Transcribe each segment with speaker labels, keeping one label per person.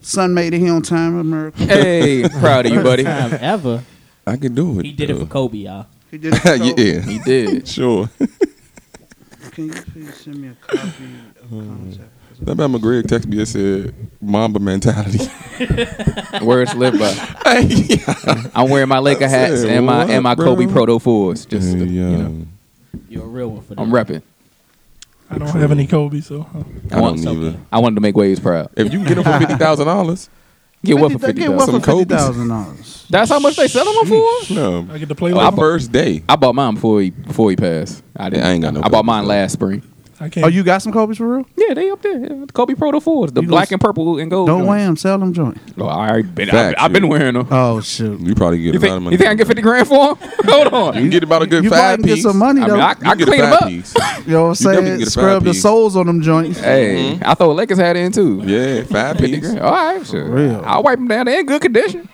Speaker 1: Son made it here on time, America.
Speaker 2: Hey, proud of you, buddy.
Speaker 3: Time ever.
Speaker 4: I can do it.
Speaker 3: He did it for Kobe, y'all.
Speaker 1: He did it. for Kobe.
Speaker 4: yeah,
Speaker 2: He did.
Speaker 4: sure.
Speaker 1: Can you please send me a copy of contact?
Speaker 4: That man McGregor texted me and said, "Mamba mentality."
Speaker 2: Words live by. I'm wearing my Laker
Speaker 4: I said,
Speaker 2: hats and my and my
Speaker 4: what,
Speaker 2: Kobe
Speaker 4: bro?
Speaker 2: Proto fours. Just
Speaker 4: Hey,
Speaker 2: to, you
Speaker 4: yo.
Speaker 2: know,
Speaker 3: You're a real one for that.
Speaker 2: I'm repping.
Speaker 5: I don't have any Kobe, so uh,
Speaker 4: I
Speaker 2: want
Speaker 4: don't
Speaker 3: something.
Speaker 4: even.
Speaker 2: I wanted to make Waves proud.
Speaker 4: If you can get them for fifty thousand dollars,
Speaker 2: Get what for fifty
Speaker 1: Get what
Speaker 2: dollars?
Speaker 1: for
Speaker 4: Some
Speaker 1: fifty
Speaker 4: Kobe's.
Speaker 1: thousand dollars?
Speaker 2: That's how much they sell them for.
Speaker 4: no,
Speaker 5: I get to play
Speaker 4: my
Speaker 5: with him.
Speaker 4: first day.
Speaker 2: I bought mine before he before he passed. I didn't.
Speaker 4: I ain't got no
Speaker 2: I bought
Speaker 4: Kobe,
Speaker 2: mine
Speaker 4: though.
Speaker 2: last spring.
Speaker 5: I can't.
Speaker 1: Oh, you got some Kobe's for real?
Speaker 2: Yeah, they up there. Yeah, the Kobe Proto fours, the
Speaker 1: You
Speaker 2: black
Speaker 1: gonna-
Speaker 2: and purple and gold.
Speaker 1: Don't
Speaker 2: joints.
Speaker 1: wear them. Sell them joint.
Speaker 2: Oh, I already been.
Speaker 4: Facts,
Speaker 2: I, I've been
Speaker 4: yeah.
Speaker 2: wearing them.
Speaker 1: Oh shoot.
Speaker 4: You probably get
Speaker 2: you
Speaker 4: a
Speaker 2: think,
Speaker 4: lot of money. Mm-hmm.
Speaker 2: you think I can get fifty grand for them? Hold on.
Speaker 4: You can get about a good
Speaker 1: You might
Speaker 4: five
Speaker 1: can get
Speaker 4: piece.
Speaker 1: some money
Speaker 2: I
Speaker 1: though.
Speaker 2: mean, I, I
Speaker 4: You can get a
Speaker 2: clean them
Speaker 4: five
Speaker 2: up.
Speaker 4: piece.
Speaker 1: you know what I'm
Speaker 4: definitely
Speaker 1: saying?
Speaker 4: get a
Speaker 1: Scrub the
Speaker 4: five-piece.
Speaker 1: soles on them joints.
Speaker 2: Hey, I throw a Lakers hat in too.
Speaker 4: Yeah, five
Speaker 2: Fifty
Speaker 4: piece.
Speaker 2: grand. All right, sure.
Speaker 1: real.
Speaker 2: I'll wipe them down. They're in good condition.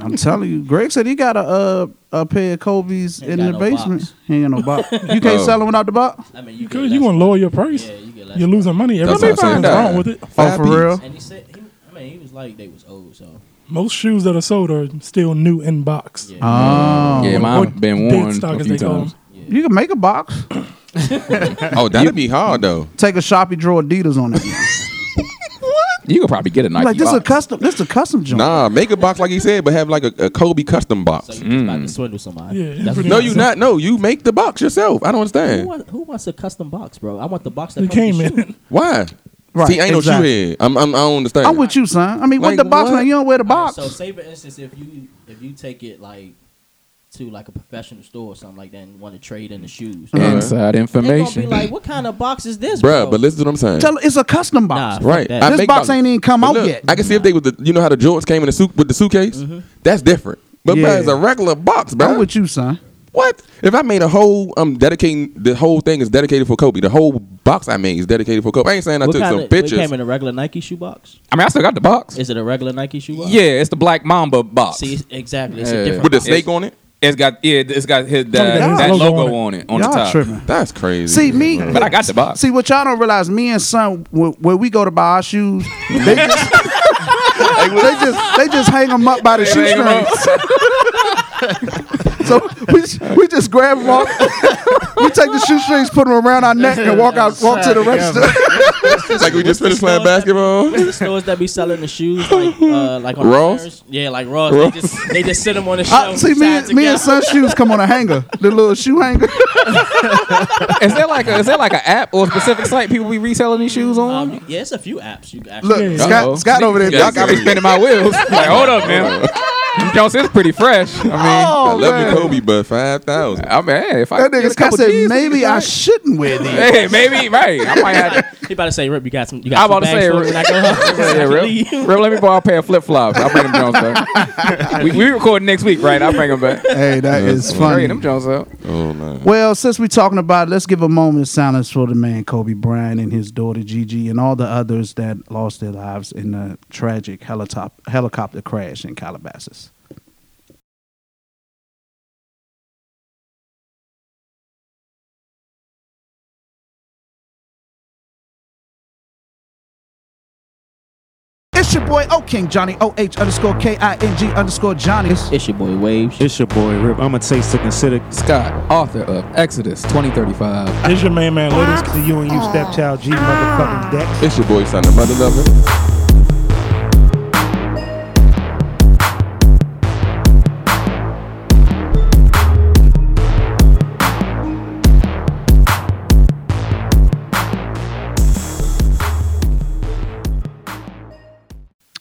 Speaker 1: I'm telling you, Greg said he got a uh, a pair of Kobe's
Speaker 3: Ain't
Speaker 1: in
Speaker 3: got
Speaker 1: the
Speaker 3: no
Speaker 1: basement.
Speaker 3: box.
Speaker 1: He ain't got no box. You can't
Speaker 4: Oh.
Speaker 1: sell them without the box.
Speaker 3: I mean, you
Speaker 5: Good,
Speaker 3: get
Speaker 5: you
Speaker 3: less-
Speaker 5: gonna lower your price?
Speaker 3: Yeah, you get less.
Speaker 5: You're losing money.
Speaker 4: That's
Speaker 5: Everything's
Speaker 4: what I said.
Speaker 5: wrong with it.
Speaker 1: Oh,
Speaker 4: Five
Speaker 1: for
Speaker 4: piece.
Speaker 1: real?
Speaker 3: And he said, he, I mean, he was like they was old, so
Speaker 5: Most shoes that are sold are still new in box.
Speaker 3: yeah.
Speaker 1: Oh,
Speaker 2: yeah,
Speaker 5: Or
Speaker 2: mine been
Speaker 5: dead
Speaker 2: worn
Speaker 5: stock,
Speaker 2: a
Speaker 5: as
Speaker 2: few
Speaker 5: they call
Speaker 2: times.
Speaker 5: 'em.
Speaker 1: you can make a box.
Speaker 4: Oh, that'd be hard though.
Speaker 1: Take a Sharpie, draw Adidas on it.
Speaker 2: You could probably get a Nike
Speaker 1: like this is a
Speaker 2: box.
Speaker 1: custom. This is a custom joint.
Speaker 4: Nah, make a box like he said, but have like a, a Kobe custom
Speaker 3: So
Speaker 4: box.
Speaker 3: you just about to swindle somebody.
Speaker 5: Yeah,
Speaker 3: That's what
Speaker 4: Mm. No,
Speaker 3: he
Speaker 4: you
Speaker 3: was
Speaker 4: not. No, you make the box yourself. I don't
Speaker 3: saying. Who
Speaker 4: understand
Speaker 3: wants, who wants a custom box, bro? I want the box that
Speaker 5: It
Speaker 3: comes with
Speaker 5: came
Speaker 3: the shoe.
Speaker 5: in.
Speaker 4: why.
Speaker 1: Right,
Speaker 4: See, I ain't
Speaker 1: exactly.
Speaker 4: no shoe head. I'm, I'm, I don't understand.
Speaker 1: I'm with you, son. I mean, what
Speaker 4: Like,
Speaker 1: the box?
Speaker 4: what?
Speaker 1: Like, you don't wear the box.
Speaker 3: Alright, so say for instance, if you if you take it like to like a professional store or something like that, and want to trade in the shoes, they
Speaker 1: Uh-huh.
Speaker 2: Inside
Speaker 3: gonna be
Speaker 2: information.
Speaker 3: like, what kind of box is this,
Speaker 4: Bruh, but listen to what I'm saying.
Speaker 1: Tell it's a custom box.
Speaker 3: Nah,
Speaker 4: right.
Speaker 3: Fuck
Speaker 4: I
Speaker 3: that.
Speaker 1: this
Speaker 4: make
Speaker 1: box ain't even come
Speaker 4: But
Speaker 1: out
Speaker 4: look,
Speaker 1: yet. Mm-hmm.
Speaker 4: I can see if they was the, you know how the Jordans came in the suit with the suitcase. That's different. But
Speaker 1: Yeah.
Speaker 4: bruh, it's a regular box, bro.
Speaker 1: I'm with you, son.
Speaker 4: What? If I made a whole, I'm dedicating the whole thing is dedicated for Kobe. The whole box I made is dedicated for Kobe. I ain't saying I
Speaker 3: What
Speaker 4: took
Speaker 3: kind
Speaker 4: some
Speaker 3: of, It
Speaker 4: pictures.
Speaker 3: came in a regular Nike shoe box.
Speaker 2: I mean, I still got the box.
Speaker 3: Is it a regular Nike shoe box?
Speaker 2: Yeah, it's the Black Mamba box.
Speaker 3: See, it's, exactly. It's
Speaker 2: Yeah.
Speaker 3: a different.
Speaker 4: with the
Speaker 3: box.
Speaker 4: snake on it.
Speaker 2: it's got yeah, it's got his, that,
Speaker 1: y'all-
Speaker 2: that
Speaker 5: logo
Speaker 2: logo on
Speaker 5: on
Speaker 2: it on the
Speaker 1: Y'all
Speaker 2: top.
Speaker 1: tripping.
Speaker 4: That's crazy.
Speaker 1: See me.
Speaker 2: But I got the box.
Speaker 1: See what y'all don't realize. Me and son, when, when we go to buy our shoes, they just, they just they just hang them up by the shoe
Speaker 2: hang 'em up.
Speaker 1: strings. so we just, we just grab them off. we take the shoestrings, put them around our neck, and walk out. Walk to the register.
Speaker 4: like we just finished playing basketball.
Speaker 3: the stores that be selling the shoes, like uh, like on
Speaker 4: Ross?
Speaker 3: Terrace. yeah, like Ross. They just they just sit them on the
Speaker 1: I,
Speaker 3: shelf.
Speaker 1: Uh, see me,
Speaker 3: side
Speaker 1: and- me and
Speaker 3: together.
Speaker 1: son's shoes come on a hanger, the little shoe hanger.
Speaker 2: Is there like a, is there like an app or a specific site people be reselling these shoes on?
Speaker 3: Um, yeah, it's a few apps you can actually.
Speaker 1: Look,
Speaker 5: Yeah.
Speaker 1: Scott, Scott over there.
Speaker 2: Y'all got me spinning my wheels. like, hold up, man. Jones is pretty fresh. I mean,
Speaker 4: I
Speaker 1: Oh,
Speaker 4: love
Speaker 1: man.
Speaker 4: you, Kobe, but five thousand.
Speaker 2: I mean, hey, if I
Speaker 1: That
Speaker 2: could get
Speaker 1: nigga
Speaker 2: a
Speaker 1: Scott
Speaker 2: couple
Speaker 1: said,
Speaker 2: G's,
Speaker 1: maybe I
Speaker 2: right?
Speaker 1: shouldn't wear these.
Speaker 2: Hey, maybe right. I might have. To,
Speaker 3: He about to say, Rip, you got some. You
Speaker 2: I
Speaker 3: got
Speaker 2: about to
Speaker 3: some bags
Speaker 2: say,
Speaker 3: for
Speaker 2: Rip,
Speaker 3: me when I go home.
Speaker 2: yeah, Rip, Rip, let me borrow a pair of flip flops. I'll bring them Jones back. we, we record next week, right? I'll bring them back.
Speaker 1: Hey, that is
Speaker 2: Bring
Speaker 1: funny.
Speaker 2: them Jones up.
Speaker 4: Oh no.
Speaker 1: Well, since we're talking about it, let's give a moment of silence for the man Kobe Bryant and his daughter Gigi and all the others that lost their lives in the tragic helitop- helicopter crash in Calabasas. It's your boy O King Johnny O H underscore K I N G underscore Johnny.
Speaker 3: It's your boy Waves.
Speaker 6: It's your boy Rip. I'm a taste to consider.
Speaker 2: Scott, author of Exodus 2035.
Speaker 5: It's your main man, Lotus.
Speaker 6: To you and you stepchild G motherfucking Dex.
Speaker 4: It's your boy, son of mother lover.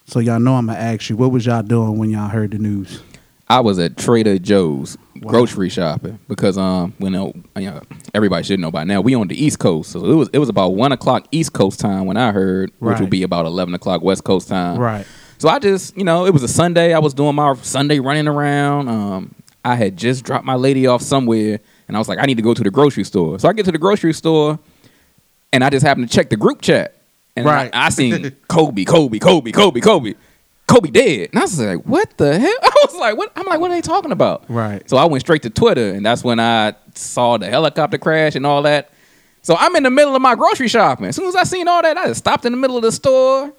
Speaker 1: So y'all know I'm gonna ask you, what was y'all doing when y'all heard the news?
Speaker 2: I was at Trader Joe's grocery shopping because um when uh, you know, everybody should know by now we on the East Coast so it was it was about one o'clock East Coast time when I heard which
Speaker 1: Right.
Speaker 2: would be about eleven o'clock West Coast time
Speaker 1: Right.
Speaker 2: So I just, you know, it was a Sunday. I was doing my Sunday running around. Um, I had just dropped my lady off somewhere, and I was like, I need to go to the grocery store. So I get to the grocery store, and I just happened to check the group chat, and
Speaker 1: Right.
Speaker 2: I, I seen Kobe, Kobe, Kobe, Kobe, Kobe, Kobe dead, and I was like, what the hell? I was like, what? I'm like, what are they talking about?
Speaker 1: Right.
Speaker 2: So I went straight to Twitter, and that's when I saw the helicopter crash and all that. So I'm in the middle of my grocery shopping. As soon as I seen all that, I just stopped in the middle of the store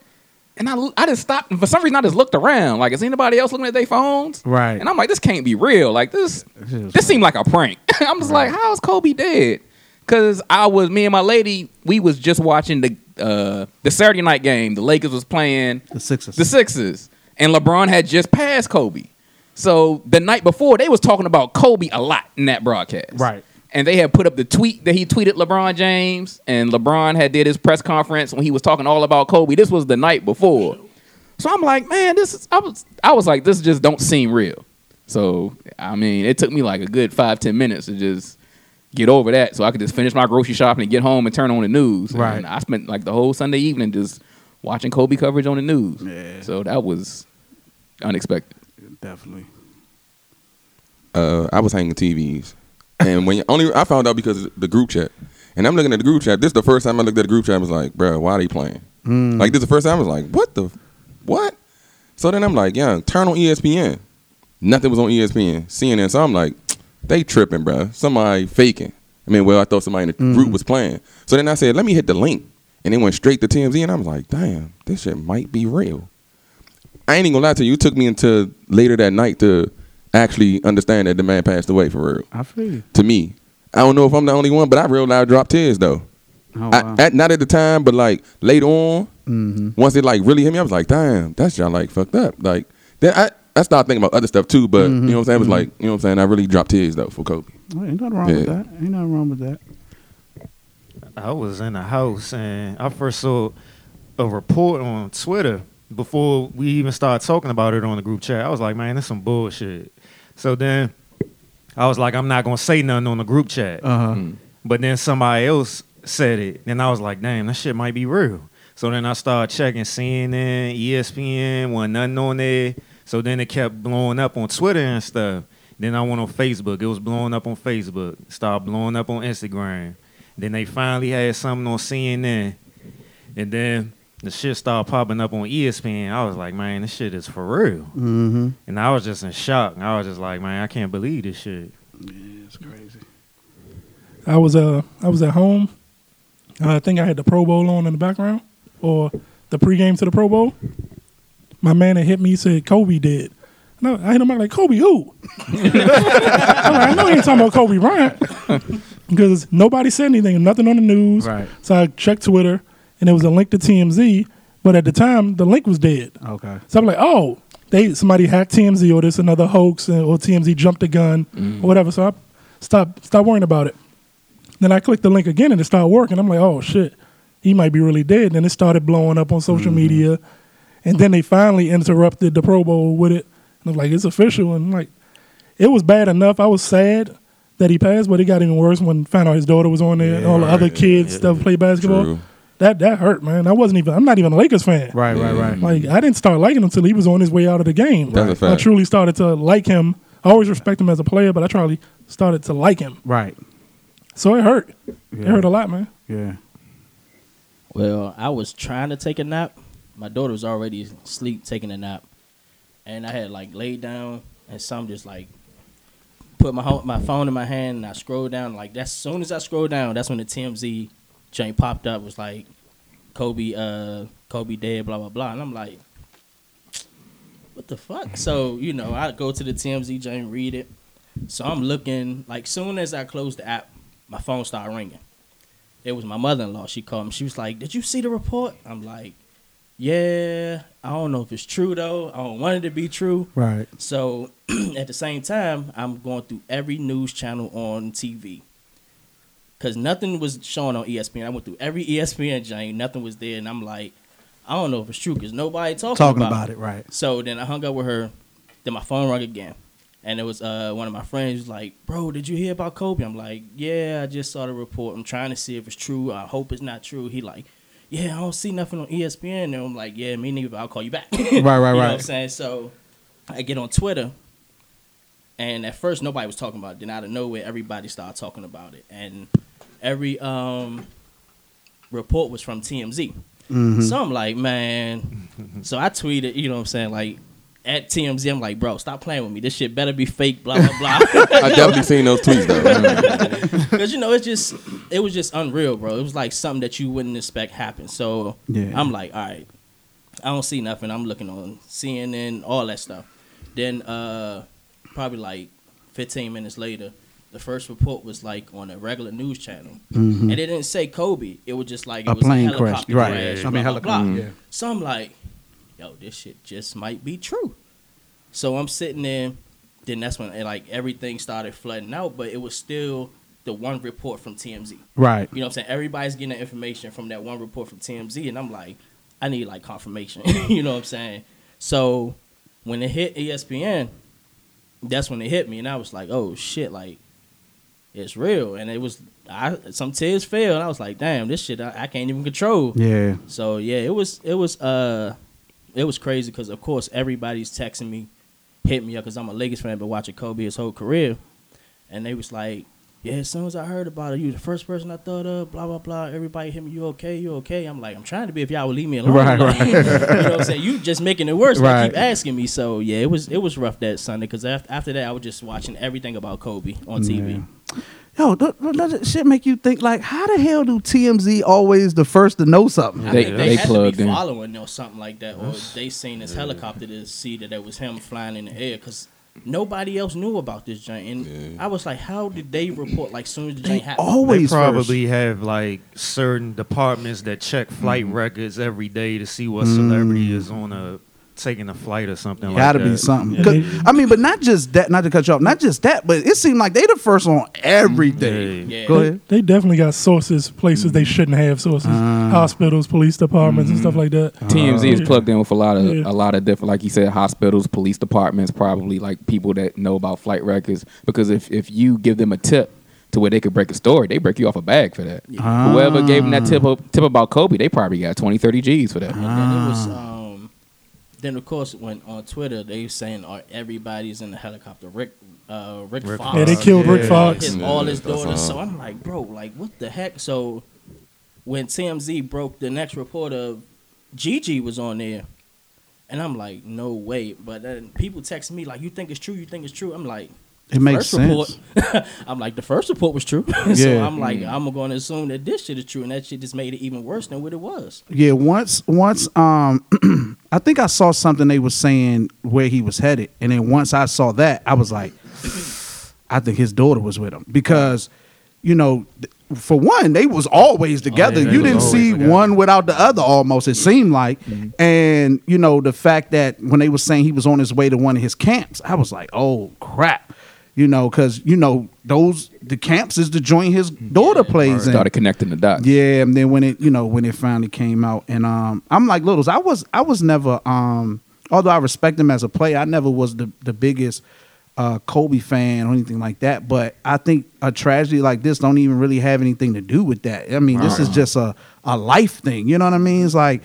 Speaker 2: And I, I just stopped, and for some reason, I just looked around. Like, is anybody else looking at their phones?
Speaker 1: Right.
Speaker 2: And I'm like, this can't be real. Like this,
Speaker 1: is-
Speaker 2: this seemed like a prank. I'm just like, how is Kobe dead? Because I was, me and my lady, we was just watching the uh, the Saturday night game. The Lakers was playing
Speaker 1: The Sixers.
Speaker 2: the Sixers, and LeBron had just passed Kobe. So the night before, they was talking about Kobe a lot in that broadcast,
Speaker 1: Right.
Speaker 2: And they had put up the tweet that he tweeted LeBron James, and LeBron had did his press conference when he was talking all about Kobe. This was the night before, so I'm like, man, this is. I was, I was like, this just don't seem real. So I mean, it took me like a good five ten minutes to just get over that, so I could just finish my grocery shopping and get home and turn on the news.
Speaker 1: Right.
Speaker 2: And I spent like the whole Sunday evening just watching Kobe coverage on the news. So that was unexpected.
Speaker 1: Definitely.
Speaker 4: uh, I was hanging TVs, and when only I found out because of the group chat, and I'm looking at the group chat. This is the first time I looked at the group chat. I was like, bro, why are they playing? Like this is the first time I was like, what the, what? So then I'm like, yeah, turn on E ESPN. Nothing was on E ESPN, CNN. So I'm like, they tripping, bro. Somebody faking. I mean, well, I thought somebody in the group was playing. So then I said, let me hit the link, and it went straight to TMZ, and I was like, damn, this shit might be real. I ain't even gonna lie to you. It took me until later that night to actually understand that the man passed away for real.
Speaker 1: I feel you.
Speaker 4: To me, I don't know if I'm the only one, but I real loud dropped tears though.
Speaker 1: Oh,
Speaker 4: I-
Speaker 1: wow.
Speaker 4: at, not at the time, but like later on,
Speaker 1: Mhm.
Speaker 4: once it like really hit me, I was like, damn, that's y'all like fucked up. Like then I, I started thinking about other stuff too, but you know what I'm
Speaker 1: Mm-hmm.
Speaker 4: saying? It was like, you know what I'm saying? I really dropped tears though for Kobe.
Speaker 1: Well, ain't nothing wrong with
Speaker 4: Yeah.
Speaker 1: that. Ain't nothing wrong with that.
Speaker 6: I was in the house and I first saw a report on Twitter before we even started talking about it on the group chat. I was like, man, that's some bullshit. So then I was like, I'm not gonna say nothing on the group chat.
Speaker 1: Uh huh.
Speaker 6: But then somebody else said it. Then I was like, damn, that shit might be real. So then I started checking CNN, ESPN, wasn't nothing on there. So then it kept blowing up on Twitter and stuff. Then I went on Facebook. It was blowing up on Facebook. Started blowing up on Instagram. Then they finally had something on CNN. And then the shit started popping up on E ESPN. I was like, man, this shit is for real.
Speaker 1: Mm-hmm.
Speaker 6: And I was just in shock. I was just like, man, I can't believe this shit.
Speaker 1: It's crazy.
Speaker 5: I was uh I was at home. I think I had the Pro Bowl on in the background or the pregame to the Pro Bowl. My man that hit me said Kobe did. And I, I hit him back like Kobe who? I'm like, I know he ain't talking about Kobe Bryant because nobody said anything, nothing on the news.
Speaker 1: Right.
Speaker 5: So I checked Twitter and it was a link to TMZ, but at the time the link was dead.
Speaker 1: Okay.
Speaker 5: So I'm like, oh, they somebody hacked TMZ or this another hoax and- or TMZ jumped the gun or whatever. So I stop stop worrying about it. Then I clicked the link again and it started working. I'm like, oh shit, he might be really dead. Then it started blowing up on social media, and then they finally interrupted the Pro Bowl with it. And I'm like, it's official. And like, it was bad enough. I was sad that he passed, but it got even worse when found out his daughter was on there and all the other kids that play basketball.
Speaker 4: True.
Speaker 5: That that hurt, man. I wasn't even. I'm not even a Lakers fan.
Speaker 1: Right. Right. Right.
Speaker 5: Like I didn't start liking him until he was on his way out of the game.
Speaker 4: That's a fact.
Speaker 5: I truly started to like him. I always respect him as a player, but I truly started to like him.
Speaker 1: Right.
Speaker 5: So it hurt. It
Speaker 1: Yeah.
Speaker 5: hurt a lot, man.
Speaker 1: Yeah.
Speaker 3: Well, I was trying to take a nap. My daughter was already asleep taking a nap, and I had like laid down, and some just like put my ho- my phone in my hand, and I scrolled down. Like as soon as I scrolled down, that's when the TMZ chain popped up. Was like Kobe, uh, Kobe dead, blah blah blah, and I'm like, what the fuck? So you know, I go to the TMZ chain, read it. So I'm looking. Like soon as I closed the app, my phone started ringing it was my mother in law. She called me. She was like, "Did you see the report?" I'm like, "Yeah, I don't know if it's true though. I don't want it to be true."
Speaker 1: Right.
Speaker 3: So at the same time, I'm going through every news channel on TV because nothing was shown on E ESPN. I went through every ESPN channel, nothing was there, and I'm like, I don't know if it's true because nobody talking,
Speaker 1: Talking about it. Right.
Speaker 3: So then I hung up with her. Then my phone rang again, and it was uh, one of my friends was like, "Bro, did you hear about Kobe?" I'm like, "Yeah, I just saw the report. I'm trying to see if it's true. I hope it's not true." He like, "Yeah, I don't see nothing on E ESPN." And I'm like, "Yeah, me neither. but I'll call you back." right,
Speaker 1: right,
Speaker 3: you Know what
Speaker 1: right.
Speaker 3: I'm saying so. I get on Twitter, and at first nobody was talking about it. Then out of nowhere, everybody started talking about it, and every um, report was from TMZ. So I'm like, man. so I tweeted, you know what I'm saying, like at TMZ. I'm like, bro, stop playing with me. This shit better be fake. Blah blah blah.
Speaker 4: I definitely seen those tweets though.
Speaker 3: Because you know, it's just it was just unreal, bro. It was like something that you wouldn't expect happen. So
Speaker 1: Yeah.
Speaker 3: I'm like, all right, I don't see nothing. I'm looking on CNN, all that stuff. Then uh, probably like 15 minutes later, the first report was like on a regular news channel, and it didn't say Kobe. It was just like
Speaker 1: Mm. A
Speaker 3: Mm-hmm. it was
Speaker 1: plane
Speaker 3: a
Speaker 1: crash,
Speaker 3: helicopter
Speaker 1: right.
Speaker 3: crash,
Speaker 1: I mean,
Speaker 3: blah, blah, blah.
Speaker 1: helicopter, Mm-hmm. yeah.
Speaker 3: So I'm like, yo, this shit just might be true. So I'm sitting there. Then that's when eh, like everything started flooding out, but it was still the one report from TMZ.
Speaker 1: Right.
Speaker 3: You know what I'm saying? Everybody's getting that information from that one report from TMZ, and I'm like, I need like confirmation. you know what I'm saying? So when it hit E ESPN, that's when it hit me, and I was like, oh shit, like it's real. And it was, I some tears fell, and I was like, damn, this shit I, I can't even control.
Speaker 1: Yeah.
Speaker 3: So yeah, it was it was uh it was crazy because of course everybody's texting me, hit me up because I'm a Lakers fan, been watching Kobe his whole career, and they was like, yeah, as soon as I heard about it, you the first person I thought of, blah blah blah. Everybody hit me, you okay, you okay? I'm like, I'm trying to be if y'all would leave me alone.
Speaker 1: Right,
Speaker 3: Like, you know what I'm saying? You just making it worse. They
Speaker 1: Right.
Speaker 3: keep asking me, so yeah, it was it was rough that Sunday because after, after that I was just watching everything about Kobe on TV.
Speaker 1: Yo, th- th- let that shit make you think like, how the hell do TMZ always the first to know something?
Speaker 3: I
Speaker 2: They-
Speaker 3: think
Speaker 2: they
Speaker 3: they, had
Speaker 2: plugged
Speaker 3: to
Speaker 2: in.
Speaker 3: be following or something like that, or they seen this helicopter to see that it was him flying in the air because nobody else knew about this joint. And I was like, how did they report? Like, soon as the joint happened,
Speaker 1: Always
Speaker 6: they
Speaker 1: first.
Speaker 6: probably have like certain departments that check flight records every day to see what celebrity is on a taking a flight or something. like
Speaker 1: Gotta be
Speaker 6: that.
Speaker 1: something.
Speaker 5: Yeah,
Speaker 1: 'Cause-
Speaker 5: they-
Speaker 1: I mean, but not just that. Not to cut you off. Not just that, but it seemed like they the first on everything.
Speaker 3: Yeah.
Speaker 1: Go ahead.
Speaker 5: They definitely got sources, places they shouldn't have sources,
Speaker 1: Uh.
Speaker 5: hospitals, police departments, and stuff like that.
Speaker 2: TMZ is plugged in with a lot of
Speaker 5: Yeah.
Speaker 2: a lot of different, like you said, hospitals, police departments, probably like people that know about flight records. Because if if you give them a tip to where they could break a story, they break you off a bag for that. Whoever gave them that tip tip about Kobe, they probably got 20, 30 G's for that.
Speaker 3: And then it was.
Speaker 4: Ah.
Speaker 3: Um, then of course, when on Twitter they was saying, "Are everybody's in the helicopter?" Rick, uh, Rick,
Speaker 6: Rick
Speaker 3: Fox.
Speaker 5: Yeah, they killed Rick
Speaker 6: Yeah.
Speaker 5: Fox.
Speaker 3: his
Speaker 4: Yeah,
Speaker 3: all his
Speaker 4: that's
Speaker 3: daughters. So
Speaker 4: all.
Speaker 3: I'm like, bro, like what the heck? So when TMZ broke the next report of Gigi was on there, and I'm like, no way. But then people text me like, you think it's true? You think it's true? I'm like,
Speaker 1: It makes
Speaker 3: first report.
Speaker 1: sense.
Speaker 3: I'm like, the first report was true. so
Speaker 1: Yeah.
Speaker 3: I'm like,
Speaker 4: Mm.
Speaker 3: I'm going to assume that this shit is true, and that shit just made it even worse than what it was.
Speaker 1: Yeah, once once um I think I saw something they were saying where he was headed. And then once I saw that, I was like, I think his daughter was with him. Because, you know, th- for one, they was always together.
Speaker 6: Oh, they
Speaker 1: you
Speaker 6: was
Speaker 1: didn't
Speaker 6: always
Speaker 1: see
Speaker 6: together. Mm-hmm.
Speaker 1: one without the other almost, it seemed like. And, you know, the fact that when they were saying he was on his way to one of his camps, I was like, Oh crap. You know, because you know, those the camps is the joint his daughter plays in.
Speaker 2: Started connecting the dots.
Speaker 1: Yeah, and then when it you know when it finally came out, and um, I'm like Littles. I was I was never um, although I respect him as a player, I never was the the biggest uh, Kobe fan or anything like that. But I think a tragedy like this don't even really have anything to do with that. I mean, this is just a a life thing. You know what I mean? It's like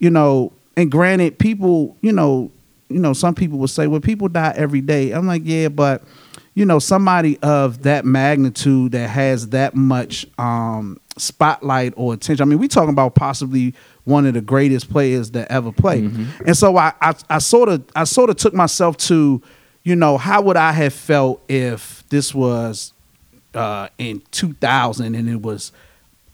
Speaker 1: you know, and granted, people you know you know some people will say, well, people die every day. I'm like, yeah, but you know somebody of that magnitude that has that much um, spotlight or attention. I mean, we talking about possibly one of the greatest players that ever played, and so I I, I sort of I sort of took myself to, you know, how would I have felt if this was uh, in 2000 and it was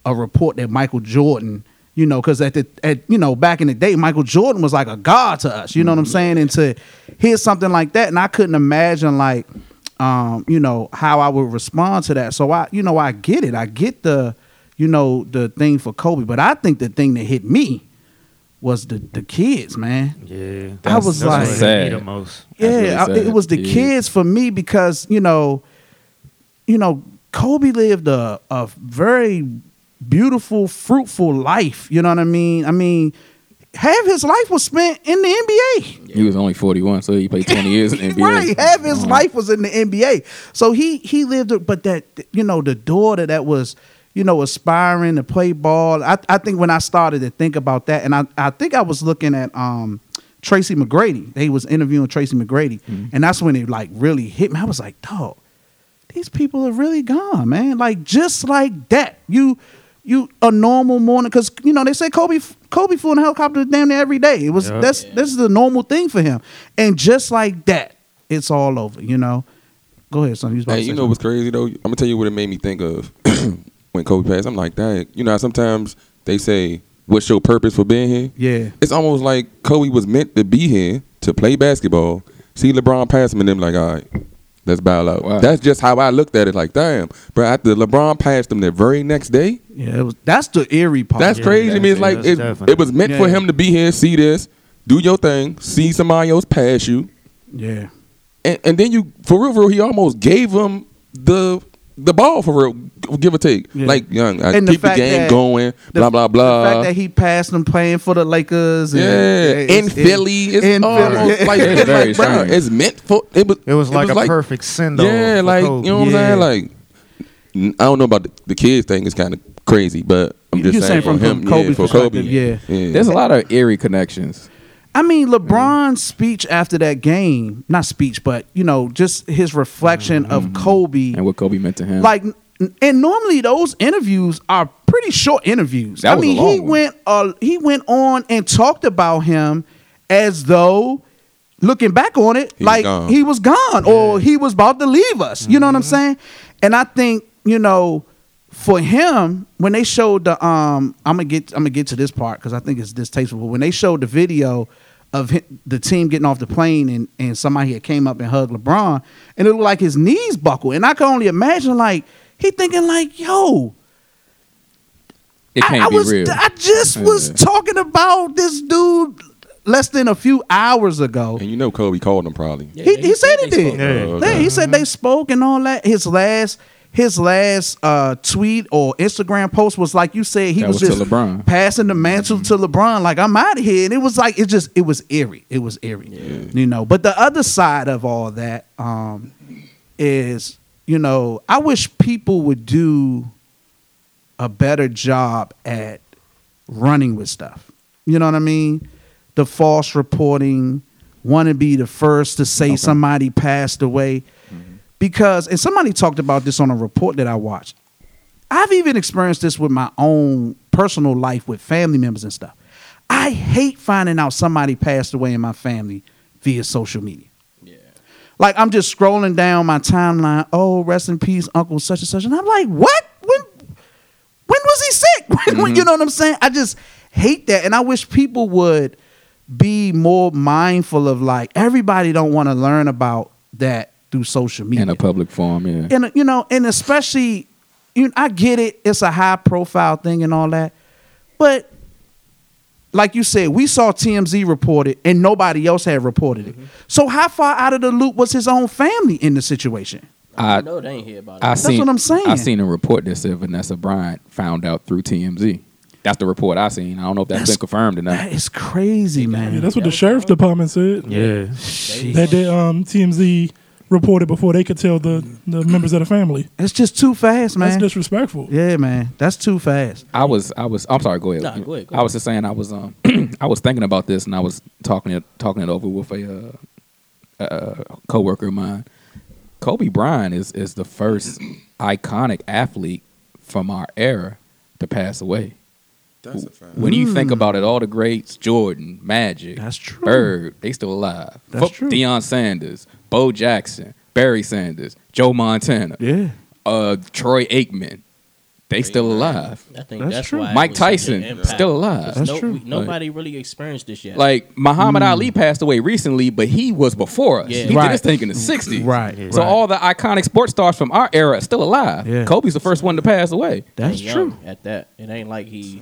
Speaker 1: a report that Michael Jordan, you know, because at the at you know back in the day, Michael Jordan was like a god to us. You know what I'm saying? And to hear something like that, and I couldn't imagine like, um, you know, how I would respond to that. So I, you know, I get it. I get the, you know, the thing for Kobe, but I think the thing that hit me was the the kids, man.
Speaker 6: Yeah,
Speaker 1: I was
Speaker 6: that's what
Speaker 1: like-
Speaker 6: hit me
Speaker 2: Sad.
Speaker 6: the most.
Speaker 2: That's really
Speaker 1: Yeah, I-
Speaker 2: sad.
Speaker 1: it was the
Speaker 2: Yeah.
Speaker 1: kids for me because you know, you know, Kobe lived a, a very beautiful, fruitful life. You know what I mean? I mean, half his life was spent in the NBA.
Speaker 2: He was only 41, so he played 20 years in the NBA.
Speaker 1: Right, half his
Speaker 2: Uh-huh.
Speaker 1: life was in the NBA. So he he lived, a- but that you know, the daughter that was. You know, aspiring to play ball. I, I think when I started to think about that, and I, I think I was looking at um, Tracy McGrady. They was interviewing Tracy McGrady,
Speaker 2: Mm-hmm.
Speaker 1: and that's when it like really hit me. I was like, dog, these people are really gone, man. Like just like that, you you a normal morning because you know they say Kobe Kobe flew in a helicopter damn near every day. It was
Speaker 6: Yep.
Speaker 1: that's this is the normal thing for him, and just like that, it's all over. You know. Go ahead, son. You, was about
Speaker 4: Hey,
Speaker 1: to say
Speaker 4: you know what's crazy though? I'm gonna tell you what it made me think of when Kobe passed. I'm like, that. You know, how sometimes they say what's your purpose for being here?
Speaker 1: Yeah.
Speaker 4: It's almost like Kobe was meant to be here to play basketball. See LeBron pass him and them like, all right, let's bow out.
Speaker 2: Wow.
Speaker 4: That's just how I looked at it. Like, damn, bro. After LeBron passed him the very next day,
Speaker 1: Yeah, it was, that's the eerie part.
Speaker 4: that's
Speaker 6: Yeah,
Speaker 4: crazy to me. It's
Speaker 6: yeah,
Speaker 4: like
Speaker 6: that's
Speaker 4: it,
Speaker 6: definitely-
Speaker 4: it was meant for
Speaker 1: Yeah.
Speaker 4: him to be here, see this, do your thing, see somebody else pass you,
Speaker 1: Yeah.
Speaker 4: and, and then you for real, for real, he almost gave him the the ball for real, g- give or take.
Speaker 1: Yeah.
Speaker 4: Like young, I
Speaker 1: And the
Speaker 4: keep the,
Speaker 1: fact
Speaker 4: game
Speaker 1: that-
Speaker 4: going, blah blah blah.
Speaker 1: The fact that he passed them playing for the Lakers. and-
Speaker 4: Uh, yeah, in
Speaker 1: it's-
Speaker 4: Philly, it's
Speaker 1: in
Speaker 4: almost
Speaker 1: Philly.
Speaker 4: like
Speaker 2: It's
Speaker 4: it's,
Speaker 2: very
Speaker 4: like, bro,
Speaker 2: strange.
Speaker 4: it's meant for it was.
Speaker 6: It was like a
Speaker 4: perfect.
Speaker 6: perfect send off.
Speaker 4: Yeah, like
Speaker 6: oh,
Speaker 4: you know what
Speaker 1: Yeah.
Speaker 4: I'm saying. Like n- I don't know about the, the kids thing. It's kind of crazy, but I'm
Speaker 1: You-
Speaker 4: just
Speaker 1: you're
Speaker 4: saying,
Speaker 1: saying from-
Speaker 4: for him,
Speaker 1: from
Speaker 4: yeah,
Speaker 1: Kobe's
Speaker 4: for Kobe,
Speaker 1: perspective,
Speaker 4: yeah.
Speaker 2: There's a lot of eerie connections.
Speaker 1: I mean, LeBron's speech after that game, not speech, but, you know, just his reflection of Kobe.
Speaker 2: Mm-hmm. and what Kobe meant to him.
Speaker 1: Like, n- and normally those interviews are pretty short interviews.
Speaker 2: That
Speaker 1: I
Speaker 2: was a
Speaker 1: mean,
Speaker 2: long
Speaker 1: he
Speaker 2: one.
Speaker 1: went uh, he went on and talked about him as though looking back on it,
Speaker 4: He was
Speaker 1: like
Speaker 4: gone. Mm-hmm.
Speaker 1: he was gone or he was about to leave us. You know what I'm saying? And I think you know. For him, when they showed the um, I'm gonna get I'm gonna get to this part because I think it's distasteful. But when they showed the video of him, the team getting off the plane and and somebody had came up and hugged LeBron, and it looked like his knees buckled, and I can only imagine like he thinking like, yo,
Speaker 2: It can't
Speaker 1: I, I
Speaker 2: be
Speaker 1: was,
Speaker 2: real.
Speaker 1: I just was
Speaker 2: Yeah.
Speaker 1: talking about this dude less than a few hours ago.
Speaker 4: And you know Kobe called him probably.
Speaker 3: Yeah,
Speaker 1: He,
Speaker 3: they-
Speaker 1: he said
Speaker 3: they
Speaker 1: he did.
Speaker 3: spoke.
Speaker 6: Yeah.
Speaker 1: Yeah, he said they spoke and all that. His last his last uh, tweet or Instagram post was like you said he
Speaker 2: That
Speaker 1: was,
Speaker 2: was to
Speaker 1: just
Speaker 2: LeBron.
Speaker 1: passing the mantle to LeBron like I'm out of here and it was like it just it was eerie. It was eerie. You know, but the other side of all that um is you know, I wish people would do a better job at running with stuff. You know what I mean? The false reporting, want to be the first to say somebody passed away.
Speaker 2: Mm-hmm.
Speaker 1: Because, and somebody talked about this on a report that I watched. I've even experienced this with my own personal life with family members and stuff. I hate finding out somebody passed away in my family via social media. Like I'm just scrolling down my timeline. Oh, rest in peace, Uncle such and such. And I'm like, what? When? When was he sick? When, when- you know what I'm saying? I just hate that, and I wish people would be more mindful of like everybody don't want to learn about that through social media
Speaker 2: in a public forum, yeah.
Speaker 1: and you know, and especially, you I get it. It's a high profile thing and all that, but like you said, we saw TMZ report it, and nobody else had reported
Speaker 5: Mm-hmm.
Speaker 1: it. So how far out of the loop was his own family in the situation?
Speaker 2: I,
Speaker 3: no, they ain't hear about it.
Speaker 2: I seen,
Speaker 1: what I'm saying.
Speaker 2: I seen a report that said Vanessa Bryant found out through TMZ. That's the report I seen. I don't know if that's
Speaker 1: That's-
Speaker 2: been confirmed or
Speaker 1: That
Speaker 2: not.
Speaker 1: is crazy,
Speaker 5: Yeah,
Speaker 1: man.
Speaker 5: that's what the sheriff's department said.
Speaker 6: Yeah.
Speaker 5: That they, um, TMZ reported before they could tell the, the members of the family.
Speaker 1: It's just too fast,
Speaker 5: That's
Speaker 1: man.
Speaker 5: disrespectful.
Speaker 1: Yeah, man, that's too fast.
Speaker 2: I was, I was. I'm sorry. Go ahead.
Speaker 3: Nah, go ahead, go
Speaker 2: I was just saying. I was, um, I was thinking about this, and I was talking it, talking it over with a, uh, uh coworker of mine. Kobe Bryant is is the first iconic athlete from our era to pass away.
Speaker 4: That's a fact.
Speaker 2: When you think about it, all the greats, Jordan, Magic,
Speaker 1: That's true.
Speaker 2: Bird, they still alive.
Speaker 1: That's
Speaker 2: Fo-
Speaker 1: true.
Speaker 2: Deion Sanders, Bo Jackson, Barry Sanders, Joe Montana,
Speaker 1: Yeah,
Speaker 2: uh, Troy Aikman, they still alive.
Speaker 3: I think
Speaker 1: That's
Speaker 3: that's,
Speaker 1: true.
Speaker 3: why it
Speaker 2: Mike
Speaker 3: was such an
Speaker 2: Tyson,
Speaker 3: impact.
Speaker 2: still alive.
Speaker 3: 'Cause
Speaker 1: That's
Speaker 3: no-
Speaker 1: true.
Speaker 3: we- nobody really experienced this yet.
Speaker 2: Like Muhammad Ali passed away recently, but he was before us.
Speaker 3: Yeah.
Speaker 2: He
Speaker 1: Hmm. Right. Mm,
Speaker 2: did his thing in the '60s.
Speaker 1: Right,
Speaker 2: So
Speaker 1: right.
Speaker 2: all the iconic sports stars from our era are still alive.
Speaker 1: Yeah.
Speaker 2: Kobe's the first one to pass away.
Speaker 1: that's
Speaker 3: and
Speaker 1: true.
Speaker 3: young At that, it ain't like he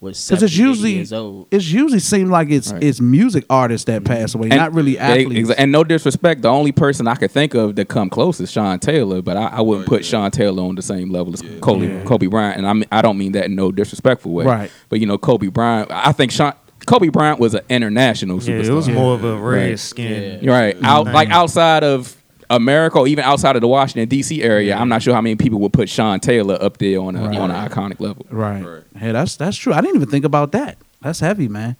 Speaker 3: was
Speaker 1: Because it's usually
Speaker 3: years old.
Speaker 1: it's usually seemed like it's
Speaker 2: Right.
Speaker 1: it's music artists that
Speaker 5: Mm-hmm.
Speaker 1: pass away, not really
Speaker 2: they-
Speaker 1: athletes.
Speaker 2: exa- and no disrespect, the only person I could think of that come close is Sean Taylor, but I, I wouldn't
Speaker 3: Oh,
Speaker 2: put Sean Taylor on the same level as Kobe, Kobe Bryant, and I mean, I don't mean that in no disrespectful way.
Speaker 1: Right.
Speaker 2: But you know, Kobe Bryant, I think Sean Kobe Bryant was an international
Speaker 6: Yeah,
Speaker 2: superstar.
Speaker 6: it was more of a red
Speaker 2: Right.
Speaker 6: skin.
Speaker 2: You're right.
Speaker 1: Mm-hmm.
Speaker 2: Out
Speaker 6: Mhm.
Speaker 2: like outside of America or even outside of the Washington D.C. area, I'm not sure how many people would put Sean Taylor up there on a, on an iconic level.
Speaker 1: Right.
Speaker 4: Right.
Speaker 1: Yeah, that's that's true. I didn't even think about that. That's heavy, man.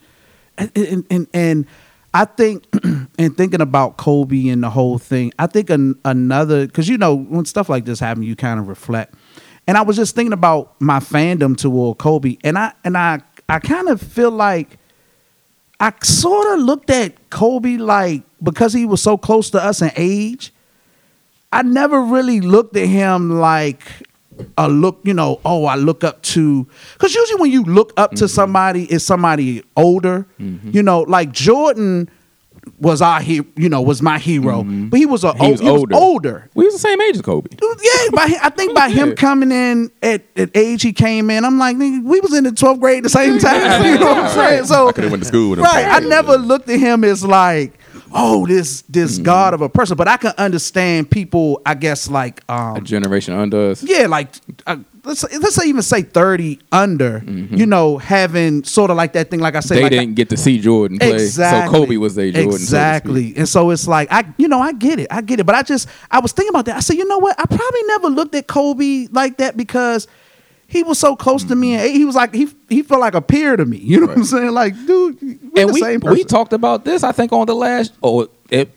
Speaker 1: And and and, and I think and thinking about Kobe and the whole thing, I think an, another because you know when stuff like this happens, you kind of reflect. And I was just thinking about my fandom toward Kobe, and I and I I kind of feel like I sort of looked at Kobe like because he was so close to us in age. I never really looked at him like a look, you know, oh, I look up to because usually when you look up
Speaker 2: Mm-hmm.
Speaker 1: to somebody, it's somebody older. You know, like Jordan was our he, you know, was my hero, but he was a
Speaker 2: Mm-hmm. He was
Speaker 1: he was
Speaker 2: older.
Speaker 1: older.
Speaker 2: We was the same age as Kobe.
Speaker 1: Dude, Yeah, by hi- I think by him
Speaker 2: Yeah.
Speaker 1: coming in at, at age he came in, I'm like, nigga, we was in the 12th grade the same time. You know what I'm saying? So
Speaker 4: I could have went to school with him.
Speaker 1: Right. I never looked at him as like, oh, this this
Speaker 2: Mm-hmm.
Speaker 1: god of a person. But I can understand people, I guess, like
Speaker 2: A
Speaker 1: um,
Speaker 2: generation under us.
Speaker 1: yeah, like uh, let's let's say even say thirty under, you know, having sort of like that thing, like I said,
Speaker 2: Mm-hmm. they
Speaker 1: like
Speaker 2: didn't get to see Jordan play.
Speaker 1: Exactly.
Speaker 2: So Kobe was their Jordan. so to speak.
Speaker 1: Exactly. and so it's like I you know, I get it. I get it. But I just I was thinking about that. I said, you know what? I probably never looked at Kobe like that because he was so close to
Speaker 2: Mm-hmm.
Speaker 1: me and he was like he he felt like a peer to me. You know what I'm saying? Like, dude, we're the
Speaker 2: and we
Speaker 1: same person.
Speaker 2: we talked about this. I think on the last or it,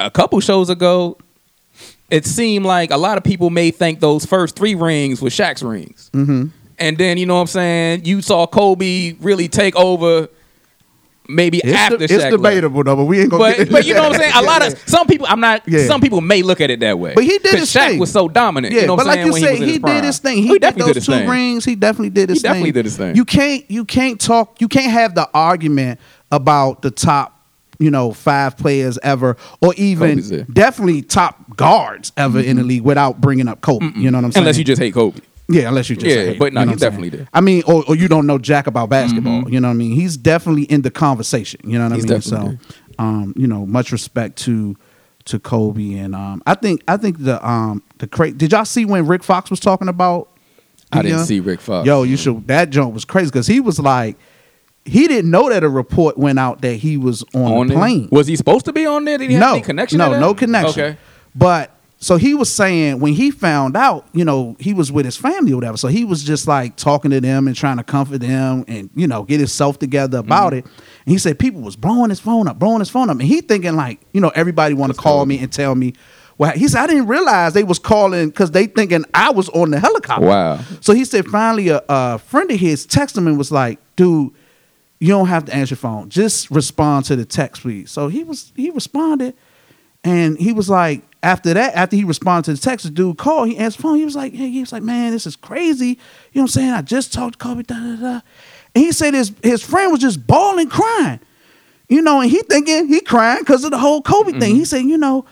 Speaker 2: a couple shows ago, it seemed like a lot of people may think those first three rings were Shaq's rings, mm-hmm. and then you know what I'm saying. You saw Kobe really take over, maybe
Speaker 1: it's,
Speaker 2: after Shaq.
Speaker 1: de- it's
Speaker 2: left.
Speaker 1: debatable though, but we ain't gonna
Speaker 2: But,
Speaker 1: get
Speaker 2: but you know what I'm saying. A lot of some people, I'm not.
Speaker 1: Yeah.
Speaker 2: Some people may look at it that way.
Speaker 1: But he did
Speaker 2: 'Cause
Speaker 1: his
Speaker 2: Shaq
Speaker 1: thing.
Speaker 2: was so dominant.
Speaker 1: Yeah,
Speaker 2: you know what
Speaker 1: but
Speaker 2: I'm
Speaker 1: like
Speaker 2: saying,
Speaker 1: you
Speaker 2: when
Speaker 1: said,
Speaker 2: was in
Speaker 1: he
Speaker 2: prime.
Speaker 1: did his thing. He,
Speaker 2: Oh,
Speaker 1: did
Speaker 2: definitely
Speaker 1: those two
Speaker 2: did his thing.
Speaker 1: rings. He definitely did his
Speaker 2: He
Speaker 1: thing.
Speaker 2: definitely did his thing.
Speaker 1: You can't you can't talk. You can't have the argument about the top, you know, five players ever, or even
Speaker 2: Kobe's there.
Speaker 1: definitely top guards ever in the league without bringing up Kobe. You know what I'm saying?
Speaker 2: Unless you just hate Kobe.
Speaker 1: Yeah, unless you just
Speaker 2: Yeah,
Speaker 1: hate,
Speaker 2: but
Speaker 1: you
Speaker 2: no,
Speaker 1: know
Speaker 2: he
Speaker 1: what I'm saying?
Speaker 2: definitely did. Mm-hmm.
Speaker 1: I mean, or, or you don't know jack about basketball. You know what I mean? He's definitely in the conversation. You know what
Speaker 2: He's
Speaker 1: I mean? So,
Speaker 2: definitely
Speaker 1: um, you know, much respect to to Kobe and um, I think I think the um the cra- Did y'all see when Rick Fox was talking about?
Speaker 2: I didn't
Speaker 1: Yeah.
Speaker 2: see Rick Fox.
Speaker 1: Yo, you should. That joke was crazy because he was like, he didn't know that a report went out that he was on,
Speaker 2: on
Speaker 1: the
Speaker 2: it?
Speaker 1: plane
Speaker 2: Was he supposed to be on there? Did he have
Speaker 1: no
Speaker 2: any connection? to
Speaker 1: No,
Speaker 2: that?
Speaker 1: no connection.
Speaker 2: Okay.
Speaker 1: But so he was saying when he found out, you know, he was with his family or whatever. So he was just like talking to them and trying to comfort them and you know get himself together about it. And he said people was blowing his phone up, blowing his phone up, and he thinking like you know everybody want to call me and tell me. Well, he said I didn't realize they was calling because they thinking I was on the helicopter.
Speaker 2: Wow.
Speaker 1: So he said finally a, a friend of his texted him and was like, dude, you don't have to answer your phone. Just respond to the text, please. So he was he responded and he was like, after that, after he responded to the text, the dude called, he answered the phone. He was like, hey, he was like, man, this is crazy. You know what I'm saying? I just talked to Kobe, da da da. And he said his his friend was just bawling, crying. You know, and he thinking he crying because of the whole Kobe thing.
Speaker 2: Mm-hmm.
Speaker 1: He said, you know,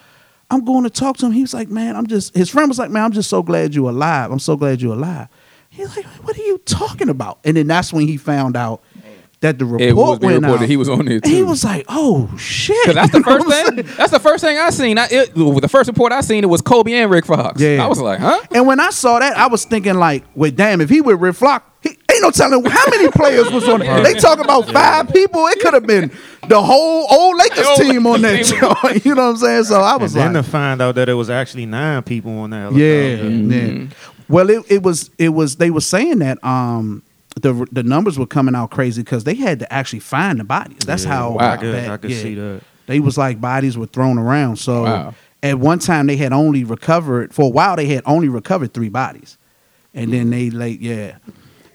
Speaker 1: I'm going to talk to him. He was like, man, I'm just his friend was like, man, I'm just so glad you're alive. I'm so glad you're alive. He's like, what are you talking about? And then that's when he found out that the report
Speaker 2: It was being
Speaker 1: went
Speaker 2: reported
Speaker 1: out.
Speaker 2: he was on there
Speaker 1: And he
Speaker 2: too.
Speaker 1: was like, oh shit.
Speaker 2: Cause that's
Speaker 1: You
Speaker 2: the
Speaker 1: know what
Speaker 2: first
Speaker 1: I'm
Speaker 2: thing.
Speaker 1: saying?
Speaker 2: That's the first thing I seen. I it, the first report I seen it was Kobe and Rick Fox.
Speaker 1: Yeah.
Speaker 2: I was like, huh?
Speaker 1: And when I saw that, I was thinking like, well, damn, if he with Rick Flock, he ain't no telling how many players was on it. They talk about five people. It could have been the whole old Lakers team on that joint. You know what I'm saying? So I was
Speaker 6: and then
Speaker 1: like,
Speaker 6: to find out that it was actually nine people on that.
Speaker 1: yeah, Mm-hmm.
Speaker 6: helicopter.
Speaker 1: yeah.
Speaker 2: Mm-hmm.
Speaker 1: Well, it, it was it was they were saying that um the the numbers were coming out crazy because they had to actually find the bodies. That's how
Speaker 2: Wow.
Speaker 6: I could,
Speaker 1: bad-
Speaker 6: I could
Speaker 1: yeah.
Speaker 6: see that.
Speaker 1: They was like bodies were thrown around. So
Speaker 2: Wow.
Speaker 1: at one time they had only recovered for a while they had only recovered three bodies, and then they like yeah.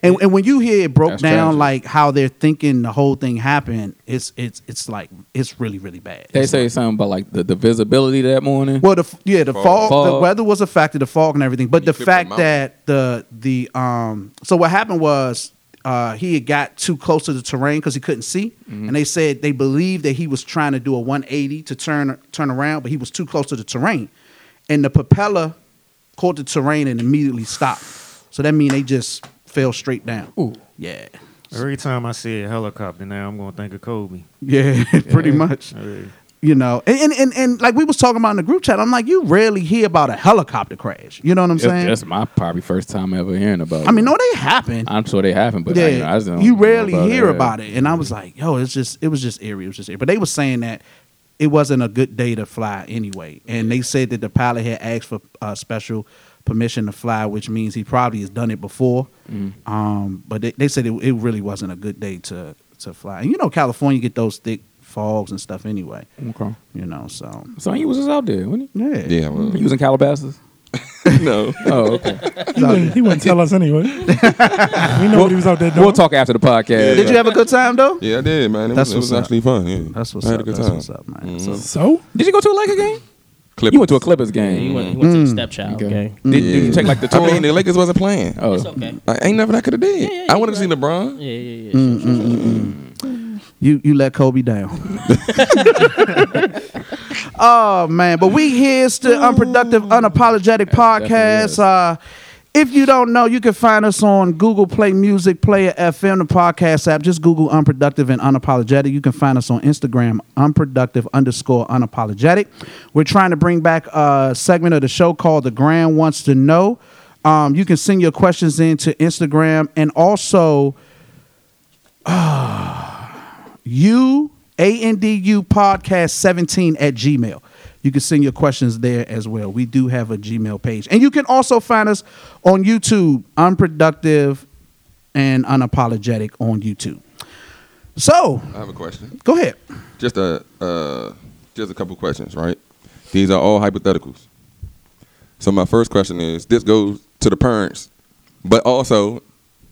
Speaker 1: And, and when you hear it broke
Speaker 2: Hmm. That's
Speaker 1: down
Speaker 2: tragic.
Speaker 1: like how they're thinking the whole thing happened, it's it's it's like it's really really bad.
Speaker 2: They
Speaker 1: It's
Speaker 2: say something about like the, the visibility that morning.
Speaker 1: well, the f- yeah, the fog, the
Speaker 2: Mm-hmm. Fog.
Speaker 1: weather was a factor, the fog and everything. But the
Speaker 4: tripped
Speaker 1: fact
Speaker 4: him out.
Speaker 1: that the the um, so what happened was uh, he had got too close to the terrain because he couldn't see, and they said they believed that he was trying to do a 180 to turn turn around, but he was too close to the terrain, and the propeller caught the terrain and immediately stopped. So that means they just fell straight down. Yeah,
Speaker 6: Every time I see a helicopter now, I'm going to think of Kobe.
Speaker 1: yeah, pretty much
Speaker 6: Hey.
Speaker 1: you know and, and and and like we was talking about in the group chat i'm like you rarely hear about a helicopter crash you know what i'm
Speaker 2: That's-
Speaker 1: saying
Speaker 2: that's my probably first time ever hearing about. it.
Speaker 1: i mean no they happen
Speaker 2: I'm sure they haven't, but
Speaker 1: yeah
Speaker 2: I, you, know, I just don't
Speaker 1: you
Speaker 2: know
Speaker 1: rarely hear
Speaker 2: that.
Speaker 1: about it and i was like yo it's just it was just eerie it was just eerie but they were saying that it wasn't a good day to fly anyway and they said that the pilot had asked for uh, special permission to fly which means he probably has done it before
Speaker 2: Mm.
Speaker 1: um, but they, they said it, it really wasn't a good day to to fly and you know california get those thick fogs and stuff anyway
Speaker 2: Okay.
Speaker 1: you know so
Speaker 2: So he was just out there, wasn't he?
Speaker 1: yeah
Speaker 4: Yeah,
Speaker 2: He
Speaker 4: well,
Speaker 2: was in Calabasas.
Speaker 4: no.
Speaker 2: Oh, okay.
Speaker 5: He wouldn't, he wouldn't tell us anyway. we know what he was out there doing.
Speaker 2: we'll talk after the podcast.
Speaker 1: Did you have a good time though?
Speaker 4: Yeah, I did, man. It
Speaker 1: That's
Speaker 4: was,
Speaker 1: what's
Speaker 4: it was
Speaker 1: up.
Speaker 4: actually fun. Yeah.
Speaker 1: That's what's
Speaker 4: I
Speaker 1: up.
Speaker 4: had a good
Speaker 1: That's
Speaker 4: time. Mm-hmm.
Speaker 1: what's up, man.
Speaker 4: Mhm.
Speaker 1: So,
Speaker 5: So
Speaker 2: Did you go to a Laker game?
Speaker 4: Clippers.
Speaker 2: You went to a Clippers game.
Speaker 3: He went, he
Speaker 1: Mm.
Speaker 3: went to the stepchild game.
Speaker 2: Did, did you take like the
Speaker 4: I
Speaker 2: tour?
Speaker 4: mean, the Lakers wasn't playing.
Speaker 2: oh.
Speaker 3: It's okay.
Speaker 4: Like, ain't nothing I could have did.
Speaker 3: yeah,
Speaker 4: I
Speaker 3: you
Speaker 4: wanted to see LeBron.
Speaker 3: Yeah, yeah, yeah.
Speaker 1: You you let Kobe down. oh man, but we here's the unproductive, unapologetic podcast. Uh, if you don't know, you can find us on Google Play Music, Player FM, the podcast app. Just Google unproductive and unapologetic. You can find us on Instagram, unproductive underscore unapologetic. We're trying to bring back a segment of the show called The Grand Wants to Know. Um, you can send your questions in to Instagram and also U A N D U podcast 17 at Gmail. You can send your questions there as well. We do have a Gmail page. And you can also find us on YouTube, unproductive and unapologetic on YouTube. So
Speaker 4: I have a question.
Speaker 1: go ahead.
Speaker 4: Just a uh, just a couple questions, right? These are all hypotheticals. So my first question is: This goes to the parents, but also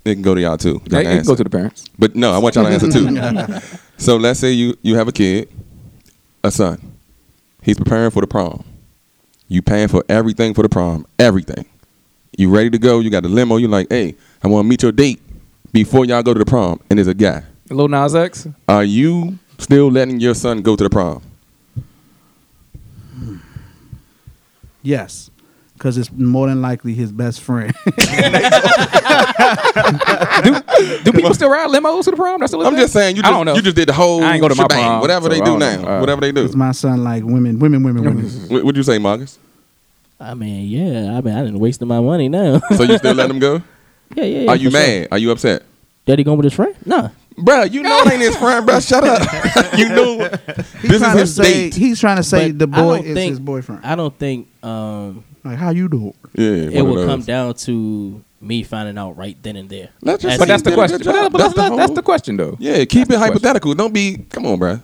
Speaker 4: it can go to y'all too. Y'all
Speaker 2: Hey, you
Speaker 4: can
Speaker 2: can go
Speaker 4: answer.
Speaker 2: to the parents.
Speaker 4: But no, I want y'all to answer too. so let's say you you have a kid, a son. He's preparing for the prom. You paying for everything for the prom, everything. You ready to go? You got the limo. You like, hey, I want to meet your date before y'all go to the prom, and it's a guy.
Speaker 2: Lil Nas X.
Speaker 4: Are you still letting your son go to the prom?
Speaker 1: Yes. Because it's more than likely his best friend.
Speaker 2: Do people still ride limos to the prom? That's still a
Speaker 4: I'm
Speaker 2: thing?
Speaker 4: just saying you
Speaker 2: I
Speaker 4: just
Speaker 2: don't know.
Speaker 4: you just did the whole
Speaker 2: I ain't go to my
Speaker 4: shebang,
Speaker 2: prom,
Speaker 4: whatever
Speaker 2: so
Speaker 4: they
Speaker 2: I
Speaker 4: do
Speaker 2: don't
Speaker 4: now,
Speaker 2: know. Uh,
Speaker 4: whatever they do.
Speaker 1: my son like women, women, women, women.
Speaker 4: What would you say, Marcus?
Speaker 3: I mean, yeah. I mean, I didn't wasting my money now.
Speaker 4: So you still let him go?
Speaker 3: yeah, yeah, yeah.
Speaker 4: Are you
Speaker 3: for sure.
Speaker 4: mad? Are you upset?
Speaker 3: Daddy going with his friend? Nah.
Speaker 4: Bruh, you know it ain't his friend, bruh. Shut up. you know this is
Speaker 1: Trying to
Speaker 4: his
Speaker 1: say-
Speaker 4: date.
Speaker 1: He's trying to say
Speaker 3: But
Speaker 1: the
Speaker 3: I
Speaker 1: boy
Speaker 3: don't
Speaker 1: is
Speaker 3: think-
Speaker 1: his boyfriend.
Speaker 3: I don't think um,
Speaker 1: like, how you doing?
Speaker 4: yeah,
Speaker 3: it
Speaker 4: one of
Speaker 3: will come
Speaker 4: those.
Speaker 3: down to me finding out right then and there.
Speaker 4: Let's just
Speaker 3: As
Speaker 4: see
Speaker 2: But
Speaker 3: in-
Speaker 2: that's the
Speaker 4: did a
Speaker 2: question.
Speaker 4: good
Speaker 2: But that-
Speaker 4: job.
Speaker 2: but
Speaker 4: That's
Speaker 2: that's,
Speaker 4: the
Speaker 2: that's,
Speaker 4: whole-
Speaker 2: the question, though.
Speaker 4: Yeah, keep it
Speaker 2: the
Speaker 4: hypothetical. Don't be. Come on, bruh.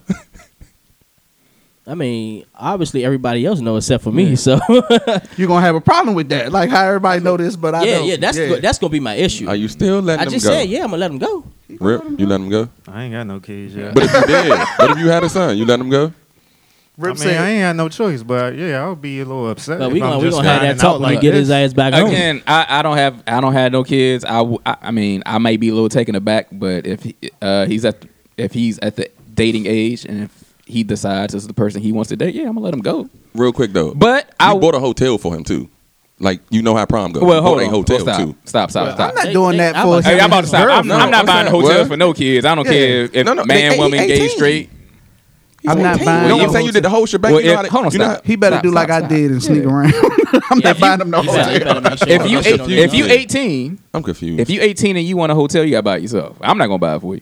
Speaker 3: I mean, obviously everybody else know except for me.
Speaker 2: Yeah.
Speaker 3: So
Speaker 1: You're going to have a problem with that. Like, how everybody know this, but I
Speaker 3: yeah,
Speaker 1: don't.
Speaker 3: yeah, that's go- that's gonna be my issue.
Speaker 4: Are you still letting
Speaker 3: I
Speaker 4: him
Speaker 3: just
Speaker 4: go?
Speaker 3: said, yeah, I'm gonna let him go.
Speaker 4: Rip, you let him go.
Speaker 6: I ain't got no kids yet.
Speaker 4: But if you did, but if you had a son, you let him go.
Speaker 6: I mean, I ain't got no choice. But yeah, I'll be a little upset.
Speaker 3: But we
Speaker 6: if I'm
Speaker 3: gonna we
Speaker 6: just
Speaker 3: gonna have that
Speaker 6: finding
Speaker 3: talk
Speaker 6: out
Speaker 3: when
Speaker 6: like
Speaker 3: we get his
Speaker 6: this.
Speaker 3: ass back home.
Speaker 2: Again, I, I don't have I don't have no kids. I, w- I- I mean I may be a little taken aback, but if he, uh, he's at if he's at the dating age and if he decides this is the person he wants to date, yeah, I'm gonna let him go.
Speaker 4: Real quick though,
Speaker 2: But
Speaker 4: you
Speaker 2: I
Speaker 4: bought a hotel for him too. Like you know how prom goes.
Speaker 2: well
Speaker 4: you
Speaker 2: hold
Speaker 4: bought
Speaker 2: on
Speaker 4: a hotel
Speaker 2: Well, stop,
Speaker 4: too.
Speaker 2: stop stop stop.
Speaker 1: I'm not
Speaker 3: They-
Speaker 1: doing
Speaker 3: they-
Speaker 1: that
Speaker 3: I'm
Speaker 1: for him
Speaker 3: about-
Speaker 2: Hey, I'm
Speaker 1: and
Speaker 2: about to
Speaker 1: his
Speaker 2: stop. I'm,
Speaker 1: girl.
Speaker 2: I'm not
Speaker 4: what's
Speaker 2: buying
Speaker 4: that?
Speaker 2: hotels
Speaker 4: What?
Speaker 2: for no kids. I don't care if
Speaker 4: No, no,
Speaker 2: man,
Speaker 4: they-
Speaker 2: woman,
Speaker 4: they
Speaker 2: gay,
Speaker 4: 18.
Speaker 2: straight.
Speaker 1: I'm not buying
Speaker 4: You know
Speaker 1: no
Speaker 4: what I'm saying? You did the whole shebang.
Speaker 2: Well,
Speaker 4: you know
Speaker 2: if-
Speaker 4: how to-
Speaker 2: hold on,
Speaker 4: you know
Speaker 2: stop.
Speaker 4: how-
Speaker 1: He better
Speaker 2: Stop,
Speaker 1: do
Speaker 2: stop,
Speaker 1: like I
Speaker 2: stop.
Speaker 1: did and sneak
Speaker 2: Yeah.
Speaker 1: around. I'm
Speaker 3: Yeah,
Speaker 1: not buying him no
Speaker 3: you better- you
Speaker 1: hotel.
Speaker 3: better make sure
Speaker 2: If
Speaker 3: I'm
Speaker 2: you
Speaker 3: not shit on
Speaker 2: eight- if
Speaker 3: you.
Speaker 2: you 18,
Speaker 4: I'm confused.
Speaker 2: If you 18 and you want a hotel, you gotta buy it yourself. I'm not gonna buy it for you.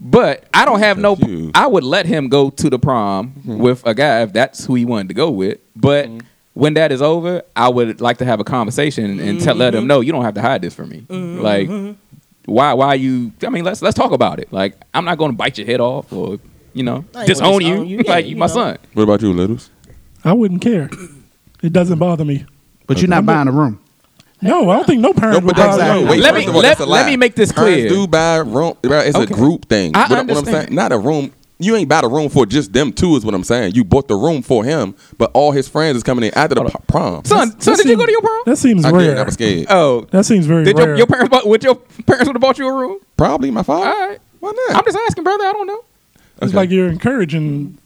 Speaker 2: But I don't have no.
Speaker 4: That's you.
Speaker 2: I would let him go to the prom with a guy if that's who he wanted to go with. But when that is over, I would like to have a conversation and tell let him know you don't have to hide this from me. Like, why? Why you? I mean, let's let's talk about it. Like, I'm not gonna bite your head off or you know
Speaker 3: I ain't gonna
Speaker 2: disown you.
Speaker 3: disown you. Yeah,
Speaker 2: like, you
Speaker 3: you
Speaker 2: my
Speaker 3: know.
Speaker 2: son.
Speaker 4: what about you, Littles?
Speaker 5: I wouldn't care. It doesn't bother me.
Speaker 1: But you're not buying a room.
Speaker 5: No, I don't think no parent
Speaker 4: No,
Speaker 5: would
Speaker 4: but that's
Speaker 5: bother
Speaker 4: no,
Speaker 5: me.
Speaker 4: wait,
Speaker 2: Let
Speaker 4: first
Speaker 2: me-
Speaker 4: of all,
Speaker 2: let-
Speaker 4: that's a
Speaker 2: let
Speaker 4: lie.
Speaker 2: me make this
Speaker 4: Parents
Speaker 2: clear.
Speaker 4: do buy room. right, It's
Speaker 2: Okay.
Speaker 4: a group thing.
Speaker 2: I
Speaker 4: What, what I'm
Speaker 2: understand.
Speaker 4: saying, not a room. You ain't buy the room for just them two. Is what I'm saying. You bought the room for him, but all his friends is coming in after the p- prom.
Speaker 2: Son, son,
Speaker 5: That
Speaker 2: did you
Speaker 5: seem-
Speaker 2: go to your prom?
Speaker 5: That seems
Speaker 4: I did. I
Speaker 5: rare.
Speaker 4: was scared.
Speaker 2: Oh,
Speaker 5: That seems very
Speaker 2: did
Speaker 5: rare.
Speaker 2: your, your parents? bought- Would your parents would have bought you a room?
Speaker 4: Probably my father.
Speaker 2: All right.
Speaker 4: Why
Speaker 2: I'm
Speaker 4: not?
Speaker 2: just asking, brother. I don't know.
Speaker 5: It's
Speaker 4: Okay.
Speaker 5: like you're encouraging.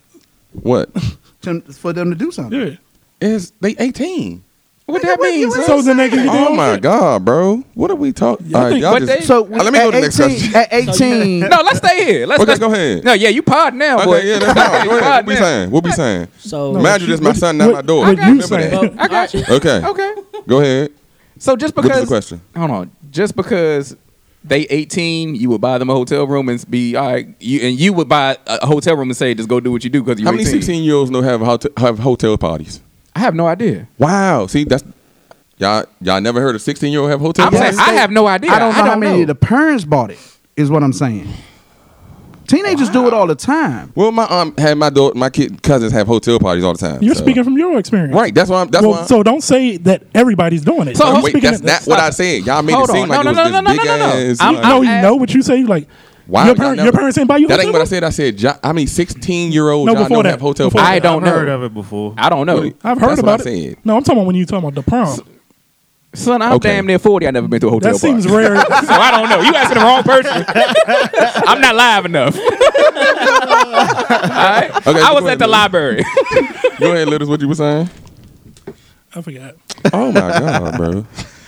Speaker 4: what?
Speaker 1: To, for them to do something.
Speaker 5: Yeah.
Speaker 4: Is they 18?
Speaker 2: What that means? son?
Speaker 5: So then they can get their
Speaker 4: Oh
Speaker 5: own
Speaker 4: my
Speaker 5: shit.
Speaker 4: god, bro! What are we talking?
Speaker 5: Yeah, I
Speaker 4: All right,
Speaker 5: think-
Speaker 4: y'all
Speaker 2: But
Speaker 4: just,
Speaker 2: they-
Speaker 1: So
Speaker 4: Uh, let me go to the next
Speaker 1: 18
Speaker 4: question.
Speaker 1: At 18,
Speaker 2: No, let's stay here. Let's,
Speaker 4: Okay,
Speaker 2: let's
Speaker 4: go ahead.
Speaker 2: No, yeah, you pod now, Oh, boy.
Speaker 4: okay, yeah, that's fine. Go ahead. What we
Speaker 2: Pod now.
Speaker 4: saying? What we saying?
Speaker 3: So
Speaker 5: No,
Speaker 4: Mind you, this my
Speaker 5: what-
Speaker 4: son, not
Speaker 5: what-
Speaker 4: my daughter.
Speaker 5: what you
Speaker 4: Remember
Speaker 5: saying.
Speaker 4: that.
Speaker 2: I got you.
Speaker 4: Okay,
Speaker 2: Okay.
Speaker 4: go ahead.
Speaker 2: So just
Speaker 4: What is
Speaker 2: because
Speaker 4: the question?
Speaker 2: hold on, just because they 18, you would buy them a hotel room and be all right. You and you would buy a a hotel room and say just go do what you do because you.
Speaker 4: How many 16 year olds know have hot- have hotel parties?
Speaker 2: I have no idea.
Speaker 4: Wow. See, that's y'all y'all never heard a 16 year old have hotel
Speaker 2: I'm
Speaker 4: parties?
Speaker 2: saying I have no idea.
Speaker 1: I don't know how many of the parents bought it, is what I'm saying. Teenagers do it all the time.
Speaker 4: well, my aunt had my daughter, my kid cousins have hotel parties all the time.
Speaker 5: You're
Speaker 4: so-
Speaker 5: speaking from your experience.
Speaker 4: right. That's why. I'm, that's
Speaker 5: well,
Speaker 4: why. I'm-
Speaker 5: so don't say that everybody's doing it.
Speaker 2: So-
Speaker 5: I'm
Speaker 4: wait,
Speaker 5: speaking
Speaker 4: that's
Speaker 5: at-
Speaker 4: not what I said. Y'all made
Speaker 2: Hold
Speaker 4: it seem
Speaker 2: on.
Speaker 4: like
Speaker 2: No,
Speaker 4: it was
Speaker 2: no, no,
Speaker 4: this
Speaker 2: no, no,
Speaker 4: big
Speaker 2: no, no.
Speaker 4: ass.
Speaker 2: I'm-
Speaker 4: like-
Speaker 5: no,
Speaker 2: I'm
Speaker 5: you know what you say. Like
Speaker 4: Wow,
Speaker 5: Your,
Speaker 4: y'all
Speaker 5: parent,
Speaker 4: never-
Speaker 5: your parents ain't buy you
Speaker 4: That ain't
Speaker 5: hotel
Speaker 4: what I
Speaker 5: room?
Speaker 4: said. I said, jo- I mean, sixteen year old
Speaker 5: No,
Speaker 4: John
Speaker 5: before
Speaker 4: don't
Speaker 5: that.
Speaker 4: have hotel.
Speaker 5: Before
Speaker 4: phones.
Speaker 2: I don't
Speaker 6: I've heard
Speaker 2: know.
Speaker 6: of it before.
Speaker 2: I don't know,
Speaker 5: I've heard
Speaker 4: That's
Speaker 5: about
Speaker 4: what I
Speaker 5: it.
Speaker 4: said.
Speaker 5: No, I'm talking about when you talking about the prom.
Speaker 2: son. I'm
Speaker 4: Okay.
Speaker 2: damn near forty. I never been to a hotel.
Speaker 5: that seems
Speaker 2: party.
Speaker 5: rare.
Speaker 2: so I don't know. You asking the wrong person. I'm not live enough. All right.
Speaker 4: Okay,
Speaker 2: I
Speaker 4: go
Speaker 2: was
Speaker 4: ahead,
Speaker 2: at the
Speaker 4: Lil.
Speaker 2: library.
Speaker 4: Go ahead, Littles. What you were saying?
Speaker 5: I forgot.
Speaker 4: Oh my god, bro.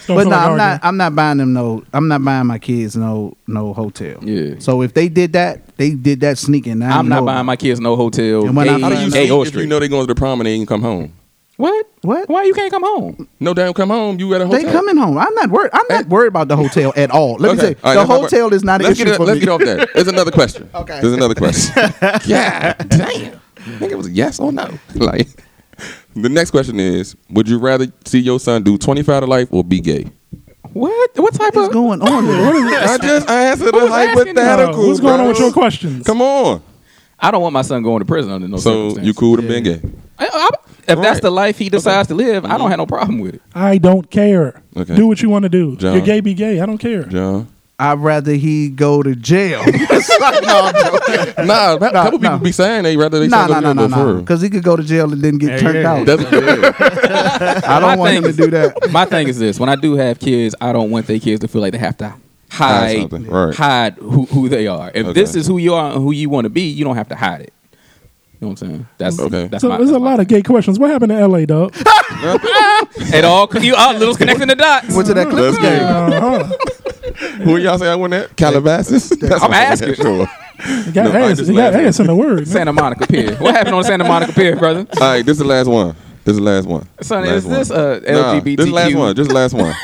Speaker 5: Don't
Speaker 1: But no,
Speaker 5: feel like
Speaker 1: I'm not.
Speaker 5: arguing.
Speaker 1: I'm not buying them. No, I'm not buying my kids no no hotel.
Speaker 2: Yeah.
Speaker 1: So if they did that, they did that sneaking. I
Speaker 2: I'm not
Speaker 1: know
Speaker 2: buying my
Speaker 1: about
Speaker 2: kids no hotel.
Speaker 1: And when I
Speaker 2: A-
Speaker 1: How
Speaker 4: How do
Speaker 1: Hey,
Speaker 4: you
Speaker 2: A-
Speaker 4: sleep
Speaker 2: O
Speaker 4: if
Speaker 2: Street.
Speaker 4: you know they're going to the prom and they ain't come home?
Speaker 2: what?
Speaker 1: What?
Speaker 2: Why you can't come home?
Speaker 4: No, they don't come home. You at a
Speaker 1: it.
Speaker 4: hotel.
Speaker 1: They coming home. I'm not worried. I'm not worried about the hotel at all. Let me
Speaker 4: Okay.
Speaker 1: tell you,
Speaker 4: All right,
Speaker 1: the
Speaker 4: let's talk
Speaker 1: hotel
Speaker 4: about-
Speaker 1: is not an
Speaker 4: let's
Speaker 1: issue
Speaker 4: get,
Speaker 1: for
Speaker 4: Let's
Speaker 1: me.
Speaker 4: get off that. There's another question.
Speaker 1: Okay.
Speaker 4: There's another question. yeah. Damn. I think it was yes or no. Like the next question is: Would you rather see your son do 25 to life or be gay?
Speaker 2: What? What type
Speaker 1: What's
Speaker 2: of?
Speaker 1: going on? there?
Speaker 4: I just answered a
Speaker 2: was asking that?
Speaker 5: No,
Speaker 4: hypothetical.
Speaker 5: what's going on
Speaker 4: bro.
Speaker 5: with your questions?
Speaker 4: Come on.
Speaker 2: I don't want my son going to prison under no
Speaker 4: So
Speaker 2: circumstance.
Speaker 4: you cool Mm-hmm. with being gay?
Speaker 2: I- I- if that's
Speaker 4: Right.
Speaker 2: the life he decides to live, I don't have no problem with it.
Speaker 5: I don't care.
Speaker 4: Okay.
Speaker 5: Do what you want to do.
Speaker 4: John.
Speaker 5: You're gay, be gay. I don't care.
Speaker 4: John.
Speaker 1: I'd rather he go to jail.
Speaker 4: Nah, a couple people
Speaker 1: nah.
Speaker 4: be saying they rather they
Speaker 1: Nah,
Speaker 4: nah,
Speaker 1: nah, nah, nah, nah.
Speaker 4: for real.
Speaker 1: Because he could go to jail and then get
Speaker 6: Yeah,
Speaker 1: turned
Speaker 6: yeah.
Speaker 1: out.
Speaker 4: That's
Speaker 1: I
Speaker 2: My
Speaker 1: don't want him
Speaker 2: thing
Speaker 1: to
Speaker 2: is-
Speaker 1: do that.
Speaker 2: My thing is this: when I do have kids, I don't want their kids to feel like they have to
Speaker 4: Hide
Speaker 2: hide
Speaker 4: something, right.
Speaker 2: hide who, who they are. If
Speaker 4: Okay.
Speaker 2: this is who you are and who you want to be, you don't have to hide it. You know what I'm saying? That's
Speaker 4: Okay.
Speaker 2: That's
Speaker 5: So
Speaker 2: my,
Speaker 5: there's
Speaker 2: that's
Speaker 5: a
Speaker 2: my
Speaker 5: lot of gay questions. What happened in LA, dog?
Speaker 2: thing. It all you are little connecting the dots.
Speaker 1: Went to that Clippers game.
Speaker 5: Uh-huh.
Speaker 4: Who y'all say I won that? Calabasas. That's
Speaker 2: I'm
Speaker 4: what I'm
Speaker 2: asking.
Speaker 4: Sure.
Speaker 5: It got
Speaker 4: No, I
Speaker 5: ass.
Speaker 4: just
Speaker 5: It got
Speaker 4: laughed.
Speaker 5: ass in the word. man.
Speaker 2: Santa Monica Pier. What happened on Santa Monica Pier, brother?
Speaker 4: All right, this is the last one. This is the last one.
Speaker 2: Son,
Speaker 4: Last
Speaker 2: is
Speaker 4: one.
Speaker 2: this a
Speaker 4: Nah,
Speaker 2: LGBTQ?
Speaker 4: This is the last one. This is the last one.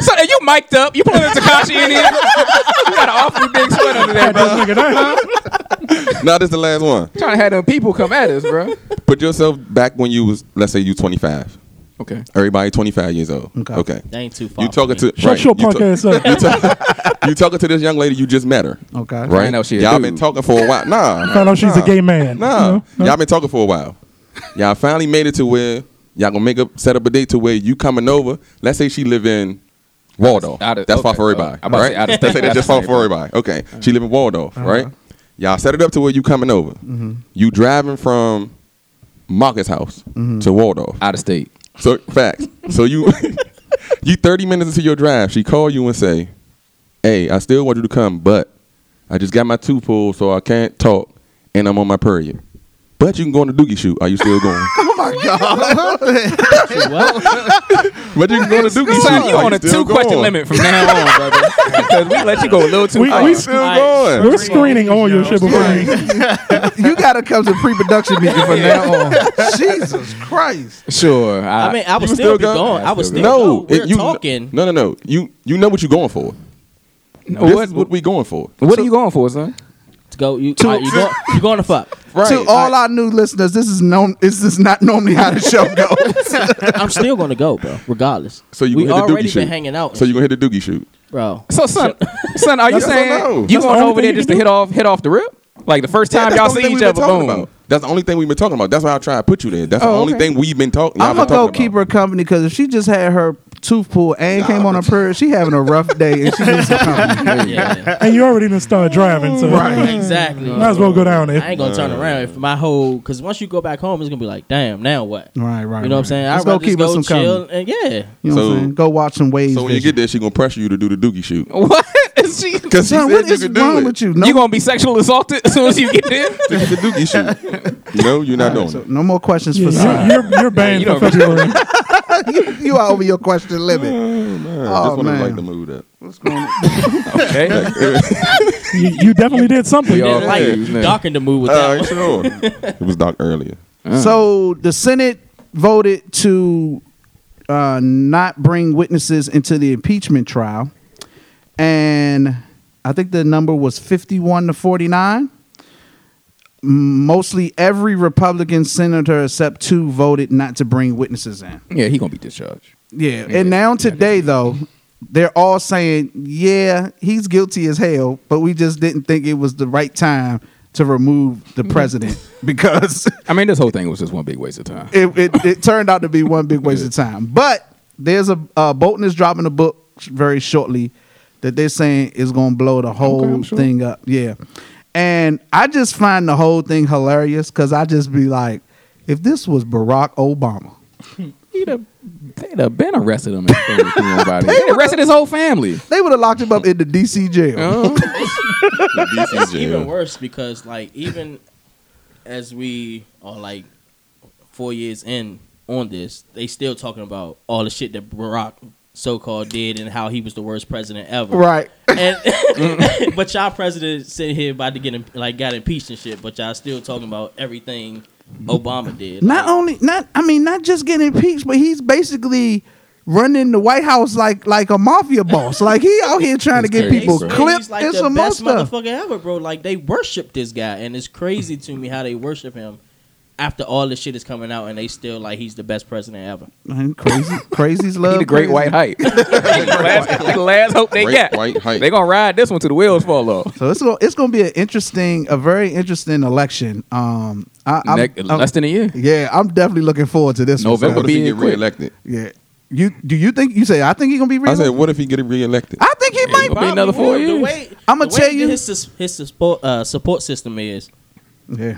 Speaker 2: Son, are you mic'd up? You pulling a Takashi in here? you got an awfully big sweat under there, bro.
Speaker 5: Nigga, that-
Speaker 4: nah, this is the last one.
Speaker 2: Trying to have them people come at us, bro.
Speaker 4: Put yourself back when you was, let's say you 25.
Speaker 2: Okay.
Speaker 4: Everybody 25 years old.
Speaker 1: Okay.
Speaker 4: Okay.
Speaker 3: That ain't too far.
Speaker 4: You talking
Speaker 3: for me.
Speaker 4: to
Speaker 5: Shut
Speaker 4: right,
Speaker 5: your
Speaker 4: you
Speaker 5: punk ass up.
Speaker 4: You, talk- you talking to this young lady you just met her.
Speaker 1: Okay.
Speaker 4: Right?
Speaker 2: know she a
Speaker 4: Y'all
Speaker 2: dude.
Speaker 4: been talking for a while. Nah.
Speaker 5: Found out she's a
Speaker 4: nah.
Speaker 5: gay man.
Speaker 4: Nah,
Speaker 5: You know?
Speaker 4: y'all been talking for a while. Y'all finally made it to where y'all gonna make up, set up a date to where you coming over. Let's say she live in Waldorf.
Speaker 2: Out of-
Speaker 4: That's far
Speaker 2: okay,
Speaker 4: for
Speaker 2: uh,
Speaker 4: everybody,
Speaker 2: I'm about to say
Speaker 4: right?
Speaker 2: out of
Speaker 4: Let's
Speaker 2: state,
Speaker 4: say
Speaker 2: out
Speaker 4: that's just
Speaker 2: of
Speaker 4: far for everybody. Okay, she live in Waldorf,
Speaker 5: Uh-huh.
Speaker 4: right? Y'all set it up to where you coming over.
Speaker 5: Mm-hmm.
Speaker 4: You driving from Marcus House
Speaker 5: Mm-hmm.
Speaker 4: to Waldorf.
Speaker 2: Out of state.
Speaker 4: So facts. So you you thirty minutes into your drive, she call you and say, "Hey, I still want you to come, but I just got my tooth pulled, so I can't talk, and I'm on my period. But you can go on the Doogie shoot. Are you still going?
Speaker 3: What?
Speaker 4: but you can go on the Doogie shoot.
Speaker 2: Son, you
Speaker 4: Are
Speaker 2: on a
Speaker 4: still
Speaker 2: two question
Speaker 4: going?
Speaker 2: limit from now on, brother. Because we let you go a little too
Speaker 5: We-
Speaker 2: far.
Speaker 5: we-
Speaker 4: Still going.
Speaker 5: We're screening all your shit before you.
Speaker 1: You gotta come to pre-production meeting from now on. Jesus Christ.
Speaker 2: sure. I,
Speaker 3: I mean, I would
Speaker 4: You
Speaker 3: still, be gone. I would still go.
Speaker 4: No,
Speaker 3: We're
Speaker 4: it- you,
Speaker 3: talking.
Speaker 4: No, no, no. You you know what you're going for. This
Speaker 2: what,
Speaker 4: is what we going for.
Speaker 2: what are you going for, son?
Speaker 3: To go, you, all right, you go, you going to fuck?
Speaker 4: Right.
Speaker 1: To all our new listeners, this is known. This is not normally how the show goes.
Speaker 3: I'm still going to go, bro. Regardless.
Speaker 4: so you
Speaker 3: we
Speaker 4: gonna hit the
Speaker 3: already
Speaker 4: Doogie shoot.
Speaker 3: been hanging out,
Speaker 4: So you gonna hit the Doogie shoot?
Speaker 3: bro.
Speaker 2: So, son, son, are you
Speaker 4: That's
Speaker 2: saying
Speaker 4: what I know.
Speaker 2: you
Speaker 5: That's the
Speaker 2: going
Speaker 5: only
Speaker 2: over
Speaker 5: thing
Speaker 2: there
Speaker 5: you
Speaker 2: just to
Speaker 5: can
Speaker 2: hit
Speaker 5: do.
Speaker 2: off, hit off the rip? Like the first time y'all
Speaker 4: Yeah, that's the only
Speaker 2: see each
Speaker 4: thing we've been
Speaker 2: other,
Speaker 4: talking
Speaker 2: boom.
Speaker 4: about. That's the only thing we've been talking about. That's why I try to put you there. That's
Speaker 2: Oh,
Speaker 4: the only
Speaker 2: okay.
Speaker 4: thing we've been talking.
Speaker 1: I'm gonna go keep her company because if she just had her tooth pulled and came on her period, she having a rough day and she needs some company.
Speaker 3: Yeah,
Speaker 5: And you already done started driving, so
Speaker 3: exactly.
Speaker 5: might as well go down
Speaker 3: I
Speaker 5: there.
Speaker 3: ain't gonna turn around if my whole because once you go back home, it's gonna be like, damn, now what?
Speaker 1: Right, right.
Speaker 3: You know what I'm
Speaker 1: right.
Speaker 3: saying?
Speaker 1: Let's
Speaker 3: I'd
Speaker 1: go
Speaker 3: rather
Speaker 1: keep
Speaker 3: just
Speaker 1: us some
Speaker 3: go chill
Speaker 1: company.
Speaker 3: and yeah.
Speaker 1: You know what I'm
Speaker 4: So-
Speaker 1: saying? Go watch some waves.
Speaker 4: So when you
Speaker 1: Vision.
Speaker 4: get there, she gonna pressure you to do the Doogie shoot.
Speaker 2: What? Is she,
Speaker 4: Because she
Speaker 1: Son,
Speaker 4: said
Speaker 1: what
Speaker 4: you
Speaker 1: is
Speaker 4: could do
Speaker 1: wrong
Speaker 4: it.
Speaker 1: with you?
Speaker 2: You gonna be sexual assaulted as soon as you get there?
Speaker 4: To get the Doogie shoot. no, you're not doing
Speaker 1: So
Speaker 4: it.
Speaker 1: no more questions for
Speaker 5: Yeah,
Speaker 1: Son.
Speaker 5: you're, you're, you're banned
Speaker 2: Yeah, you
Speaker 5: for February.
Speaker 1: you, you are over your question limit.
Speaker 4: Man,
Speaker 1: Oh,
Speaker 4: I just want
Speaker 1: man.
Speaker 4: to like the mood up.
Speaker 2: Okay.
Speaker 5: you, you definitely did something.
Speaker 2: We all-
Speaker 3: Didn't like it.
Speaker 2: Yeah.
Speaker 3: You darkened the mood with
Speaker 4: All
Speaker 1: Oh,
Speaker 3: that.
Speaker 4: right,
Speaker 3: one.
Speaker 4: sure. it was dark earlier.
Speaker 1: Mm. So the Senate voted to uh, not bring witnesses into the impeachment trial, and I think the number was fifty-one to forty-nine. Mostly every Republican senator except two voted not to bring witnesses in.
Speaker 2: Yeah, he gonna be discharged.
Speaker 1: Yeah. And now today though, they're all saying, "Yeah, he's guilty as hell, but we just didn't think it was the right time to remove the president because
Speaker 2: I mean, this whole thing was just one big waste of time.
Speaker 1: it, it, it turned out to be one big waste of time." But there's a uh, Bolton is dropping a book very shortly that they're saying is gonna blow the whole
Speaker 5: Okay, I'm sure.
Speaker 1: thing up. Yeah. And I just find the whole thing hilarious because I just be like, if this was Barack Obama,
Speaker 2: He'd have, they'd have been arrested him. if they threw anybody. They'd arrested his whole family.
Speaker 1: they would have locked him up in the DC jail.
Speaker 2: Uh,
Speaker 4: DC's
Speaker 3: It's even
Speaker 4: jail.
Speaker 3: worse because like even as we are like four years in on this, they still talking about all the shit that Barack so called did and how he was the worst president ever.
Speaker 1: Right.
Speaker 3: And but y'all president sitting here about to get im- like got impeached and shit, but y'all still talking about everything Obama did.
Speaker 1: Not
Speaker 3: Like,
Speaker 1: only not I mean, not just getting impeached, but he's basically running the White House like like a mafia boss. like he out here trying to get
Speaker 2: crazy,
Speaker 1: people
Speaker 2: bro.
Speaker 3: He's
Speaker 1: clipped
Speaker 3: like
Speaker 1: and
Speaker 3: the
Speaker 1: some more
Speaker 3: best
Speaker 1: stuff.
Speaker 3: motherfucker ever, bro. Like they worship this guy, and it's crazy to me how they worship him after all this shit is coming out, and they still like he's the best president ever.
Speaker 1: Man, crazy, crazy's love.
Speaker 2: he the great
Speaker 1: crazy.
Speaker 2: white hype. last, the last hope they
Speaker 4: Great
Speaker 2: got.
Speaker 4: white hype.
Speaker 2: They gonna ride this one to the wheels fall off.
Speaker 1: So it's gonna it's gonna be an interesting, a very interesting election. Um, I, I'm,
Speaker 2: Next,
Speaker 1: I'm-
Speaker 2: less than a year.
Speaker 1: yeah, I'm definitely looking forward to this.
Speaker 2: November
Speaker 4: What
Speaker 1: One,
Speaker 4: if he
Speaker 2: Being
Speaker 4: get
Speaker 2: quick.
Speaker 4: reelected?
Speaker 1: so- yeah, you do you think you say I think he's gonna be
Speaker 4: I said,
Speaker 1: reelected?
Speaker 4: what if he get reelected?
Speaker 1: I, think he might.
Speaker 2: gonna be another four
Speaker 3: The
Speaker 2: years.
Speaker 3: way-
Speaker 1: I'ma
Speaker 3: the way
Speaker 1: tell you-
Speaker 3: his sus- his support uh, support system is.
Speaker 1: Yeah.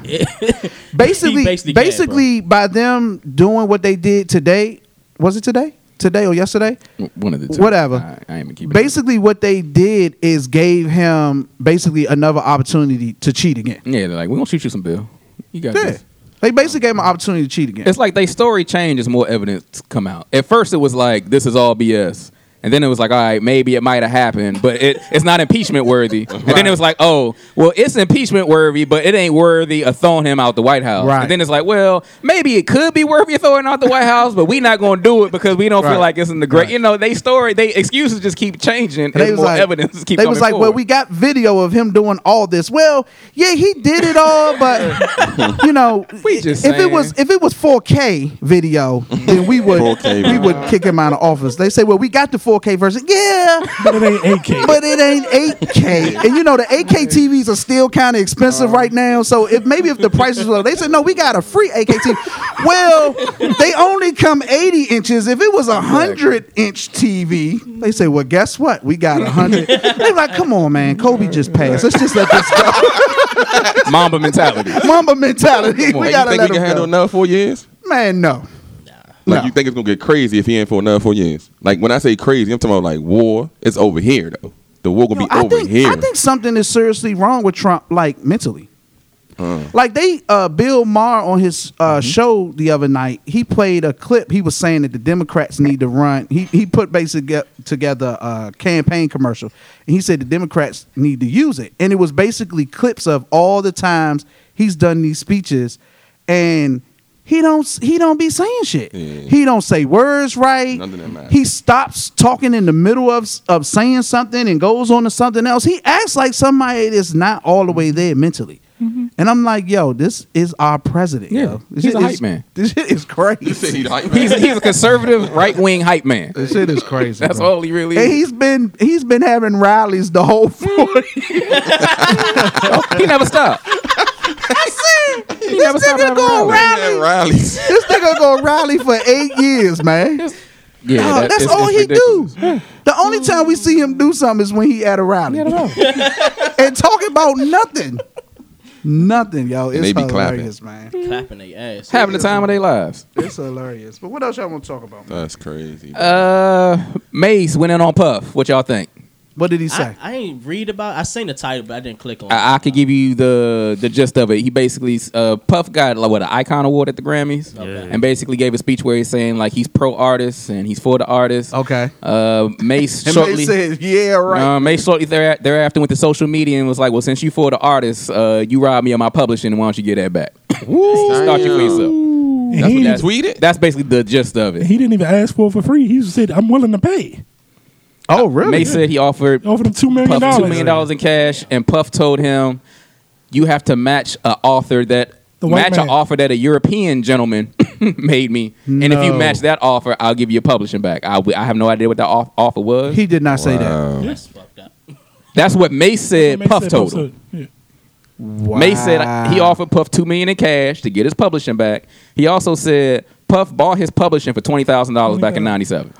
Speaker 1: basically,
Speaker 3: He
Speaker 1: basically,
Speaker 3: basically can,
Speaker 1: by them doing what they did today, was it today? Today or yesterday?
Speaker 2: One of the two.
Speaker 1: Whatever.
Speaker 2: I, I ain't even keeping.
Speaker 1: Basically, what they did is gave him basically another opportunity to cheat again.
Speaker 2: Yeah, they're like, we're gonna shoot you some bill. You got
Speaker 1: Yeah.
Speaker 2: this.
Speaker 1: They basically gave him an opportunity to cheat again.
Speaker 2: It's like they story change as more evidence come out. At first it was like, this is all BS. And then it was like, all right, maybe it might have happened, but it, it's not impeachment worthy. And then it was like, oh, well, it's impeachment worthy, but it ain't worthy of throwing him out the White House.
Speaker 1: Right.
Speaker 2: And then it's like, well, maybe it could be worthy of throwing out the White House, but we not going to do it because we don't
Speaker 1: Right.
Speaker 2: feel like it's in the great.
Speaker 1: Right.
Speaker 2: You know, they story, they excuses just keep changing.
Speaker 1: They
Speaker 2: as
Speaker 1: was
Speaker 2: more
Speaker 1: like-
Speaker 2: evidence keep
Speaker 1: they
Speaker 2: coming
Speaker 1: was like, well,
Speaker 2: forward.
Speaker 1: we got video of him doing all this. Well, yeah, he did it all, but you know,
Speaker 2: We just
Speaker 1: if it was
Speaker 2: saying.
Speaker 1: if it was 4K video, then we would
Speaker 4: 4K
Speaker 1: we would kick him out of office. They say, well, we got the 4K version, yeah,
Speaker 5: But it ain't AK.
Speaker 1: but it ain't 8K, and you know the 8K TVs are still kind of expensive
Speaker 4: Uh-huh.
Speaker 1: right now. So if maybe if the prices were low, they said, no, we got a free 8K TV. well, they only come 80 inches. If it was a hundred inch TV, they say, well, guess what? We got a hundred. They're like, come on, man, Kobe just passed. Let's just let this go.
Speaker 2: Mamba mentality.
Speaker 1: Mamba mentality.
Speaker 2: Come on,
Speaker 1: We
Speaker 2: you
Speaker 1: gotta
Speaker 4: think
Speaker 1: let
Speaker 4: we
Speaker 1: him
Speaker 4: can handle
Speaker 1: go.
Speaker 4: another four years?
Speaker 1: Man, no.
Speaker 4: Like
Speaker 1: No.
Speaker 4: you think it's gonna get crazy if he ain't for another four years? Like when I say crazy, I'm talking about like war. It's over here though. The war gonna
Speaker 1: No,
Speaker 4: be
Speaker 1: I
Speaker 4: over
Speaker 1: think
Speaker 4: here.
Speaker 1: I think something is seriously wrong with Trump, like mentally. Like they, uh, Bill Maher on his
Speaker 4: Mm-hmm.
Speaker 1: uh, show the other night, he played a clip. He was saying that the Democrats need to run. He he put basically together a campaign commercial, and he said the Democrats need to use it. And it was basically clips of all the times he's done these speeches, and he don't he don't be saying shit.
Speaker 4: Yeah.
Speaker 1: He don't say words right.
Speaker 4: Nothing that matters.
Speaker 1: He stops talking in the middle of of saying something and goes on to something else. He acts like somebody that's not all the way there mentally. And I'm like, yo, this is our president.
Speaker 2: Mm-hmm. Yeah,
Speaker 1: yo. This
Speaker 2: he's
Speaker 1: shit
Speaker 2: a hype
Speaker 1: is-
Speaker 2: man.
Speaker 1: This shit is crazy.
Speaker 2: He's, he's a conservative right wing hype man.
Speaker 1: this shit is crazy.
Speaker 2: That's
Speaker 1: bro.
Speaker 2: all he really
Speaker 1: And
Speaker 2: is.
Speaker 1: he's been he's been having rallies the whole
Speaker 2: Mm,
Speaker 1: forty.
Speaker 2: he never stopped.
Speaker 1: this
Speaker 2: never stopped
Speaker 1: nigga
Speaker 2: having
Speaker 1: going
Speaker 2: rallies.
Speaker 1: rally.
Speaker 4: rallies.
Speaker 1: This nigga going rally for eight years, man.
Speaker 2: Yeah,
Speaker 1: Dog,
Speaker 2: that-
Speaker 1: that's
Speaker 2: it's-
Speaker 1: all
Speaker 2: it's
Speaker 1: he
Speaker 2: ridiculous.
Speaker 1: do. The only time we see him do something is when he at a rally. and talking about nothing. Nothing, yo. It's
Speaker 4: they be clapping.
Speaker 1: hilarious, man.
Speaker 3: clapping their ass.
Speaker 2: Having the time of their lives.
Speaker 1: It's hilarious. But what else y'all want to talk about? man?
Speaker 4: That's crazy.
Speaker 2: Uh, Mace went in on Puff. What y'all think?
Speaker 1: What did he say?
Speaker 3: I, I ain't read about. I seen the title, but I didn't click on. it.
Speaker 2: I, I could give you the the gist of it. He basically uh, Puff got like what an icon award at the Grammys,
Speaker 3: Okay.
Speaker 2: and basically gave a speech where he's saying like he's pro artists and he's for the artists.
Speaker 1: okay.
Speaker 2: Uh, Mace
Speaker 1: Oh. And
Speaker 2: shortly.
Speaker 1: they said, yeah, right.
Speaker 2: Uh, Mace shortly there, thereafter went to social media and was like, "Well, since you for the artists, uh, you robbed me of my publishing, and why don't you get that back? Start you for yourself." That's
Speaker 5: he,
Speaker 2: what that's-
Speaker 4: tweeted?
Speaker 2: That's basically the gist of it.
Speaker 5: he didn't even ask for it for free. He just said, "I'm willing to pay."
Speaker 1: oh, really?
Speaker 2: Mace said he offered
Speaker 5: Over them two million
Speaker 2: Puff
Speaker 5: dollars.
Speaker 2: two million dollars in cash, and Puff told him, "You have to match an author that
Speaker 5: The white
Speaker 2: match an
Speaker 5: man.
Speaker 2: offer that a European gentleman made me, and if you
Speaker 1: No.
Speaker 2: match that offer, I'll give you publishing back." I, I have no idea what that off- offer was.
Speaker 1: he did not say that.
Speaker 4: Wow.
Speaker 3: That's fucked up.
Speaker 2: That's what Mace said.
Speaker 5: Mace
Speaker 2: Puff
Speaker 5: said,
Speaker 2: told him.
Speaker 5: said, yeah.
Speaker 1: Wow.
Speaker 2: Mace said he offered Puff two million in cash to get his publishing back. He also said Puff
Speaker 5: Oh
Speaker 2: bought his publishing for twenty thousand dollars back in
Speaker 5: Yeah.
Speaker 2: ninety seven,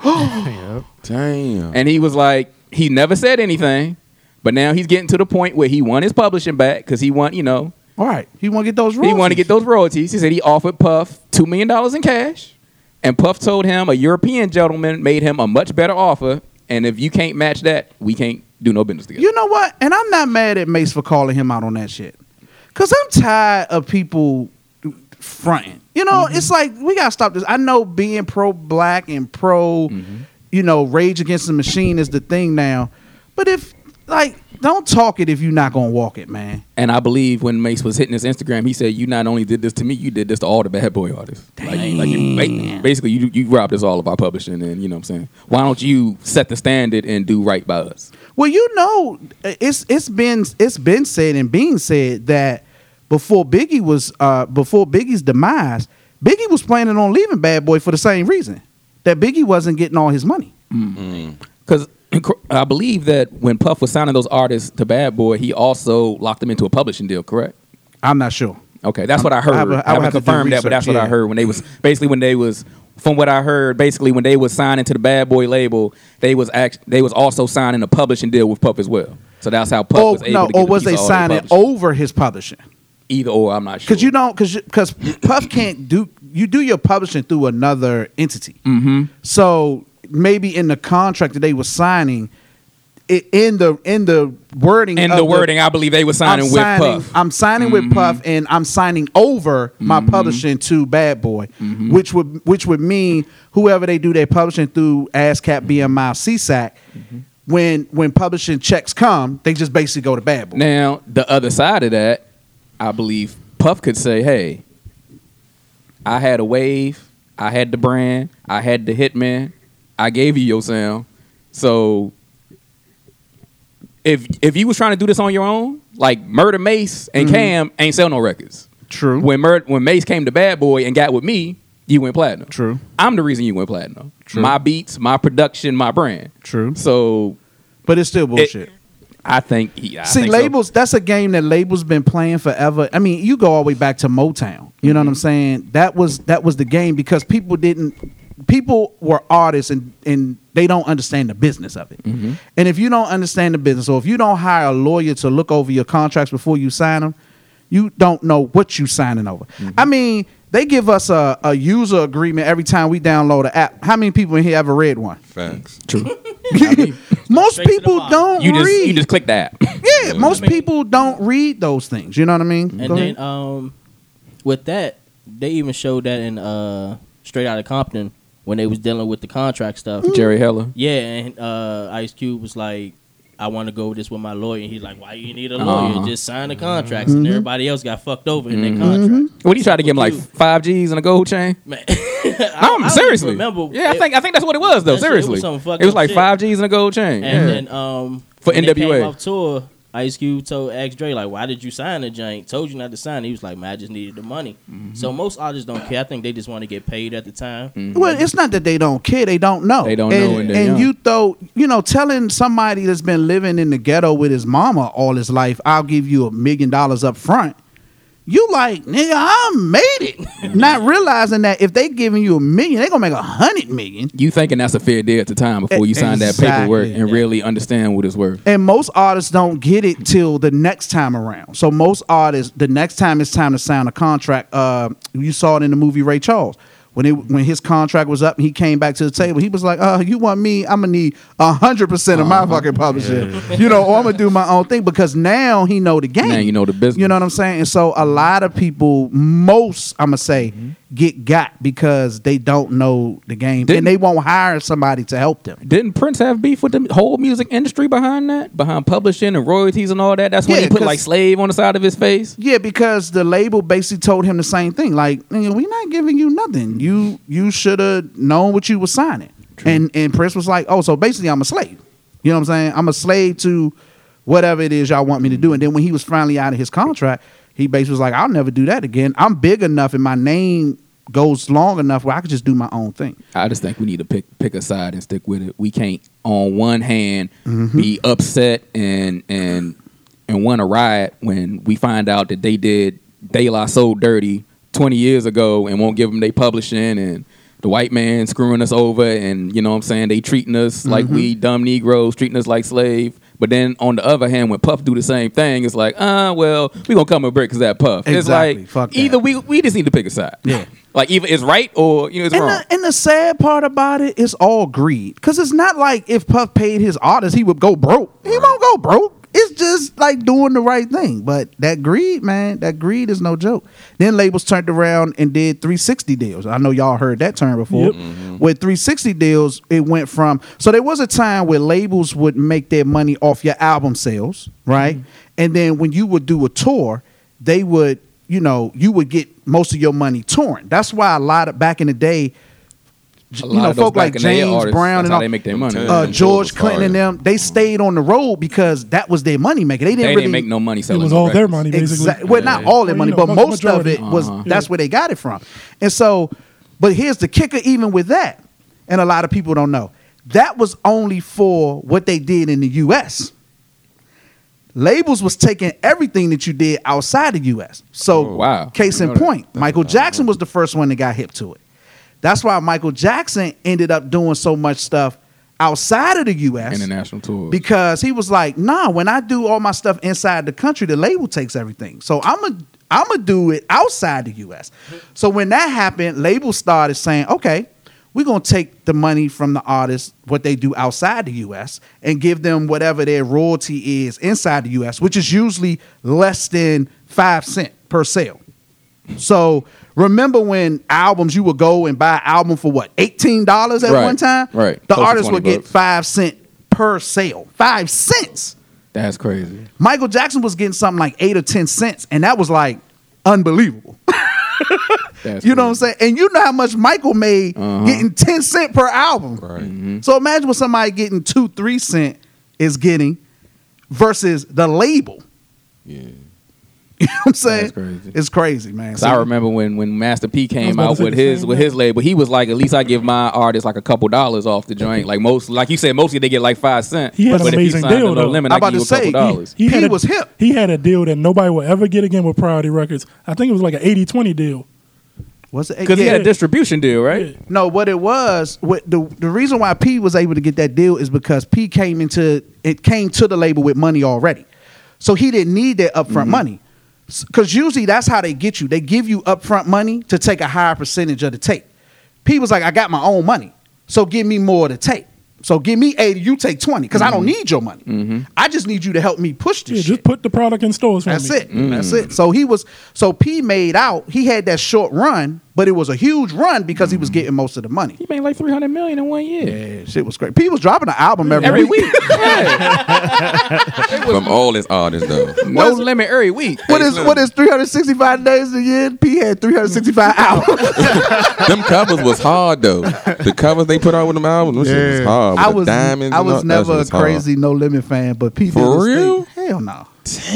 Speaker 4: Damn.
Speaker 2: and he was like. he never said anything, but now he's getting to the point where he want his publishing back because he want you know
Speaker 1: All right, he want to get those.
Speaker 2: he want to
Speaker 1: royalties.
Speaker 2: get those royalties. He said he offered Puff two million dollars in cash, and Puff told him a European gentleman made him a much better offer, and if you can't match that, we can't do no business together.
Speaker 1: You know what? And I'm not mad at Mace for calling him out on that shit. Cause I'm tired of people fronting. You know, it's like we gotta stop this. I know being pro black and pro, you know, rage against the machine is the thing now. But if like don't talk it if you're not gonna walk it, man.
Speaker 2: And I believe when Mace was hitting his Instagram, he said, "You not only did this to me, you did this to all the bad boy artists. Like, you- like you, ba- basically, you you robbed us all of our publishing, and you know what I'm saying. Why don't you set the standard and do right by us?
Speaker 1: Well, you know, it's it's been it's been said and being said that before Biggie was uh, before Biggie's demise, Biggie was planning on leaving Bad Boy for the same reason that Biggie wasn't getting all his money.
Speaker 2: Because I believe that when Puff was signing those artists to Bad Boy, he also locked them into a publishing deal, correct?
Speaker 1: I'm not sure.
Speaker 2: Okay, that's what I heard.
Speaker 1: I
Speaker 2: I,
Speaker 1: would- I would
Speaker 2: haven't
Speaker 1: have to do
Speaker 2: confirmed that, but that's
Speaker 1: research,
Speaker 2: what I
Speaker 1: yeah.
Speaker 2: heard when they was basically when they was from what I heard, basically when they was signing to the Bad Boy label, they was act, they was also signing a publishing deal with Puff as well. So that's how Puff
Speaker 1: Oh
Speaker 2: was able
Speaker 1: no,
Speaker 2: to get
Speaker 1: or
Speaker 2: a
Speaker 1: was
Speaker 2: piece
Speaker 1: they
Speaker 2: of all their
Speaker 1: signing
Speaker 2: publishing.
Speaker 1: over his publishing?
Speaker 2: Either or, I'm not sure.
Speaker 1: Because you don't, because because Puff can't do you do your publishing through another entity.
Speaker 2: Mm-hmm.
Speaker 1: So maybe in the contract that they were signing, it, in the in the wording
Speaker 2: in
Speaker 1: of
Speaker 2: the wording, I believe they were signing with
Speaker 1: signing,
Speaker 2: Puff. Mm-hmm.
Speaker 1: I'm signing with Puff, and I'm signing over my publishing to Bad Boy,
Speaker 2: Mm-hmm.
Speaker 1: which would which would mean whoever they do their publishing through, ASCAP, BMI, CSAC,
Speaker 2: Mm-hmm.
Speaker 1: when when publishing checks come, they just basically go to Bad Boy.
Speaker 2: Now, the other side of that, I believe Puff could say, hey, I had a wave, I had the brand, I had the hitman, I gave you your sound. So if if you was trying to do this on your own, like Murder Mace and Cam ain't sell no records.
Speaker 1: Mm-hmm. True.
Speaker 2: When Mur- when Mace came to Bad Boy and got with me, you went platinum.
Speaker 1: True.
Speaker 2: I'm the reason you went platinum. My beats, my production, my brand.
Speaker 1: True.
Speaker 2: So
Speaker 1: But it's still bullshit.
Speaker 2: I think he I
Speaker 1: See,
Speaker 2: think so.
Speaker 1: labels, that's a game that labels been playing forever. I mean, you go all the way back to Motown. You
Speaker 3: Mm-hmm.
Speaker 1: know what I'm saying? That was that was the game because people didn't people were artists and and they don't understand the business of it.
Speaker 3: Mm-hmm.
Speaker 1: And if you don't understand the business or if you don't hire a lawyer to look over your contracts before you sign them, you don't know what you signing over.
Speaker 3: Mm-hmm.
Speaker 1: I mean, they give us a, a user agreement every time we download an app. How many people in here ever read one?
Speaker 4: Facts.
Speaker 1: Most
Speaker 3: Straight to the
Speaker 1: people
Speaker 3: bottom.
Speaker 1: don't
Speaker 2: you just
Speaker 1: read.
Speaker 2: you just click that.
Speaker 1: Yeah, most people don't read those things. You know what I mean? Go
Speaker 3: And then
Speaker 1: ahead.
Speaker 3: um, with that, they even showed that in uh, Straight Outta Compton when they was dealing with the contract stuff.
Speaker 2: Jerry Heller.
Speaker 3: Yeah, and uh, Ice Cube was like, "I want to go with this with my lawyer." And he's like, "Why you need a lawyer?
Speaker 2: Uh-huh. Mm-hmm.
Speaker 3: Just sign the contracts."
Speaker 1: Mm-hmm.
Speaker 3: And everybody else got fucked over in their contract.
Speaker 2: What do you try to give him like
Speaker 3: Dude.
Speaker 2: five G's and a gold chain?
Speaker 1: Mm-hmm.
Speaker 3: Man,
Speaker 2: No,
Speaker 3: I,
Speaker 2: I'm
Speaker 3: don't
Speaker 2: seriously.
Speaker 3: even remember.
Speaker 2: yeah, I
Speaker 3: It-
Speaker 2: think I think that's what it was though.
Speaker 3: That shit, it was
Speaker 2: seriously,
Speaker 3: some fucking
Speaker 2: it was like
Speaker 3: shit.
Speaker 2: five G's and a gold chain.
Speaker 3: And
Speaker 2: yeah.
Speaker 3: then um,
Speaker 2: For
Speaker 3: when they
Speaker 2: NWA.
Speaker 3: came off tour, Ice Cube told X Dre like, "Why did you sign the joint? Told you not to sign." He was like, "Man, I just needed the money."
Speaker 2: Mm-hmm.
Speaker 3: So most artists don't care. I think they just want to get paid at the time.
Speaker 2: Mm.
Speaker 1: well, it's not that they don't care; they don't know.
Speaker 2: um, They don't
Speaker 1: and,
Speaker 2: know when they're
Speaker 1: and
Speaker 2: young.
Speaker 1: you throw, you know, telling somebody that's been living in the ghetto with his mama all his life, "I'll give you a million dollars up front." You like, nigga, I made it. not realizing that if they giving you a million, they gonna make a hundred million.
Speaker 2: you thinking that's a fair deal at the time before you sign
Speaker 1: Exactly.
Speaker 2: that paperwork and really understand what it's worth.
Speaker 1: And most artists don't get it till the next time around. So most artists, the next time it's time to sign a contract, uh, you saw it in the movie Ray Charles. When it, when his contract was up and he came back to the table, he was like, "Uh, you want me? I'm gonna need hundred percent of my
Speaker 2: Uh-huh.
Speaker 1: fucking publishing, you know, or I'm gonna do my own thing." Because now he know the game.
Speaker 2: Now you know the business.
Speaker 1: You know what I'm saying? And so a lot of people, most I'm gonna say,
Speaker 2: Mm-hmm.
Speaker 1: get got because they don't know the game
Speaker 2: Didn't-
Speaker 1: and they won't hire somebody to help them.
Speaker 2: Didn't Prince have beef with the whole music industry behind that, behind publishing and royalties and all that? That's when
Speaker 1: Yeah,
Speaker 2: he put
Speaker 1: 'cause-
Speaker 2: like slave on the side of his face.
Speaker 1: Yeah, because the label basically told him the same thing. Like, nigga, we not giving you nothing. You you should have known what you were signing. And and Prince was like, oh, so basically I'm a slave. You know what I'm saying? I'm a slave to whatever it is y'all want me to do. And then when he was finally out of his contract, he basically was like, I'll never do that again. I'm big enough and my name goes long enough where I could just do my own thing.
Speaker 2: I just think we need to pick pick a side and stick with it. We can't on one hand
Speaker 1: Mm-hmm.
Speaker 2: be upset and and and want to riot when we find out that they did De La Soul dirty twenty years ago and won't give them their publishing and the white man screwing us over and you know what I'm saying they treating us like
Speaker 1: Mm-hmm.
Speaker 2: we dumb Negroes, treating us like slave. But then on the other hand, when Puff do the same thing, it's like, ah, well, we gonna come and break because that Puff. It's
Speaker 1: Exactly.
Speaker 2: like
Speaker 1: Fuck that.
Speaker 2: either we we just need to pick a side.
Speaker 1: Yeah.
Speaker 2: Like either it's right or you know it's
Speaker 1: And
Speaker 2: wrong.
Speaker 1: the, and the sad part about it is all greed. Because it's not like if Puff paid his artists, he would go broke. He won't go broke. It's just like doing the right thing. But that greed, man, that greed is no joke. Then labels turned around and did 360 deals. I know y'all heard that term before.
Speaker 5: Yep.
Speaker 1: With 360 deals, it went from so there was a time where labels would make their money off your album sales, right? And then when you would do a tour, they would, you know, you would get most of your money torn. That's why a lot of back in the day,
Speaker 2: A
Speaker 1: you
Speaker 2: lot
Speaker 1: know,
Speaker 2: of those
Speaker 1: folk like
Speaker 2: back in the day
Speaker 1: James
Speaker 2: artists,
Speaker 1: Brown
Speaker 2: that's
Speaker 1: and
Speaker 2: how
Speaker 1: all-
Speaker 2: they make their money.
Speaker 4: Uh,
Speaker 1: uh,
Speaker 4: And
Speaker 1: George
Speaker 4: George
Speaker 1: Clinton and them, they stayed on the road because that was their money maker. They didn't
Speaker 2: they
Speaker 1: really
Speaker 2: didn't make no money
Speaker 5: It
Speaker 2: selling.
Speaker 5: was
Speaker 2: no
Speaker 5: all their
Speaker 2: records.
Speaker 5: money, basically.
Speaker 1: Exactly. Well, not all their
Speaker 5: Well,
Speaker 1: money,
Speaker 5: you know,
Speaker 1: but
Speaker 5: ma-
Speaker 1: most of
Speaker 5: majority.
Speaker 1: it was
Speaker 2: Uh-huh.
Speaker 1: that's where they got it from. And so, but here's the kicker even with that, and a lot of people don't know. That was only for what they did in the US. Labels was taking everything that you did outside the US. So,
Speaker 2: Oh, wow.
Speaker 1: case
Speaker 2: I
Speaker 1: in
Speaker 2: know that.
Speaker 1: point, Michael Jackson was the first one that got hip to it. That's why Michael Jackson ended up doing so much stuff outside of the US
Speaker 2: International tour.
Speaker 1: because he was like, "Nah, when I do all my stuff inside the country, the label takes everything. So I'm a I'm gonna do it outside the U.S." So when that happened, labels started saying, "Okay, we're gonna take the money from the artists, what they do outside the U.S., and give them whatever their royalty is inside the U.S., which is usually less than five cent per sale." So remember when albums you would go and buy an album for what eighteen dollars at
Speaker 2: Right,
Speaker 1: one time?
Speaker 2: right.
Speaker 1: The
Speaker 2: Close to
Speaker 1: artist
Speaker 2: 20
Speaker 1: would get
Speaker 2: bucks.
Speaker 1: five cent per sale. Five cents.
Speaker 2: That's crazy.
Speaker 1: Michael Jackson was getting something like eight or ten cents, and that was like unbelievable.
Speaker 2: That's
Speaker 1: you know what I'm
Speaker 2: crazy.
Speaker 1: saying? And you know how much Michael made
Speaker 2: Uh-huh.
Speaker 1: getting ten cent per album.
Speaker 4: Right.
Speaker 1: So imagine what somebody getting two, three cent is getting versus the label. You
Speaker 4: Yeah.
Speaker 1: know what I'm saying?
Speaker 2: crazy.
Speaker 1: It's crazy, man.
Speaker 2: 'Cause I remember when when Master P came
Speaker 5: about to
Speaker 2: out
Speaker 5: say
Speaker 2: with
Speaker 5: the
Speaker 2: his
Speaker 5: same
Speaker 2: with
Speaker 5: thing.
Speaker 2: his label, he was like, at least I give my artists like a couple dollars off the joint. Like most, like you said, mostly they get like five cents.
Speaker 5: He had
Speaker 2: but
Speaker 5: an amazing
Speaker 2: if he signed
Speaker 5: deal,
Speaker 2: to no
Speaker 5: though.
Speaker 2: limit,
Speaker 1: I'm
Speaker 2: I
Speaker 1: about
Speaker 2: give you a
Speaker 1: to say,
Speaker 2: couple dollars.
Speaker 1: he
Speaker 5: had a-
Speaker 1: was hip.
Speaker 5: He had a deal that nobody will ever get again with Priority Records. I think it was like an 80-20 deal.
Speaker 1: What's it?
Speaker 2: Because he had a
Speaker 1: Yeah.
Speaker 2: distribution deal, right?
Speaker 1: No, what it was, what the the reason why P was able to get that deal is because P came into it came to the label with money already, so he didn't need that upfront money. Because usually that's how they get you. They give you upfront money to take a higher percentage of the tape. P was like, I got my own money, so give me more to take. So give me eighty, you take twenty, because I don't need your money. I just need you to help me push this.
Speaker 5: Yeah,
Speaker 1: shit.
Speaker 5: just put the product in stores for
Speaker 1: That's
Speaker 5: me.
Speaker 1: it. That's it. So he was so P made out. He had that short run, but it was a huge run because he was getting most of the money.
Speaker 2: He made like three hundred million in one year.
Speaker 1: Yeah, shit was great. P was dropping an album every,
Speaker 2: Every
Speaker 1: week.
Speaker 2: week, yeah.
Speaker 4: From all his artists though.
Speaker 2: no limit every week.
Speaker 1: What is what is 365 days a year? P had 365 albums.
Speaker 4: them covers was hard though. The covers they put out with them albums, them shit was hard. With
Speaker 1: I
Speaker 4: the
Speaker 1: was
Speaker 4: diamonds.
Speaker 1: I
Speaker 4: and all-
Speaker 1: was
Speaker 4: that
Speaker 1: never
Speaker 4: shit
Speaker 1: a
Speaker 4: hard.
Speaker 1: crazy No Limit fan, but P
Speaker 4: For
Speaker 1: did his Thing.
Speaker 4: real?
Speaker 1: Hell no.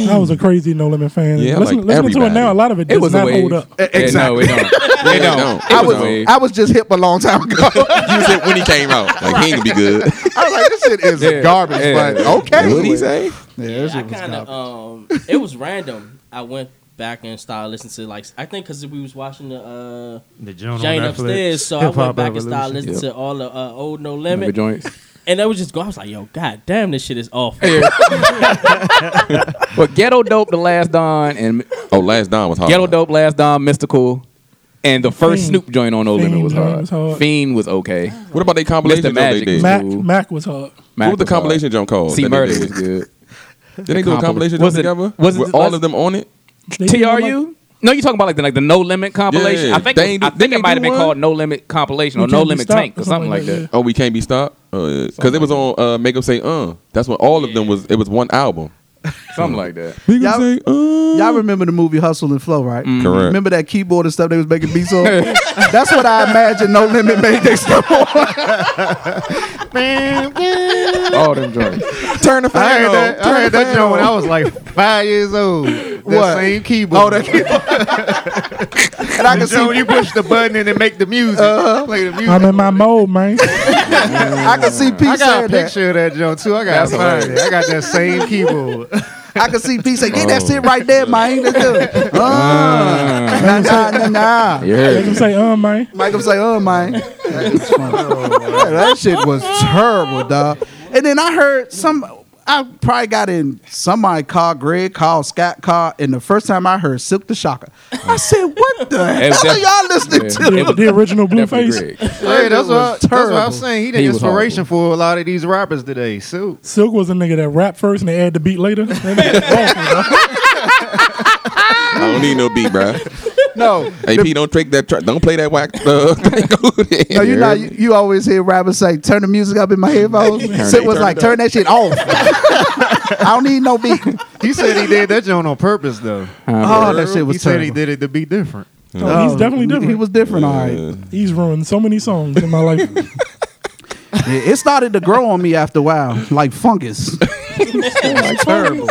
Speaker 5: I was a crazy No Limit fan.
Speaker 4: Yeah, I
Speaker 5: listen,
Speaker 4: like
Speaker 5: listening to it
Speaker 4: everybody.
Speaker 5: now, a lot of it does
Speaker 2: It was
Speaker 5: not
Speaker 2: a wave.
Speaker 5: hold up.
Speaker 1: E- exactly.
Speaker 2: Yeah, no, it don't. It
Speaker 4: Yeah,
Speaker 2: don't.
Speaker 4: no.
Speaker 2: It
Speaker 1: I
Speaker 2: was
Speaker 1: was
Speaker 2: a wave.
Speaker 1: I was just hip a long time ago. I
Speaker 4: You said when he came out, like he ain't gonna be good.
Speaker 1: was like, this shit is
Speaker 2: Yeah.
Speaker 1: garbage,
Speaker 2: Yeah.
Speaker 1: but okay.
Speaker 4: What he say?
Speaker 1: Yeah,
Speaker 3: Yeah,
Speaker 1: this
Speaker 3: I
Speaker 1: shit was
Speaker 3: kind
Speaker 1: garbage.
Speaker 3: of um, it was random. I went back and started listening to like I think because we was watching the
Speaker 6: The
Speaker 3: uh,
Speaker 6: joint
Speaker 3: Jane
Speaker 6: on Netflix,
Speaker 3: upstairs, so
Speaker 6: Hip
Speaker 3: I
Speaker 6: Hop
Speaker 3: went back and started
Speaker 6: Revolution.
Speaker 3: listening to all the uh, old No
Speaker 2: Number
Speaker 3: Limit,
Speaker 2: joints.
Speaker 3: and I was just going. I was like, yo, god damn, this shit is off.
Speaker 2: But ghetto dope, the last Don, and
Speaker 4: Oh, last Don was hard.
Speaker 2: Ghetto Dope, Last Dom, Mystical, and the first
Speaker 5: Fiend.
Speaker 2: Snoop joint on No
Speaker 5: Fiend
Speaker 2: Limit was
Speaker 5: joint
Speaker 2: hard.
Speaker 5: was hard.
Speaker 2: Fiend was okay.
Speaker 4: What about they compilation
Speaker 2: Mr.
Speaker 4: though they
Speaker 2: Magic.
Speaker 4: did?
Speaker 2: Mac
Speaker 5: Mac Mac was hard.
Speaker 2: Mac
Speaker 4: what was the
Speaker 2: hard.
Speaker 4: compilation jump called?
Speaker 2: See,
Speaker 4: that they
Speaker 2: Murder
Speaker 4: did?
Speaker 2: was good.
Speaker 4: Did they do a
Speaker 2: compil-
Speaker 4: compilation jump
Speaker 2: was it-
Speaker 4: together?
Speaker 2: was it
Speaker 4: with
Speaker 2: the
Speaker 4: all
Speaker 2: last-
Speaker 4: of them on it?
Speaker 5: They did like-
Speaker 2: TRU? No, you talking about like the like the No Limit compilation?
Speaker 4: Yeah.
Speaker 2: I think
Speaker 4: They
Speaker 2: it,
Speaker 4: ain't-
Speaker 2: was- I
Speaker 4: didn't
Speaker 2: think
Speaker 4: they
Speaker 2: it might have
Speaker 4: do
Speaker 2: been
Speaker 4: one?
Speaker 2: called No Limit compilation
Speaker 5: We
Speaker 2: or No
Speaker 5: Can't Be
Speaker 2: Limit
Speaker 5: Stopped
Speaker 2: Tank or something like that.
Speaker 4: Oh, we can't be stopped because it was on uh, Make 'Em Say Uh. That's when all of them was. It was one album.
Speaker 2: Something like that.
Speaker 4: Make 'Em
Speaker 1: Y'all-
Speaker 4: say uh.
Speaker 1: Y'all remember the movie Hustle and Flow, right?
Speaker 4: Correct.
Speaker 1: Remember that keyboard and stuff they was making beats on? That's what I imagine No Limit made their stuff on.
Speaker 2: All them joints.
Speaker 4: Turn the
Speaker 6: I
Speaker 4: fan
Speaker 6: heard
Speaker 4: on.
Speaker 6: that, I
Speaker 4: Turn
Speaker 6: heard
Speaker 4: the
Speaker 6: that
Speaker 4: fan
Speaker 6: joint when
Speaker 4: on.
Speaker 6: I was like five years old. That
Speaker 1: What?
Speaker 6: same keyboard.
Speaker 1: Oh, that keyboard. and I can
Speaker 6: So when
Speaker 1: see Uh-huh.
Speaker 6: you push the button and it make the music. Play the music.
Speaker 5: I'm in my mode, man.
Speaker 1: I can see P
Speaker 6: I got a
Speaker 1: saying that.
Speaker 6: picture of that joint too. I got to
Speaker 2: That's
Speaker 6: find it. I got that same keyboard.
Speaker 1: I can see P say, "Yeah, that's it right there, man. That's it." Oh. Uh, nah, nah, nah, nah.
Speaker 5: Make
Speaker 2: Yeah.
Speaker 5: him say, um, man.
Speaker 1: Mike was like, oh my. That, was funny. Yeah, that shit was terrible, dog. And then I heard some I probably got in somebody called Greg, called Scott, called, and the first time I heard Silk the Shocker, I said, What the
Speaker 2: was
Speaker 1: hell are
Speaker 2: def-
Speaker 1: y'all listening
Speaker 2: Yeah.
Speaker 1: to?
Speaker 2: It
Speaker 5: The,
Speaker 2: was
Speaker 5: the original
Speaker 2: Definitely
Speaker 5: Blueface.
Speaker 2: Greg.
Speaker 6: Hey, that's what, that's what I'm
Speaker 1: terrible.
Speaker 6: saying. He
Speaker 2: He
Speaker 6: the
Speaker 2: was
Speaker 6: inspiration for a lot of these rappers today. So
Speaker 5: Silk was a nigga that rapped first and they add the beat later. That nigga awful, dog.
Speaker 4: I don't need no beat, bro.
Speaker 1: No.
Speaker 4: Hey, P, don't take that. Tr- don't play that whack. Uh,
Speaker 1: No, you know, you, you always hear rappers say, "Turn the music up in my headphones." Sid was
Speaker 4: turn
Speaker 1: like,
Speaker 4: it
Speaker 1: "Turn that shit off." I don't need no beat.
Speaker 6: he said he did that joint on purpose though.
Speaker 1: Oh, that shit
Speaker 6: he
Speaker 1: was
Speaker 6: said he
Speaker 1: terrible.
Speaker 6: did it to be different.
Speaker 5: No, he's
Speaker 1: Oh,
Speaker 5: definitely different.
Speaker 1: He was different. All right,
Speaker 4: Yeah.
Speaker 5: He's ruined so many songs in my life.
Speaker 1: Yeah, it started to grow on me after a while, like fungus. like terrible.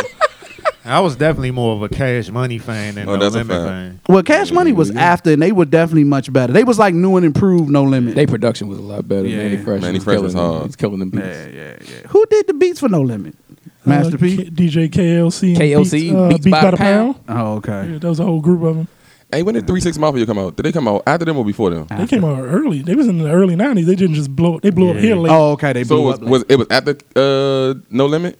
Speaker 6: I was definitely more of a Cash Money fan than
Speaker 4: Oh,
Speaker 6: No
Speaker 4: that's a
Speaker 6: Limit
Speaker 4: fact.
Speaker 6: fan.
Speaker 1: Well, Cash Money was after, and they were definitely much better. They was like new and improved, no limit.
Speaker 2: They production was a lot better.
Speaker 1: Yeah.
Speaker 2: Manny Fresh,
Speaker 4: Manny
Speaker 2: was
Speaker 4: Fresh
Speaker 2: killing
Speaker 4: was
Speaker 2: them.
Speaker 4: hard.
Speaker 2: He's killing them beats.
Speaker 1: Who did the beats for no limit? Master
Speaker 5: Uh,
Speaker 1: P.
Speaker 5: K- DJ KLC. and uh,
Speaker 2: KLC, Beats by the Pound.
Speaker 1: Oh,
Speaker 5: Yeah,
Speaker 1: okay.
Speaker 5: that was a whole group of them.
Speaker 4: hey, when did Three Six Mafia come out? Did they come out after them or before them?
Speaker 5: They came out early. They was in the early nineties. They didn't just blow. They blew up here late.
Speaker 1: Oh, okay. They
Speaker 4: So
Speaker 1: blew
Speaker 4: it was,
Speaker 1: up.
Speaker 4: was it was after uh, No Limit?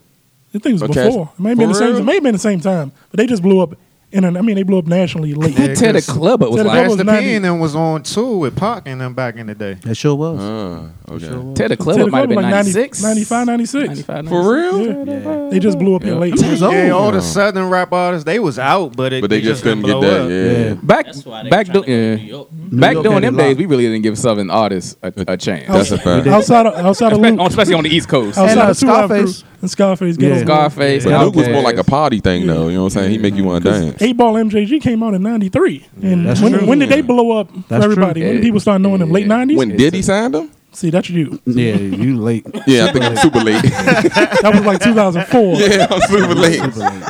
Speaker 5: I think it was
Speaker 4: okay.
Speaker 5: before. It may have been the
Speaker 4: For
Speaker 5: same.
Speaker 4: real?
Speaker 5: It may have been the same time, but they just blew up. In an, I mean, they blew up nationally late.
Speaker 2: That Ted the Clubber was
Speaker 5: Ted the
Speaker 2: like
Speaker 5: Clubber-
Speaker 6: Master P
Speaker 5: 90.
Speaker 6: and them was on tour with Pac and them back in the day.
Speaker 1: that sure was.
Speaker 2: Oh,
Speaker 4: Uh, okay.
Speaker 2: Ted the
Speaker 5: Ted
Speaker 2: Clubber
Speaker 5: the
Speaker 2: might have been
Speaker 5: Clubber like 90
Speaker 2: 96,
Speaker 5: 95, 96.
Speaker 2: 95,
Speaker 4: For
Speaker 2: 96.
Speaker 4: real?
Speaker 5: Yeah. They just blew up in late.
Speaker 1: Ten years old.
Speaker 6: Yeah, all the southern rap artists they was out, but it,
Speaker 4: But they just couldn't get
Speaker 6: blow
Speaker 4: that.
Speaker 6: up.
Speaker 4: Yeah.
Speaker 2: Back
Speaker 3: That's why they
Speaker 2: back
Speaker 3: trying to
Speaker 2: do- yeah.
Speaker 3: go to New York.
Speaker 2: Back
Speaker 1: York had
Speaker 2: during them
Speaker 1: a lot.
Speaker 2: days, we really didn't give southern artists a, a chance,
Speaker 4: That's a fact.
Speaker 5: Outside of outside of
Speaker 2: Espe-
Speaker 5: Luke,
Speaker 2: especially on the East Coast.
Speaker 5: outside
Speaker 1: And, uh,
Speaker 5: of Two Live Crew
Speaker 1: Scarface.
Speaker 5: and Scarface. Get
Speaker 1: Yeah.
Speaker 5: on board.
Speaker 2: Scarface,
Speaker 4: But Luke was
Speaker 2: Outkast.
Speaker 4: more like a party thing, though. You know what I'm saying? He make you want to dance.
Speaker 5: Eight Ball MJG came out in '93, and
Speaker 1: That's
Speaker 5: when,
Speaker 1: true.
Speaker 5: when did they blow up for
Speaker 1: That's true.
Speaker 5: everybody? When
Speaker 2: Yeah.
Speaker 5: did people start knowing them? Late '90s.
Speaker 4: When Diddy signed him?
Speaker 5: See, that's you.
Speaker 1: Yeah, you late.
Speaker 4: Yeah, I think I'm super late.
Speaker 5: That was like 2004.
Speaker 4: yeah, I'm super late.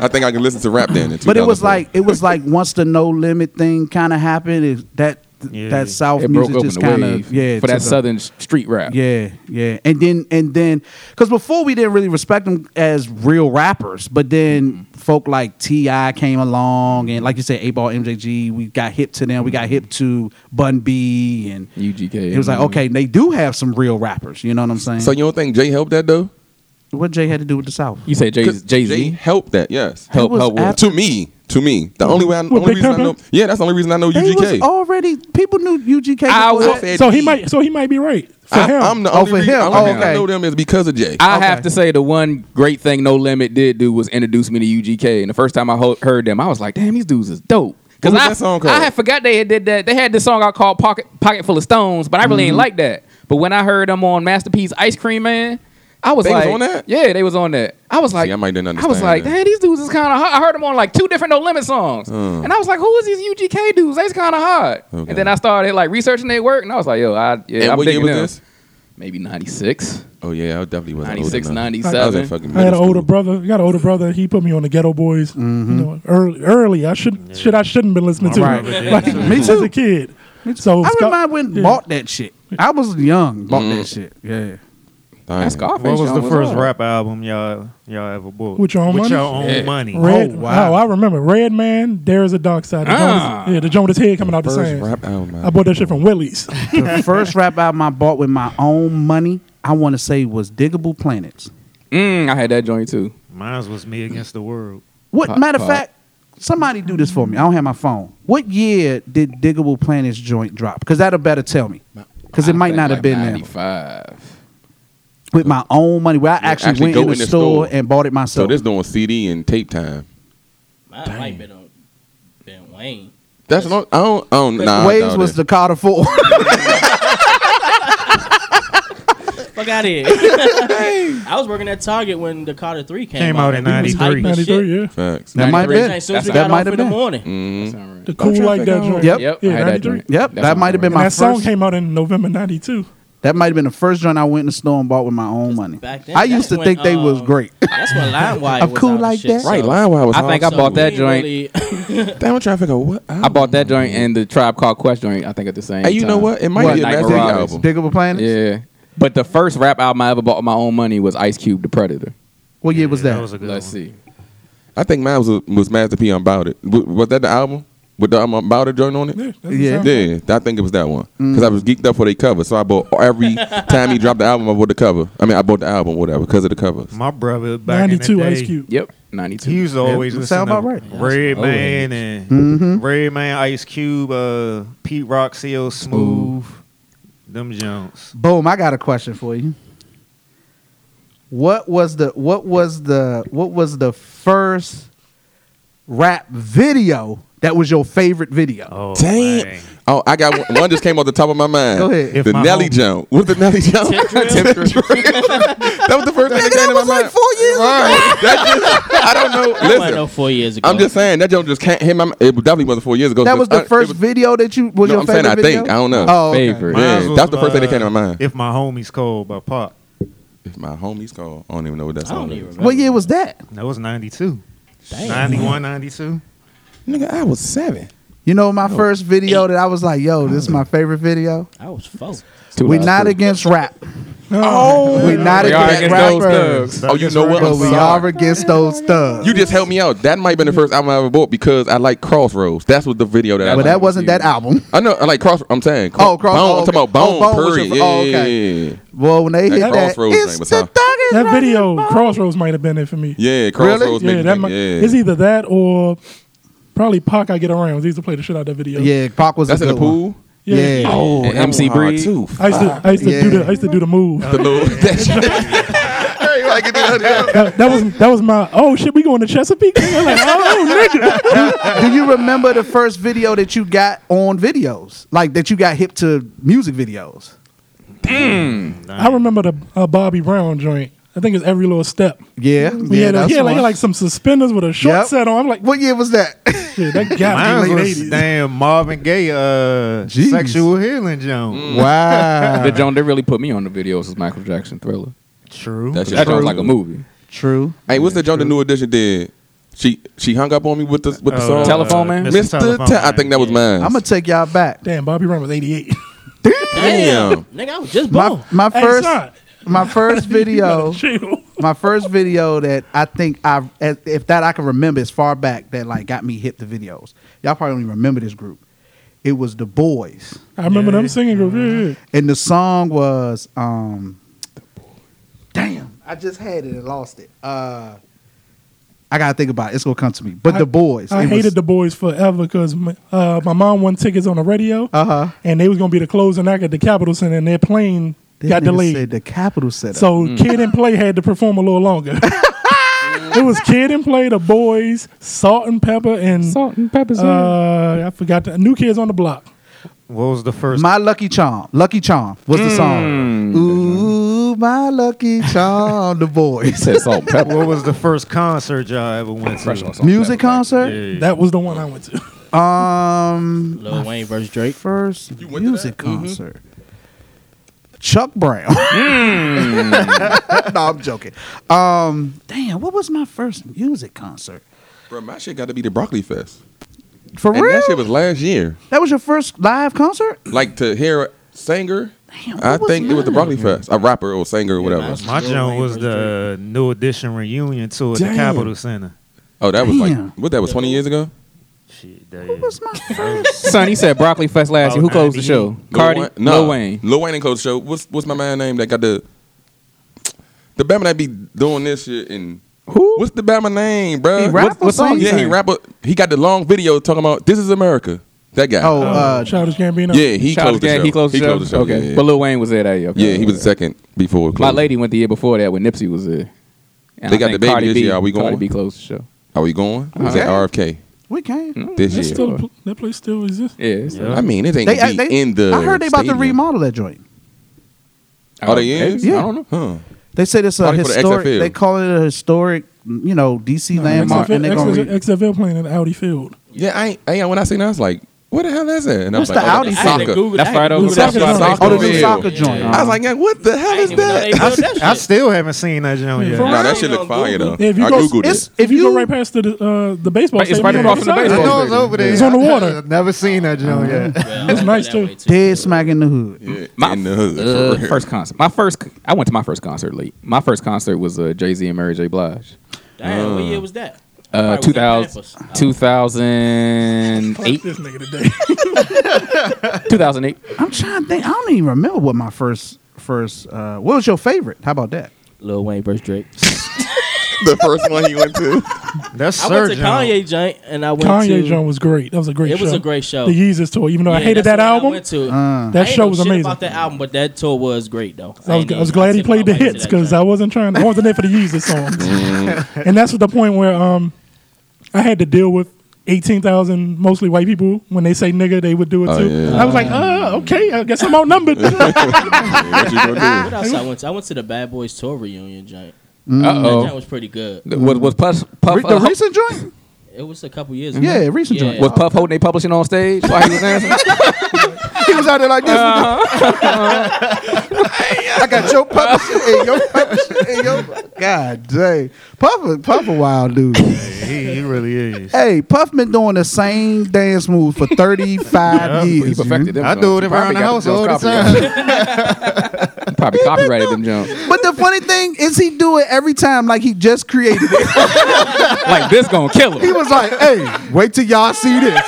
Speaker 4: I think I can listen to rap then. in
Speaker 1: But it was
Speaker 4: 2004.
Speaker 1: like it was like once the no limit thing kind of happened, it, that
Speaker 6: Yeah.
Speaker 1: that South
Speaker 2: it broke
Speaker 1: music
Speaker 2: up in
Speaker 1: just
Speaker 2: the
Speaker 1: kind
Speaker 2: wave
Speaker 1: of yeah
Speaker 2: for that
Speaker 1: took a-
Speaker 2: southern s- street rap.
Speaker 1: Yeah, yeah, and then and then because before we didn't really respect them as real rappers, but then folk like Ti came along, and like you said, A Ball, MJG, we got hip to them, we got hip to Bun B, and
Speaker 2: UGK.
Speaker 1: it was like
Speaker 2: man.
Speaker 1: okay, they do have some real rappers. You know what I'm saying?
Speaker 4: So you don't think Jay helped that though?
Speaker 1: what Jay had to do with the South?
Speaker 2: You say Jay
Speaker 4: 'Cause
Speaker 2: Jay
Speaker 4: Jay
Speaker 2: Z
Speaker 4: helped that. Yes.
Speaker 2: help
Speaker 1: was
Speaker 2: help. with-
Speaker 1: after-
Speaker 4: To me, to me, the only way, I,
Speaker 5: Big
Speaker 4: only reason I
Speaker 5: Pun
Speaker 4: know,
Speaker 5: Pun?
Speaker 4: yeah, that's the only reason I know
Speaker 1: They was
Speaker 4: UGK.
Speaker 1: already people knew UGK.
Speaker 2: I
Speaker 1: before
Speaker 2: would-
Speaker 1: that.
Speaker 5: So he might. So he might be right for
Speaker 4: I,
Speaker 5: him.
Speaker 4: I'm the
Speaker 1: Oh,
Speaker 4: only
Speaker 1: for
Speaker 4: reason,
Speaker 1: him.
Speaker 4: I, only
Speaker 1: Oh,
Speaker 4: reason I
Speaker 1: okay.
Speaker 4: know them is because of Jay.
Speaker 2: I
Speaker 1: Okay.
Speaker 2: have to say the one great thing No Limit did do was introduce me to UGK. And the first time I ho- heard them, I was like, damn, these dudes is dope. Because
Speaker 4: What was
Speaker 2: I,
Speaker 4: that song called?
Speaker 2: I had forgot they had did that. They had this song I called Pocket Pocket Full of Stones, but I really
Speaker 4: Mm-hmm.
Speaker 2: ain't like that. But when I heard them on Masterpiece Ice Cream Man, I was
Speaker 4: They was
Speaker 2: like,
Speaker 4: on that?
Speaker 2: yeah, they was on that. I was like,
Speaker 4: I might didn't
Speaker 2: I was
Speaker 4: understand
Speaker 2: like,
Speaker 4: that.
Speaker 2: damn, these dudes is kind of hot. I heard them on like two different No Limit songs,
Speaker 4: Mm.
Speaker 2: and I was like, who is these UGK dudes? They's kind of hot.
Speaker 4: Okay.
Speaker 2: And then I started like researching their work, and I was like, yo, I yeah,
Speaker 4: and
Speaker 2: I'm
Speaker 4: what year
Speaker 2: digging
Speaker 4: was
Speaker 2: them.
Speaker 4: this?
Speaker 2: Maybe ninety six.
Speaker 4: Oh yeah, I definitely was
Speaker 2: 96,
Speaker 4: old enough.
Speaker 2: 97.
Speaker 4: I was in fucking
Speaker 5: I had
Speaker 4: middle
Speaker 5: an older
Speaker 4: school.
Speaker 5: brother. I got an older brother. He put me on the Ghetto Boys.
Speaker 1: Mm-hmm.
Speaker 5: You know, early, early. I should, shit, I shouldn't been listening to.
Speaker 1: Right.
Speaker 5: Like,
Speaker 1: Me
Speaker 5: As
Speaker 1: too.
Speaker 5: a kid. So
Speaker 1: I
Speaker 5: Scar-
Speaker 1: remember when
Speaker 5: yeah.
Speaker 1: bought that shit. I was young, bought that shit. Yeah.
Speaker 4: Damn.
Speaker 2: That's Scarface.
Speaker 6: What was
Speaker 2: y'all
Speaker 6: the first
Speaker 2: on.
Speaker 6: rap album y'all y'all ever bought?
Speaker 5: With your own money?
Speaker 6: own money.
Speaker 5: Red,
Speaker 1: Oh, wow.
Speaker 5: wow. I remember Red Man. There is a dark side. The
Speaker 2: Ah.
Speaker 5: joint with- yeah, the joint with his head coming out the
Speaker 4: First
Speaker 5: sand.
Speaker 4: rap album.
Speaker 5: I bought that shit from Willie's.
Speaker 1: the first rap album I bought with my own money, I want to say was Diggable Planets.
Speaker 2: Mm, I had that joint too.
Speaker 6: Mine was Me Against the World.
Speaker 1: What
Speaker 2: Pop,
Speaker 1: matter of
Speaker 2: pop.
Speaker 1: fact, somebody do this for me. I don't have my phone. What year did Diggable Planets joint drop? Because that'll better tell me. Because it
Speaker 2: I
Speaker 1: might
Speaker 2: think,
Speaker 1: not have
Speaker 2: like,
Speaker 1: been there
Speaker 2: 95.
Speaker 1: with my own money. Where I actually,
Speaker 4: actually
Speaker 1: went
Speaker 4: go
Speaker 1: in the,
Speaker 4: in the
Speaker 1: store,
Speaker 4: store.
Speaker 1: and bought it
Speaker 4: So
Speaker 1: myself.
Speaker 4: this doing CD and tape time.
Speaker 3: Mine might been on Ben Wayne.
Speaker 4: That's not. I don't. I don't. Nah. I
Speaker 1: Waves
Speaker 4: doubt
Speaker 1: was
Speaker 4: it.
Speaker 1: the Carter Four.
Speaker 3: Fuck out of here. I was working at Target when the Carter 3 came,
Speaker 6: Came out in
Speaker 3: We was
Speaker 6: 93.
Speaker 3: hyping shit.
Speaker 5: 93, yeah.
Speaker 4: facts.
Speaker 1: that might have
Speaker 2: 93.
Speaker 1: been.
Speaker 3: As soon as we
Speaker 2: That
Speaker 3: got
Speaker 1: might
Speaker 3: off in
Speaker 1: have
Speaker 3: the
Speaker 1: been.
Speaker 3: morning.
Speaker 4: Mm.
Speaker 5: The cool like that joint.
Speaker 1: Yep.
Speaker 2: Yep,
Speaker 5: Yeah,
Speaker 2: I had that
Speaker 5: 93.
Speaker 2: joint.
Speaker 1: Yep,
Speaker 2: That's
Speaker 1: that
Speaker 2: what
Speaker 1: might have
Speaker 2: I'm
Speaker 1: been
Speaker 5: And
Speaker 1: my
Speaker 5: that song
Speaker 1: first-
Speaker 5: came out in November '92.
Speaker 1: That might have been the first joint I went in the store and bought with my own money.
Speaker 3: back then,
Speaker 1: I
Speaker 3: that's
Speaker 1: used to
Speaker 3: when,
Speaker 1: think they was
Speaker 3: um,
Speaker 1: great.
Speaker 3: That's when LimeWire
Speaker 1: I'm
Speaker 3: was
Speaker 1: cool
Speaker 3: out and
Speaker 1: like
Speaker 3: shit,
Speaker 1: that.
Speaker 3: so-
Speaker 4: Right. Line Wire was.
Speaker 2: I think
Speaker 4: hard.
Speaker 2: I bought
Speaker 3: we
Speaker 2: that
Speaker 3: ain't
Speaker 2: joint.
Speaker 3: really-
Speaker 4: Damn, I'm trying to figure out what.
Speaker 2: I bought that joint and the Tribe Called Quest joint. I think at the same.
Speaker 4: Hey, you
Speaker 2: time.
Speaker 4: know what? It might
Speaker 2: What?
Speaker 4: be a
Speaker 2: Night
Speaker 4: Master P
Speaker 2: Marauders.
Speaker 4: album.
Speaker 1: Diggable Planets.
Speaker 2: Yeah, but the first rap album I ever bought with my own money was Ice Cube, The Predator.
Speaker 1: What year was
Speaker 6: Yeah,
Speaker 1: that?
Speaker 6: was a good
Speaker 2: Let's
Speaker 6: one.
Speaker 2: see.
Speaker 4: I think mine was was Master P on about it. W- Was that the album? with the I'm about it joint on it.
Speaker 5: Yeah, that's
Speaker 1: Yeah. Mm.
Speaker 5: yeah.
Speaker 4: Yeah, I think it was that one because I was geeked up for the cover. So I bought every time he dropped the album, I bought the cover. I mean, I bought the album, whatever, because of the covers.
Speaker 6: My brother back in
Speaker 5: 92
Speaker 6: the day,
Speaker 5: Ice Cube.
Speaker 2: Yep, ninety two.
Speaker 6: He used to always
Speaker 1: that
Speaker 6: listen
Speaker 1: sound
Speaker 6: to
Speaker 1: about right.
Speaker 6: Red
Speaker 3: Oh,
Speaker 6: Man
Speaker 3: yeah.
Speaker 6: and Red Man, Ice Cube, uh, Pete Rock, CL Smooth, them Jones.
Speaker 1: Boom, I got a question for you. What was the what was the what was the first rap video that was your favorite video?
Speaker 6: Oh,
Speaker 4: Damn.
Speaker 6: man.
Speaker 4: Oh, I got one, one just came off the top of my mind.
Speaker 1: Go ahead.
Speaker 6: If
Speaker 4: The
Speaker 6: my
Speaker 4: Nelly
Speaker 6: home-
Speaker 4: Jones. What's the Nelly Jones? that was the first thing that came to my mind.
Speaker 1: four years
Speaker 4: Right. That just, I don't know.
Speaker 3: I
Speaker 4: Listen,
Speaker 3: wasn't no four years ago.
Speaker 4: I'm just saying that joke just can't hit my. It definitely wasn't four years ago.
Speaker 1: That was
Speaker 4: I-
Speaker 1: the
Speaker 4: it
Speaker 1: first
Speaker 4: was-
Speaker 1: video that you was
Speaker 4: No,
Speaker 1: your
Speaker 4: I'm saying
Speaker 1: favorite
Speaker 4: I
Speaker 1: video?
Speaker 4: think. I don't know.
Speaker 1: Oh, okay.
Speaker 2: Favorite.
Speaker 4: Yeah,
Speaker 6: Mine's
Speaker 4: that's
Speaker 6: was,
Speaker 4: the first thing that came to my
Speaker 6: uh,
Speaker 4: mind.
Speaker 6: If my homies cold by Pop,
Speaker 4: If my homies call, I don't even know what that
Speaker 3: I
Speaker 4: song
Speaker 3: don't
Speaker 4: is.
Speaker 3: even remember.
Speaker 1: What year was that?
Speaker 6: that was 92.
Speaker 3: Damn.
Speaker 6: 91, 92.
Speaker 4: Nigga, I was seven.
Speaker 1: You know my first video that I was like, yo, this is my favorite video.
Speaker 3: I was four.
Speaker 1: We not against rap.
Speaker 4: Oh,
Speaker 1: We not
Speaker 2: We are
Speaker 1: against,
Speaker 2: against those
Speaker 1: rappers.
Speaker 2: thugs.
Speaker 4: oh, you know what?
Speaker 1: But
Speaker 4: I'm
Speaker 1: we
Speaker 4: sorry.
Speaker 1: are against those thugs.
Speaker 4: You just helped me out. That might have been the first album I ever bought because I like Crossroads. That's what the video that I
Speaker 1: but
Speaker 4: like.
Speaker 1: that wasn't that album.
Speaker 4: I know. I like Crossroads. I'm saying.
Speaker 1: Oh, Cross-
Speaker 4: Bone,
Speaker 1: oh,
Speaker 4: I'm talking
Speaker 1: okay.
Speaker 4: about Bone.
Speaker 1: Oh, Bone was your
Speaker 4: period.
Speaker 1: fir- oh,
Speaker 4: Yeah,
Speaker 1: okay.
Speaker 4: yeah, yeah,
Speaker 1: Well, when they hit
Speaker 4: That
Speaker 1: that,
Speaker 4: Crossroads
Speaker 1: it's
Speaker 4: thing
Speaker 1: the
Speaker 4: was
Speaker 1: thug
Speaker 4: hot.
Speaker 1: is
Speaker 5: That
Speaker 1: running
Speaker 5: video,
Speaker 1: wild.
Speaker 5: Crossroads, might have been it for me.
Speaker 4: yeah. yeah Crossroads.
Speaker 5: Yeah,
Speaker 4: made
Speaker 5: that
Speaker 4: me
Speaker 5: might,
Speaker 4: think, yeah.
Speaker 5: it's either that or probably Pac. I get around. He used to play the shit out of that video.
Speaker 1: Yeah, Pac was
Speaker 4: That's
Speaker 1: a
Speaker 4: in the
Speaker 1: good
Speaker 4: pool.
Speaker 1: One. Yeah.
Speaker 4: Oh,
Speaker 2: And
Speaker 4: that
Speaker 2: MC
Speaker 4: was hard
Speaker 2: Breed.
Speaker 4: too.
Speaker 5: I used to, I used to do
Speaker 1: Yeah.
Speaker 5: the, I used to do the move.
Speaker 4: The little. That's Hey, like, it did-
Speaker 5: That, that was, that was my. Oh shit, we going to Chesapeake? I'm like, oh nigga.
Speaker 1: Do you remember the first video that you got on videos, like that you got hip to music videos?
Speaker 5: I remember the uh, Bobby Brown joint. I think it's every little step.
Speaker 1: Yeah,
Speaker 5: We
Speaker 1: yeah,
Speaker 5: had, a,
Speaker 1: that's
Speaker 5: he had like,
Speaker 1: one.
Speaker 5: he had like some suspenders with a short
Speaker 1: Yep.
Speaker 5: set on. I'm like, what?
Speaker 1: what year was that?
Speaker 5: Shit, that got
Speaker 6: Mine
Speaker 5: me late
Speaker 6: was
Speaker 5: 80s.
Speaker 6: damn Marvin Gaye, uh,
Speaker 1: Jeez.
Speaker 6: sexual healing
Speaker 2: Mm.
Speaker 6: Jones.
Speaker 1: wow,
Speaker 2: The Joan that really put me on the videos was Michael Jackson Thriller.
Speaker 6: True.
Speaker 4: That's
Speaker 2: That
Speaker 4: just
Speaker 2: joint was
Speaker 4: wrong.
Speaker 2: like a movie.
Speaker 1: true.
Speaker 4: Hey, what's the joke the new edition did? She she hung up on me with the with the
Speaker 6: Oh,
Speaker 4: song.
Speaker 2: Telephone Man?
Speaker 4: Mr.
Speaker 6: Telephone
Speaker 4: Te- I
Speaker 6: Man.
Speaker 4: think that was mine.
Speaker 1: I'm gonna take y'all back.
Speaker 5: Damn, Bobby Brown was 88.
Speaker 4: Damn.
Speaker 3: Nigga, I was just born.
Speaker 1: My my
Speaker 5: Hey,
Speaker 1: first
Speaker 5: son,
Speaker 1: my first video.
Speaker 5: you gotta chill.
Speaker 1: my first video that I think I if that I can remember is far back that like got me hit the videos. Y'all probably don't even remember this group. It was the boys.
Speaker 5: I remember them singing. Group. Yeah, yeah.
Speaker 1: And the song was um Damn, I just had it and lost it. Uh I gotta think about it. It's gonna come to me. But
Speaker 5: I-
Speaker 1: the boys.
Speaker 5: I hated the boys forever because my, uh, my mom won tickets on the radio,
Speaker 1: uh huh.
Speaker 5: and they was gonna be the closing act at the Capitol Center, and their plane got delayed.
Speaker 1: Said the capital set up.
Speaker 2: Mm.
Speaker 5: So Kid and Play had to perform a little longer. it was Kid and Play, the boys, Salt and Pepper, and
Speaker 2: Salt and pepper's
Speaker 5: uh, I forgot the New Kids on the Block.
Speaker 6: What was the first?
Speaker 1: My Lucky Charm. Lucky Charm was the song. Ooh, my Lucky Charm, the boys.
Speaker 2: said salt and pepper.
Speaker 6: what was the first concert y'all ever went to?
Speaker 2: Fresh on salt and
Speaker 1: Music
Speaker 2: pepper.
Speaker 1: concert?
Speaker 6: Yeah.
Speaker 5: That was the one I went to.
Speaker 1: Um
Speaker 3: Lil Wayne versus Drake.
Speaker 1: first
Speaker 4: went to
Speaker 1: music
Speaker 4: that? Mhm.
Speaker 1: concert. Chuck Brown.
Speaker 4: Mm.
Speaker 1: no, I'm joking. Um, damn, what was my first music concert?
Speaker 4: Bro, my shit got to be the Broccoli Fest.
Speaker 1: For
Speaker 4: And
Speaker 1: real?
Speaker 4: that shit was last year.
Speaker 1: that was your first live concert?
Speaker 4: Like to hear a singer,
Speaker 1: Damn, what
Speaker 4: I
Speaker 1: was
Speaker 4: think it was the
Speaker 1: mine?
Speaker 4: Broccoli Fest, a rapper or singer or whatever.
Speaker 3: mine-
Speaker 6: My
Speaker 3: Lil
Speaker 6: joint
Speaker 3: Wayne
Speaker 6: was
Speaker 3: versus
Speaker 6: the New Edition reunion tour at the
Speaker 4: Damn.
Speaker 6: Capitol Center.
Speaker 4: oh, that was
Speaker 1: Damn.
Speaker 4: like what? That was twenty years ago.
Speaker 6: Shit, that
Speaker 1: What
Speaker 6: is-
Speaker 1: was my first?
Speaker 2: Son, he said broccoli fest last year. Who closed the show? Cardi,
Speaker 4: Wayne- nah,
Speaker 2: Lil Wayne.
Speaker 4: Lil Wayne and Coach Show. What's what's my man name that got the the Bama that be doing this shit and
Speaker 2: Who?
Speaker 4: What's the Bama name, bro?
Speaker 1: He rap or something?
Speaker 4: Yeah, he
Speaker 2: sang?
Speaker 4: rapper. He got the long video talking about this is America. That guy.
Speaker 1: oh, uh,
Speaker 5: Childish Gambino.
Speaker 4: yeah, he
Speaker 2: Childish
Speaker 4: closed, the
Speaker 2: Gang,
Speaker 4: show.
Speaker 2: He closed the show. okay,
Speaker 4: yeah, yeah.
Speaker 2: but Lil Wayne was there that year. Okay.
Speaker 4: Yeah, he was the second before. it
Speaker 2: My
Speaker 4: closed.
Speaker 2: lady went the year before that when Nipsey was there. And
Speaker 4: They
Speaker 2: I
Speaker 4: got
Speaker 2: think
Speaker 4: the baby
Speaker 2: Cardi
Speaker 4: this
Speaker 2: B,
Speaker 4: year. Are we
Speaker 2: Cardi
Speaker 4: going?
Speaker 2: B closed the show.
Speaker 4: Are we going? It was at
Speaker 1: Okay.
Speaker 4: RFK
Speaker 1: we came.
Speaker 4: this
Speaker 5: That's
Speaker 4: year.
Speaker 5: still, pl- that place still exists.
Speaker 2: Yeah. it's-
Speaker 6: Yeah.
Speaker 4: I mean, it ain't
Speaker 1: They,
Speaker 4: gonna be
Speaker 1: they-
Speaker 4: in the.
Speaker 1: I heard they about to
Speaker 4: stadium.
Speaker 1: remodel that joint.
Speaker 4: Are Oh, they in?
Speaker 2: Maybe. I don't know.
Speaker 4: Huh.
Speaker 1: They said it's a
Speaker 4: Probably for the
Speaker 1: historic.
Speaker 4: XFL.
Speaker 1: they call it a historic, you know, DC landmark,
Speaker 5: XFL,
Speaker 1: and they're gonna.
Speaker 5: XFL
Speaker 1: Re-
Speaker 5: XFL playing in Audi Field.
Speaker 4: Yeah, I, ain't- I ain't- when I seen that, I was like, "What the hell is that?" And I was
Speaker 1: What's
Speaker 4: like,
Speaker 1: the
Speaker 4: oh,
Speaker 1: Audi
Speaker 4: that's
Speaker 1: thing?
Speaker 3: I had to
Speaker 4: soccer.
Speaker 3: Google-
Speaker 2: That's
Speaker 3: I had
Speaker 2: right
Speaker 3: to
Speaker 2: over
Speaker 3: Google
Speaker 4: That's
Speaker 5: Soccer
Speaker 4: why
Speaker 5: joint.
Speaker 4: soccer.
Speaker 1: oh, the new
Speaker 4: field.
Speaker 1: soccer joint.
Speaker 4: I was like, "Man, what the hell
Speaker 3: I
Speaker 4: is
Speaker 3: didn't even know they
Speaker 4: that?"
Speaker 3: built that shit.
Speaker 6: I still haven't seen that joint yet.
Speaker 5: For
Speaker 4: Nah,
Speaker 5: real?
Speaker 4: that shit look
Speaker 3: on
Speaker 4: fire though.
Speaker 3: Google.
Speaker 5: Yeah, if you
Speaker 4: I
Speaker 5: go-
Speaker 4: googled
Speaker 1: It's
Speaker 4: it.
Speaker 1: if
Speaker 5: If you, go right
Speaker 1: you.
Speaker 5: past the uh, the baseball
Speaker 2: It's
Speaker 5: stadium,
Speaker 2: right
Speaker 5: on
Speaker 2: across from the
Speaker 5: other
Speaker 6: I
Speaker 5: side.
Speaker 2: baseball
Speaker 6: know it's over there.
Speaker 5: It's on the water.
Speaker 6: I've never seen that joint yet.
Speaker 5: It's nice too.
Speaker 1: Dead smack in the hood.
Speaker 4: Yeah,
Speaker 2: My
Speaker 4: in the hood.
Speaker 2: uh,
Speaker 4: for real.
Speaker 2: first concert. My first. I went to my first concert late. My first concert was uh, Jay Z and Mary J. Blige.
Speaker 3: Damn, what year was that?
Speaker 2: Uh,
Speaker 3: Probably with the
Speaker 2: 2000,
Speaker 3: Pampers.
Speaker 2: 2008,
Speaker 5: This nigga today.
Speaker 2: 2008.
Speaker 1: I'm trying to think. I don't even remember what my first first. Uh, what was your favorite? How about that?
Speaker 3: Lil Wayne versus Drake.
Speaker 4: the first one he went to.
Speaker 6: That's
Speaker 3: I went to
Speaker 6: Surgeon.
Speaker 3: Kanye joint and I went
Speaker 5: Kanye
Speaker 3: to
Speaker 5: John was great. That was a great.
Speaker 3: It
Speaker 5: show.
Speaker 3: was a great show.
Speaker 5: The Yeezus tour, even though I
Speaker 3: Yeah,
Speaker 5: hated
Speaker 3: that's
Speaker 5: that
Speaker 3: the one I
Speaker 5: album. Uh,
Speaker 3: went to. I
Speaker 5: that
Speaker 3: ain't
Speaker 5: show
Speaker 3: know
Speaker 5: was
Speaker 3: shit
Speaker 5: amazing.
Speaker 3: About that album, but that tour was great though.
Speaker 5: I was,
Speaker 3: ain't
Speaker 5: I was
Speaker 3: even-
Speaker 5: glad he
Speaker 3: took
Speaker 5: played
Speaker 3: my
Speaker 5: the
Speaker 3: wife to
Speaker 5: hits
Speaker 3: that
Speaker 5: because I
Speaker 3: joint.
Speaker 5: wasn't trying. I wasn't there for the Yeezus songs.
Speaker 3: Mm.
Speaker 5: and that's the point where um, I had to deal with eighteen thousand mostly white people when they say nigga, they would do it
Speaker 4: Oh,
Speaker 5: too.
Speaker 4: yeah.
Speaker 5: I was like, uh, okay, I guess I'm outnumbered.
Speaker 4: What you gonna
Speaker 3: What else I went to? I went to the Bad Boys tour reunion joint.
Speaker 2: Uh
Speaker 3: That joint
Speaker 2: oh.
Speaker 3: was pretty good.
Speaker 5: Mm-hmm.
Speaker 2: Was was Puff Puff
Speaker 1: Re-
Speaker 2: uh,
Speaker 1: the recent joint?
Speaker 3: It was a couple years ago. uh,
Speaker 1: Yeah, recent joint.
Speaker 2: was uh, Puff holding they publishing on stage while he was dancing?
Speaker 1: He was out there
Speaker 2: Uh,
Speaker 1: like this. with
Speaker 2: uh-huh.
Speaker 1: the- I got your puppet shit and your puppet shit and your. God dang, Puff, Puff a wild dude.
Speaker 6: He, he really is.
Speaker 1: Hey, Puff been doing the same dance move for 35 years.
Speaker 2: He perfected
Speaker 1: you.
Speaker 2: them.
Speaker 6: I
Speaker 2: joints.
Speaker 6: do it
Speaker 2: He
Speaker 6: in
Speaker 2: probably
Speaker 6: around the
Speaker 2: got
Speaker 6: house
Speaker 2: them
Speaker 6: all the
Speaker 2: joints
Speaker 6: time.
Speaker 2: copyrighted. He probably copyrighted them jumps.
Speaker 1: But the funny thing is, he do it every time like he just created it.
Speaker 2: Like this gonna kill
Speaker 1: He
Speaker 2: him.
Speaker 1: was like, "Hey, wait till y'all see this."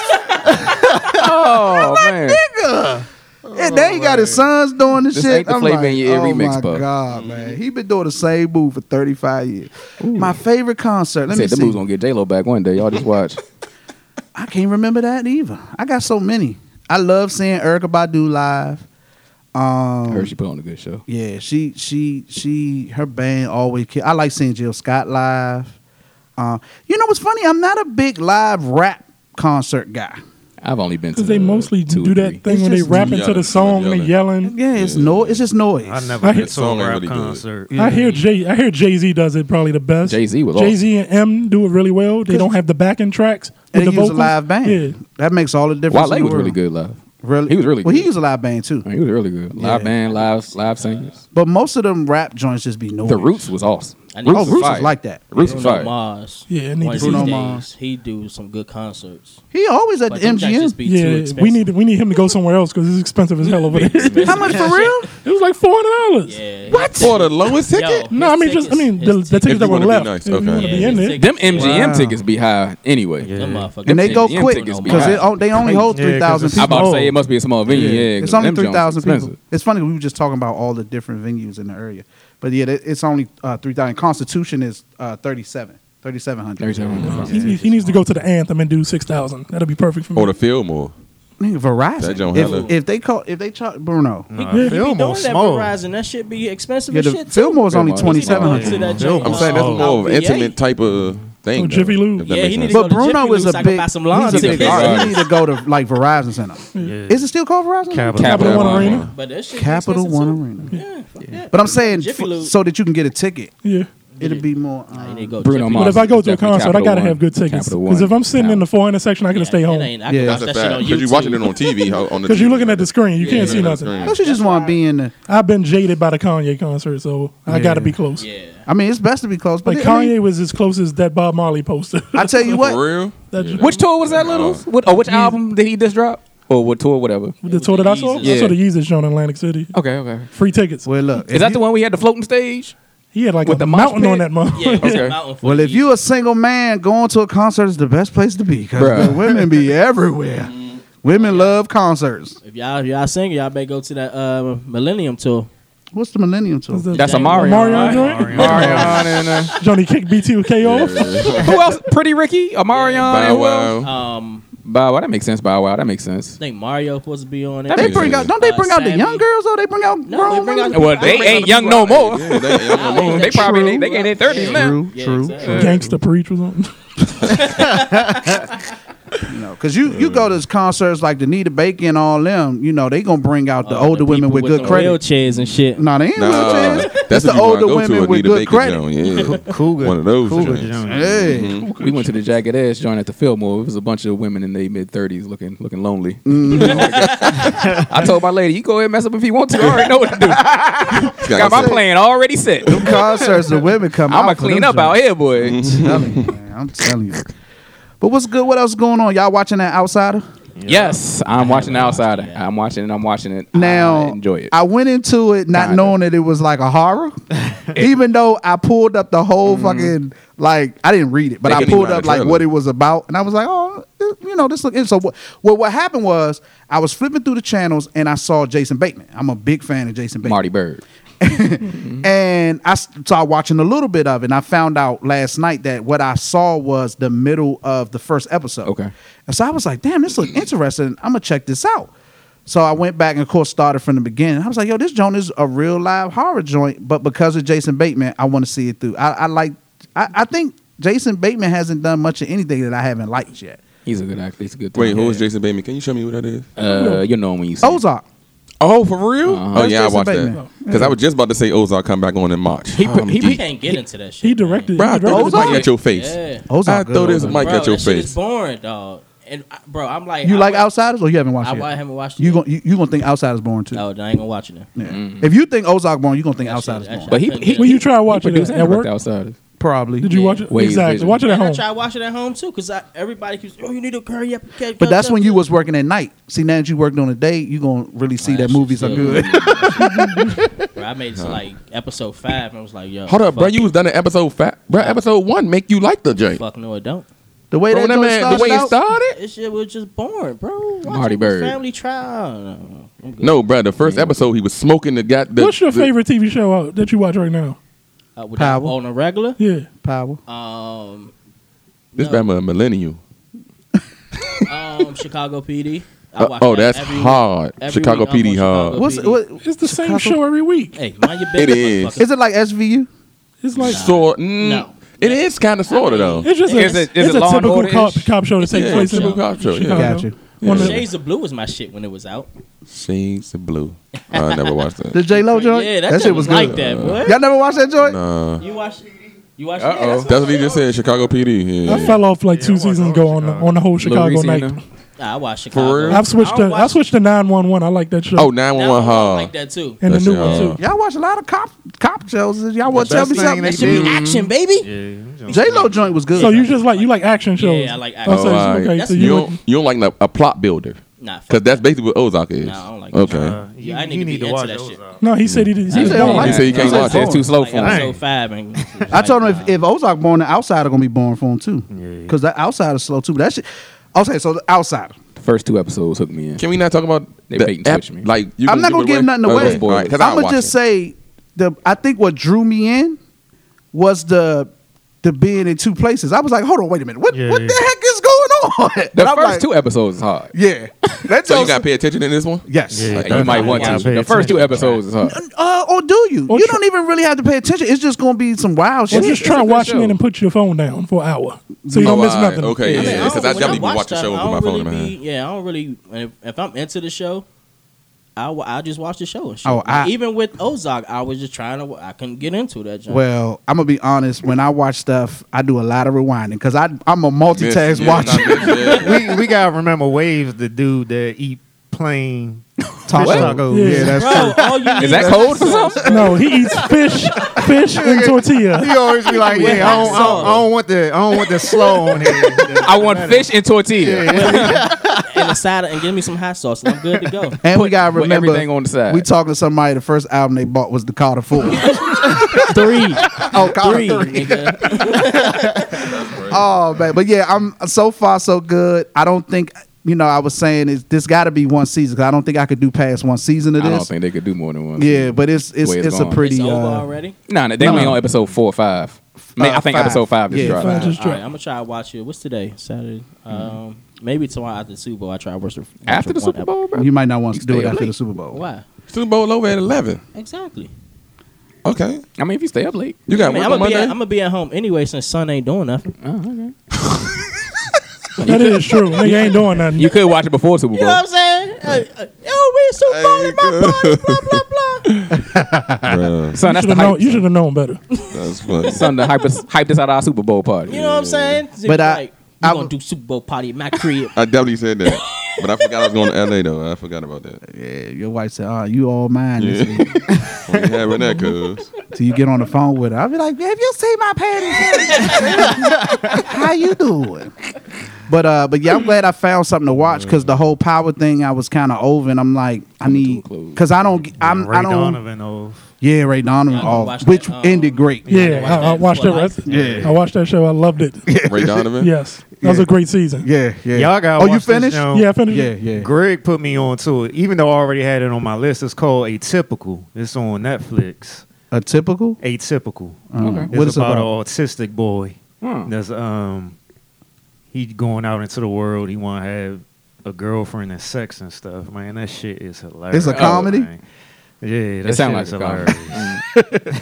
Speaker 2: Oh man.
Speaker 1: and then he got his sons doing this,
Speaker 2: This
Speaker 1: shit.
Speaker 2: ain't the Flavor
Speaker 1: like,
Speaker 2: in Your Ear
Speaker 1: oh
Speaker 2: remix,
Speaker 1: my
Speaker 2: Puff."
Speaker 1: god, man,
Speaker 6: Mm-hmm.
Speaker 1: he been doing the same move for 35 years. My favorite concert. Let me
Speaker 2: Said the
Speaker 1: see.
Speaker 2: moves gonna get J Lo back one day. Y'all just watch.
Speaker 1: I can't remember that either. I got so many. I love seeing Erica Badu live.
Speaker 2: I
Speaker 1: Um,
Speaker 2: heard she put on a good show.
Speaker 1: yeah, she she she her band always. Kill. I like seeing Jill Scott live. Uh, you know what's funny? I'm not a big live rap concert guy.
Speaker 2: I've only been to
Speaker 5: Because they
Speaker 2: the
Speaker 5: mostly
Speaker 2: two or
Speaker 5: do that
Speaker 2: three.
Speaker 5: thing
Speaker 1: It's
Speaker 5: when they
Speaker 1: just
Speaker 5: rap into the
Speaker 4: yelling,
Speaker 5: song and they yelling.
Speaker 1: Yeah, it's no, it's just noise.
Speaker 6: I
Speaker 5: I hear-
Speaker 6: never been to a
Speaker 4: Song ain't
Speaker 6: rap
Speaker 4: really good.
Speaker 6: concert.
Speaker 5: I hear Jay. I hear Jay Z does it probably the best.
Speaker 2: Jay Z was
Speaker 5: Jay Z and M do it really well. They don't have the backing tracks.
Speaker 1: And they
Speaker 5: with the
Speaker 1: use a
Speaker 5: vocals.
Speaker 1: live band.
Speaker 5: Yeah,
Speaker 1: That makes all the difference.
Speaker 2: Wale
Speaker 1: in the
Speaker 2: was really
Speaker 1: world.
Speaker 2: good live.
Speaker 1: Really,
Speaker 2: He was really
Speaker 1: well. He
Speaker 2: good.
Speaker 1: used a live band too,
Speaker 2: I mean, he was really good. Live
Speaker 1: Yeah.
Speaker 2: band, live live singers.
Speaker 1: but most of them rap joints just be noise.
Speaker 2: The Roots was awesome.
Speaker 3: I
Speaker 2: Roots
Speaker 3: need-
Speaker 1: oh,
Speaker 2: was
Speaker 1: Roots
Speaker 2: fire.
Speaker 1: was like that.
Speaker 2: Roots was
Speaker 3: Bruno
Speaker 2: fire.
Speaker 3: Mars.
Speaker 5: Yeah, I
Speaker 3: One
Speaker 5: need to
Speaker 3: of
Speaker 5: see
Speaker 3: these
Speaker 1: Bruno
Speaker 3: days,
Speaker 1: Mars.
Speaker 3: He do some good concerts.
Speaker 1: He always at
Speaker 3: But
Speaker 1: the
Speaker 3: them joints just
Speaker 1: MGM.
Speaker 3: be too
Speaker 5: yeah.
Speaker 3: expensive.
Speaker 5: We need we need him to go somewhere else because it's expensive as hell over there. it
Speaker 1: How much for real?
Speaker 5: was like four dollars.
Speaker 3: Yeah.
Speaker 4: do? For the lowest
Speaker 3: Yo,
Speaker 4: ticket?
Speaker 5: No, I
Speaker 3: his
Speaker 5: mean just I
Speaker 3: tickets-
Speaker 5: mean
Speaker 3: his
Speaker 5: the, the
Speaker 3: tickets-
Speaker 5: tickets that
Speaker 4: If you
Speaker 5: were
Speaker 4: wanna be
Speaker 5: left.
Speaker 4: nice,
Speaker 5: If you
Speaker 4: okay.
Speaker 5: wanna
Speaker 3: Yeah,
Speaker 5: be in
Speaker 3: his
Speaker 5: there.
Speaker 3: tickets-
Speaker 2: Them MGM
Speaker 1: Wow.
Speaker 2: tickets be high anyway.
Speaker 6: Yeah.
Speaker 3: Them motherfuckers.
Speaker 1: And they go
Speaker 2: MGM
Speaker 1: quick
Speaker 2: tickets be
Speaker 1: because
Speaker 2: high.
Speaker 1: it on- they only hold
Speaker 6: Yeah, 'cause
Speaker 1: three thousand
Speaker 6: it's-
Speaker 1: people.
Speaker 2: I'm about to say
Speaker 1: Oh.
Speaker 2: it must be a small venue. Yeah, 'cause
Speaker 1: it's only
Speaker 2: them joints
Speaker 1: three thousand people.
Speaker 2: expensive.
Speaker 1: It's funny we were just talking about all the different venues in the area, but yeah, that- it's only uh, three thousand. Constitution is uh, thirty-seven. 3700
Speaker 2: 3700.
Speaker 5: He, he- he needs to go to the anthem and do six thousand. That'll be perfect for me.
Speaker 4: Or the Fillmore.
Speaker 1: Nigga, Verizon.
Speaker 4: That joint hella-
Speaker 1: if, if they call, if they charge Bruno,
Speaker 6: Nah,
Speaker 5: Yeah, he be
Speaker 3: Doing
Speaker 6: Fillmore
Speaker 3: that
Speaker 6: small.
Speaker 3: Verizon, that shit be expensive
Speaker 1: yeah,
Speaker 3: as
Speaker 1: the
Speaker 3: shit. too.
Speaker 1: Fillmore's only
Speaker 2: Fillmore.
Speaker 1: twenty seven
Speaker 3: He need to
Speaker 1: hundred.
Speaker 3: go to that joint.
Speaker 4: I'm saying that's
Speaker 6: Oh.
Speaker 4: more of an
Speaker 3: Yeah.
Speaker 4: intimate type of thing.
Speaker 5: Oh, Jiffy
Speaker 4: though,
Speaker 5: Lube.
Speaker 4: if that
Speaker 3: Yeah,
Speaker 4: makes
Speaker 3: he need
Speaker 4: sense.
Speaker 3: to go
Speaker 1: But
Speaker 3: to Jiffy
Speaker 1: Bruno is
Speaker 3: Lube
Speaker 1: a
Speaker 3: so I
Speaker 1: big.
Speaker 3: can buy some lawn
Speaker 1: he's a big
Speaker 3: tickets.
Speaker 1: artist. He need to go to like Verizon Center. Is it still called Verizon? Center?
Speaker 6: Capital.
Speaker 5: Capital One
Speaker 2: Capital One
Speaker 5: Arena.
Speaker 3: But that shit be
Speaker 1: Capital
Speaker 3: expensive,
Speaker 1: One
Speaker 3: too.
Speaker 1: Arena.
Speaker 3: Yeah, fuck yeah.
Speaker 1: But I'm saying
Speaker 3: Jiffy
Speaker 1: f-
Speaker 3: Lube.
Speaker 1: so that you can get a ticket.
Speaker 5: Yeah.
Speaker 1: It'll be more.
Speaker 3: Nah, you
Speaker 1: um,
Speaker 3: need to go to
Speaker 2: Bruno
Speaker 3: Jiffy
Speaker 5: But
Speaker 2: Mars.
Speaker 5: if I go to a
Speaker 2: Definitely
Speaker 5: concert, I
Speaker 2: Capital
Speaker 5: gotta
Speaker 2: One.
Speaker 5: have good tickets.
Speaker 2: Capital
Speaker 5: Because if
Speaker 2: One.
Speaker 5: I'm sitting in the 400 section, I gotta
Speaker 3: Yeah,
Speaker 5: stay
Speaker 3: It
Speaker 5: home.
Speaker 3: ain't, I can
Speaker 1: Yeah.
Speaker 3: watch
Speaker 4: That's a
Speaker 3: that shit on
Speaker 4: fact.
Speaker 3: YouTube.
Speaker 4: Because you're watching it on TV. how- on the
Speaker 5: Because you're
Speaker 4: TV.
Speaker 5: looking at the screen, you
Speaker 4: Yeah,
Speaker 5: can't see
Speaker 4: the
Speaker 5: nothing.
Speaker 4: screen.
Speaker 1: Don't you just want to be in the?
Speaker 5: I've been jaded by the Kanye concert, so I gotta be close.
Speaker 3: Yeah.
Speaker 1: I mean, it's best to be close. But
Speaker 5: Like
Speaker 1: I mean,
Speaker 5: Kanye was as close as that Bob Marley poster.
Speaker 1: I tell you what,
Speaker 4: For real?
Speaker 5: that,
Speaker 2: Which tour was that,
Speaker 1: Uh,
Speaker 2: Littles? What, or which album did he just drop? Or what tour, whatever?
Speaker 5: the tour that I saw?
Speaker 3: Yeah.
Speaker 5: I saw the Yeezus show in Atlantic City.
Speaker 2: Okay, okay.
Speaker 5: Free tickets.
Speaker 1: Well, look.
Speaker 2: Is
Speaker 1: if
Speaker 2: that
Speaker 1: you-
Speaker 2: the one we had the floating stage?
Speaker 5: he had like
Speaker 2: with
Speaker 5: a
Speaker 2: the mosh
Speaker 5: mountain on
Speaker 2: pit?
Speaker 5: that month.
Speaker 3: Yeah, it's
Speaker 2: Okay.
Speaker 3: a mountain for
Speaker 1: Well, if
Speaker 3: these-
Speaker 1: you a single man going to a concert is the best place to be
Speaker 2: Bruh.
Speaker 1: because women be everywhere. Women love concerts.
Speaker 3: if y'all if y'all single, y'all better go to that uh, Millennium tour.
Speaker 1: What's the Millennium tour?
Speaker 2: That's
Speaker 3: Yeah.
Speaker 2: a Mario.
Speaker 5: Mario
Speaker 2: right?
Speaker 5: joint?
Speaker 2: Marion and uh,
Speaker 5: Johnny kicked BTK off.
Speaker 2: who else? Pretty Ricky, a Marion
Speaker 4: Bow
Speaker 2: and who else?
Speaker 4: Wow.
Speaker 3: Um,
Speaker 2: Bow Wow. That makes sense. Bow Wow. That makes sense.
Speaker 3: I think Mario supposed to be on it.
Speaker 1: they
Speaker 4: makes
Speaker 1: bring
Speaker 4: sense.
Speaker 1: out don't they
Speaker 3: Uh,
Speaker 1: bring out the
Speaker 3: Savvy.
Speaker 1: young girls though? They bring out
Speaker 3: No,
Speaker 1: grown
Speaker 3: they bring
Speaker 1: women?
Speaker 3: out-
Speaker 2: Well, they ain't young no more.
Speaker 4: Yeah, they ain't young no more.
Speaker 2: They probably they, they
Speaker 1: True.
Speaker 2: in their thirties now.
Speaker 1: True,
Speaker 3: Yeah,
Speaker 1: true.
Speaker 3: exactly.
Speaker 5: Gangsta Preach was on.
Speaker 1: No, because you, you go
Speaker 4: Mm.
Speaker 1: to concerts like the Nita Baker and all them, you know, they gonna bring out the
Speaker 3: Uh,
Speaker 1: older
Speaker 3: the
Speaker 1: women
Speaker 3: people
Speaker 1: with good
Speaker 3: the
Speaker 1: credit.
Speaker 3: wheelchairs and shit.
Speaker 1: No, they ain't
Speaker 4: Nah,
Speaker 1: wheelchairs. It's
Speaker 4: that's
Speaker 1: the
Speaker 4: if you wanna
Speaker 1: older
Speaker 4: go to
Speaker 1: women with
Speaker 4: Anita
Speaker 1: good
Speaker 4: Baker
Speaker 1: credit.
Speaker 4: Jones, Mm-hmm. Yeah.
Speaker 6: Cougar.
Speaker 4: One of those
Speaker 6: Cougar
Speaker 4: joints.
Speaker 6: joints.
Speaker 1: Hey.
Speaker 2: We went to the Jagged Edge joint at the Fillmore. It was a bunch of women in their mid thirties, looking looking lonely.
Speaker 1: Mm.
Speaker 2: I told my lady, "You go ahead and mess up if you want to. I already know what to do. Got my plan already set.
Speaker 1: Them concerts, the women come
Speaker 2: I'ma
Speaker 1: out for
Speaker 2: clean
Speaker 1: them
Speaker 2: up out
Speaker 1: joints. Mm-hmm.
Speaker 2: here,
Speaker 1: I'm telling you,
Speaker 2: boy."
Speaker 1: man. I'm telling you. But what's good? What else going on? Y'all watching that Outsider?
Speaker 2: Yes, I'm watching The
Speaker 3: haven't watched it
Speaker 2: Outsider.
Speaker 3: yet.
Speaker 2: I'm watching it. I'm watching it.
Speaker 1: Now,
Speaker 2: I enjoy it.
Speaker 1: I went into it not
Speaker 2: Kinda.
Speaker 1: knowing that it was like a horror, even though I pulled up the whole
Speaker 2: Mm-hmm.
Speaker 1: fucking like I didn't read it, but
Speaker 4: They
Speaker 1: I
Speaker 4: couldn't
Speaker 1: pulled up
Speaker 4: even write a
Speaker 1: like
Speaker 4: trailer.
Speaker 1: what it was about, and I was like, oh, th- you know, this look. And so what? Well, what happened was I was flipping through the channels and I saw Jason Bateman. I'm a big fan of Jason Bateman.
Speaker 2: Marty Bird.
Speaker 1: And I s- started watching a little bit of it. And I found out last night that what I saw was the middle of the first episode.
Speaker 2: Okay.
Speaker 1: And so I was like, damn, this looks interesting. I'm going to check this out. So I went back and, of course, started from the beginning. I was like, yo, this joint is a real live horror joint. But because of Jason Bateman, I want to see it through. I, I like, I, I think Jason Bateman hasn't done much of anything that I haven't liked yet.
Speaker 2: He's a good actor. He's a good.
Speaker 4: Wait,
Speaker 2: thing.
Speaker 4: who is Jason Bateman? Can you show me who that is?
Speaker 2: Uh, you know him when you see. him.
Speaker 1: Ozark.
Speaker 4: Oh, for real?
Speaker 3: Uh-huh.
Speaker 4: Oh
Speaker 1: That's
Speaker 4: yeah, I
Speaker 1: Jason
Speaker 4: watched
Speaker 1: Bateman.
Speaker 4: that because I was just about to say Ozark come back on in March. Um,
Speaker 2: He put- he
Speaker 3: You
Speaker 2: put-
Speaker 3: can't get into that shit.
Speaker 5: He directed.
Speaker 4: Bro, I
Speaker 5: he
Speaker 4: throw
Speaker 5: directed
Speaker 4: this
Speaker 1: Ozark?
Speaker 4: mic at your face.
Speaker 3: Yeah.
Speaker 4: I
Speaker 1: Ozark.
Speaker 4: throw this mic
Speaker 3: bro,
Speaker 4: at your
Speaker 3: that shit
Speaker 4: face.
Speaker 3: is boring, dog. And I- bro, I'm like,
Speaker 1: You
Speaker 3: I
Speaker 1: like
Speaker 3: would-
Speaker 1: Outsiders or you haven't watched
Speaker 3: I,
Speaker 1: it?
Speaker 3: I
Speaker 1: yet?
Speaker 3: haven't watched it.
Speaker 1: You
Speaker 3: yet.
Speaker 1: gonna you, you gonna think Outsiders born too?
Speaker 3: No, I ain't gonna watch it. Now.
Speaker 1: Yeah. If you think Ozark born, you're gonna think Outsider's
Speaker 3: Mm-hmm. that
Speaker 1: born.
Speaker 2: But he,
Speaker 3: I couldn't
Speaker 2: he
Speaker 5: When you try to watch
Speaker 2: he
Speaker 5: it
Speaker 2: produced
Speaker 5: at
Speaker 2: and
Speaker 5: work?
Speaker 2: worked Outsiders.
Speaker 1: Probably.
Speaker 5: Did you watch it?
Speaker 2: Wave
Speaker 5: exactly.
Speaker 2: vision.
Speaker 5: Watch it at
Speaker 3: And I
Speaker 5: home.
Speaker 3: try to watch it at home too, cause I, everybody keeps, oh, you need to hurry up. catch
Speaker 1: But
Speaker 3: up,
Speaker 1: that's
Speaker 3: catch
Speaker 1: when you
Speaker 3: up."
Speaker 1: was working at night. See, now that you worked on the day, you gonna really see
Speaker 3: Wow,
Speaker 1: that
Speaker 3: that
Speaker 1: movies are
Speaker 3: shit's
Speaker 1: good.
Speaker 3: Bro, I made it to like episode five, and I was like, yo,
Speaker 4: Hold up,
Speaker 3: fuck
Speaker 4: bro. You
Speaker 3: it.
Speaker 4: was done in episode five. Bro, episode one make you like the joint.
Speaker 3: fuck no, it don't.
Speaker 1: the way
Speaker 4: Bro,
Speaker 1: that,
Speaker 4: that
Speaker 1: joint
Speaker 4: man, the way it
Speaker 1: started out,
Speaker 4: started.
Speaker 3: This shit was just boring, bro. Watch
Speaker 2: Marty
Speaker 3: it with
Speaker 2: Bird.
Speaker 3: Family trial.
Speaker 4: No, bro. The first episode, he was smoking the guy. The,
Speaker 5: What's your
Speaker 4: the-
Speaker 5: favorite TV show out that you watch right now?
Speaker 3: Uh, with
Speaker 1: Power.
Speaker 3: On a regular.
Speaker 5: Yeah.
Speaker 1: power.
Speaker 3: Um,
Speaker 4: This
Speaker 3: No.
Speaker 4: man a millennial.
Speaker 3: um, Chicago PD. I
Speaker 4: Uh,
Speaker 3: watch
Speaker 4: oh,
Speaker 3: that
Speaker 4: that's
Speaker 3: every week.
Speaker 4: hard.
Speaker 3: Every
Speaker 4: Chicago
Speaker 3: week I'm
Speaker 4: PD
Speaker 3: on
Speaker 4: hard.
Speaker 3: Chicago.
Speaker 1: What's
Speaker 3: PD.
Speaker 1: what?
Speaker 5: It's the same
Speaker 1: Chicago-
Speaker 5: show every week.
Speaker 3: Hey, mind your
Speaker 4: It
Speaker 3: business.
Speaker 4: is.
Speaker 3: motherfucker.
Speaker 1: Is it like SVU?
Speaker 5: It's like
Speaker 4: Sort mm,
Speaker 3: No.
Speaker 4: It is kind of sort of though.
Speaker 5: it's just a,
Speaker 2: Is it- is
Speaker 5: it's
Speaker 2: it
Speaker 5: a
Speaker 2: Law and
Speaker 5: typical cop,
Speaker 2: Order-ish?
Speaker 5: cop show that takes
Speaker 4: Yeah,
Speaker 5: place in
Speaker 4: typical cop show, yeah.
Speaker 5: Chicago.
Speaker 1: Got you.
Speaker 5: One of the-
Speaker 3: Shades of Blue was my shit when it was out.
Speaker 4: Shades of blue. I never watched
Speaker 1: The
Speaker 4: that.
Speaker 1: J Lo joint?
Speaker 3: yeah, that, shit was, like that, boy.
Speaker 1: Y'all never watched that joint?
Speaker 4: Uh,
Speaker 3: You watch, you watch.
Speaker 2: Uh-oh.
Speaker 3: Yeah, that's
Speaker 4: that's what he just said. Chicago PD.
Speaker 5: I
Speaker 4: Yeah.
Speaker 5: fell off like two
Speaker 6: I watch
Speaker 5: seasons
Speaker 6: all
Speaker 5: ago on the,
Speaker 6: Chicago.
Speaker 5: on the whole Chicago night.
Speaker 2: Louisiana.
Speaker 3: Nah, I watch Chicago.
Speaker 4: real?
Speaker 5: I've switched
Speaker 3: I
Speaker 5: to
Speaker 3: don't
Speaker 5: I
Speaker 3: watch-
Speaker 5: switched to nine one one. I like that show.
Speaker 4: Oh,
Speaker 3: that
Speaker 4: 911
Speaker 3: one I
Speaker 4: hard.
Speaker 3: like that too.
Speaker 5: and the
Speaker 4: that's
Speaker 5: new
Speaker 4: your-
Speaker 5: one too.
Speaker 1: Y'all watch a lot of cop cop shows. Y'all want to tell me
Speaker 6: best thing
Speaker 1: something?
Speaker 6: they
Speaker 3: That should be action, baby.
Speaker 6: Yeah.
Speaker 1: J Lo joint was good.
Speaker 5: So you just like you like action shows.
Speaker 3: I like
Speaker 5: Oh,
Speaker 3: action
Speaker 5: so
Speaker 4: Oh,
Speaker 5: you-
Speaker 4: all right.
Speaker 5: okay, so
Speaker 4: you,
Speaker 5: you,
Speaker 4: don't, you don't like the- a plot builder
Speaker 3: Nah, fuck
Speaker 4: because that's
Speaker 3: that.
Speaker 4: basically what Ozark is.
Speaker 3: Nah, I don't like
Speaker 4: okay.
Speaker 3: that. Yeah, I need to be into that shit.
Speaker 6: Ozark.
Speaker 5: no, he said he did. He said
Speaker 1: said
Speaker 2: "Oh,
Speaker 5: don't
Speaker 1: he
Speaker 5: like.
Speaker 4: he
Speaker 5: it.
Speaker 4: said you can't
Speaker 1: That's
Speaker 4: watch
Speaker 1: boring.
Speaker 4: it.
Speaker 2: It's too slow
Speaker 3: Like
Speaker 2: for him.
Speaker 3: episode
Speaker 6: Dang.
Speaker 3: five, and
Speaker 1: I told him if, if Ozark born, the outsider gonna be born for him too.
Speaker 6: Yeah.
Speaker 1: Because that outsider is slow too. But that shit. Okay, so the outsider.
Speaker 2: The first two episodes hooked me in.
Speaker 4: Can we not talk about
Speaker 2: They
Speaker 4: the
Speaker 2: bait and switch me.
Speaker 4: Like you
Speaker 1: I'm not gonna
Speaker 4: it
Speaker 1: give nothing
Speaker 4: Oh,
Speaker 1: away.
Speaker 4: okay. All right, 'cause I
Speaker 1: I'm gonna
Speaker 4: watch
Speaker 1: just
Speaker 4: it.
Speaker 1: say the I think what drew me in was the the being in two places. I was like, hold on, wait a minute, what
Speaker 6: Yeah,
Speaker 1: what
Speaker 6: yeah.
Speaker 1: the heck is going on?
Speaker 2: The
Speaker 1: And I'm
Speaker 2: first
Speaker 1: like,
Speaker 2: two episodes is hard.
Speaker 1: yeah, that's
Speaker 4: So you got to pay attention in this one.
Speaker 1: yes.
Speaker 6: Yeah.
Speaker 2: You might want
Speaker 6: Yeah, I
Speaker 2: to.
Speaker 6: pay
Speaker 2: The first two
Speaker 6: attention.
Speaker 2: episodes is hard.
Speaker 1: Uh, or do you?
Speaker 5: Or
Speaker 1: you
Speaker 5: try-
Speaker 1: don't even really have to pay attention. It's just gonna be some wild
Speaker 5: Or
Speaker 1: shit.
Speaker 5: just try
Speaker 2: good
Speaker 5: watching
Speaker 2: show.
Speaker 5: it and put your phone down for an hour so you don't
Speaker 4: Oh,
Speaker 5: miss
Speaker 4: all right.
Speaker 5: nothing.
Speaker 4: Okay, yeah,
Speaker 3: don't-
Speaker 4: 'cause I
Speaker 3: when
Speaker 4: definitely be watching
Speaker 3: stuff, I
Speaker 4: shows with my
Speaker 3: don't
Speaker 4: phone
Speaker 3: really
Speaker 4: in my
Speaker 3: be- Yeah, I don't really. If, if I'm into the show, I, wa- I just watch the show and shit.
Speaker 1: Oh, I-
Speaker 3: even with Ozark, I was just trying to. wa- I couldn't get into that. Junk.
Speaker 1: Well, I'm gonna be honest. When I watch stuff, I do a lot of rewinding because I I'm a
Speaker 4: Miss-
Speaker 1: multitask
Speaker 4: yeah,
Speaker 1: watcher.
Speaker 4: not miss, yeah.
Speaker 6: we, we gotta remember Waves, the dude that eat plain fish
Speaker 1: What?
Speaker 6: tacos.
Speaker 5: Yeah,
Speaker 1: that's
Speaker 3: bro, all you need
Speaker 2: Is that cold for something?
Speaker 5: No, he eats fish, fish and tortilla.
Speaker 6: He always be like, yeah, I don't, I, don't, I don't want the, I don't want the slow on here.
Speaker 2: I want fish and tortilla.
Speaker 3: and a side and give me some hot sauce, and I'm good to go.
Speaker 1: And we gotta
Speaker 2: put
Speaker 1: remember
Speaker 2: everything on the side.
Speaker 1: We talking to somebody. The first album they bought was Dakota Four.
Speaker 3: Three,
Speaker 1: oh, Carter
Speaker 3: three, nigga.
Speaker 1: Oh man, but yeah, I'm so far so good. I don't think you know. I was saying is this got to be one season 'cause I don't think I could do past one season of
Speaker 2: I
Speaker 1: this.
Speaker 2: don't think they could do more than one.
Speaker 1: yeah, but it's it's
Speaker 2: Way
Speaker 1: it's,
Speaker 2: it's
Speaker 1: a
Speaker 2: gone.
Speaker 1: pretty.
Speaker 3: It's over
Speaker 1: uh,
Speaker 3: already.
Speaker 2: Nah, nah, they only on episode four or five. Man,
Speaker 1: Uh,
Speaker 2: I think
Speaker 1: five.
Speaker 2: episode five just
Speaker 1: Yeah,
Speaker 2: dropped.
Speaker 5: five just
Speaker 3: All right, I'm
Speaker 5: dropped.
Speaker 3: gonna try to watch it. What's today? Saturday. Um, maybe tomorrow after the Super Bowl, I try to watch the
Speaker 2: After the
Speaker 3: watch one
Speaker 2: Super Bowl, bro?
Speaker 1: you might not want to
Speaker 2: You
Speaker 1: do it
Speaker 2: stay up
Speaker 1: after
Speaker 2: late.
Speaker 1: the Super Bowl.
Speaker 3: ep- Why?
Speaker 4: Super Bowl over at eleven.
Speaker 3: Exactly.
Speaker 4: Okay,
Speaker 2: I mean, if you stay up late.
Speaker 4: you got
Speaker 3: I mean, I'm
Speaker 4: work on
Speaker 3: gonna be
Speaker 4: Monday.
Speaker 3: at, I'm gonna be at home anyway since son ain't doing nothing.
Speaker 5: That is true. Nigga ain't doing nothing.
Speaker 2: You could watch it before Super
Speaker 3: You
Speaker 2: Bowl.
Speaker 3: know what I'm saying? Uh, uh, yo, we Super Bowl in my party, blah blah blah.
Speaker 4: Bruh,
Speaker 2: Son, that's the
Speaker 5: Shoulda known-
Speaker 2: hype.
Speaker 5: You should have known better.
Speaker 4: that's funny.
Speaker 2: Son, to hype us, hype this out of our Super Bowl party.
Speaker 3: You know what I'm saying?
Speaker 1: But I-
Speaker 3: we
Speaker 1: I-
Speaker 3: gonna do Super Bowl party at my crib.
Speaker 4: I definitely said that, but I forgot I was going to LA though. I forgot about that.
Speaker 1: Yeah, your wife said, "Oh, you all mine." this week."
Speaker 4: We ain't having that, cuz.
Speaker 1: Till you get on the phone with her, I'll be like, "Have you seen my panties? How you doing?" But uh, but yeah, I'm glad I found something to watch because the whole power thing I was kind of over, and I'm like, I need because I don't, g- I'm,
Speaker 6: Ray
Speaker 1: I don't,
Speaker 6: Donovan oh,
Speaker 1: yeah, Ray Donovan,
Speaker 3: Yeah, I
Speaker 1: off,
Speaker 3: watched
Speaker 1: Oh, which
Speaker 3: that, um,
Speaker 1: ended great.
Speaker 5: Yeah,
Speaker 3: Yeah,
Speaker 5: I, I watched
Speaker 3: watched that.
Speaker 5: it. Yeah. I watched that show. I loved it.
Speaker 4: Ray Donovan.
Speaker 5: Yes, that was
Speaker 1: Yeah.
Speaker 5: a great season.
Speaker 1: yeah, yeah.
Speaker 6: Y'all gotta
Speaker 1: oh, you
Speaker 6: watch this
Speaker 1: finished?
Speaker 6: show.
Speaker 5: yeah, I finished.
Speaker 1: yeah,
Speaker 5: it.
Speaker 1: yeah.
Speaker 6: Greg put me on to it, even though I already had it on my list. It's called Atypical. It's on Netflix.
Speaker 1: A typical. Uh,
Speaker 6: Atypical.
Speaker 1: Okay.
Speaker 6: It's about, an autistic boy. That's um, he going out into the world. He want to have a girlfriend and sex and stuff. Man, that shit is hilarious. Oh,
Speaker 1: comedy?
Speaker 6: man. Yeah, that
Speaker 2: It sound
Speaker 6: shit
Speaker 2: like
Speaker 6: is
Speaker 2: a comedy.
Speaker 6: hilarious.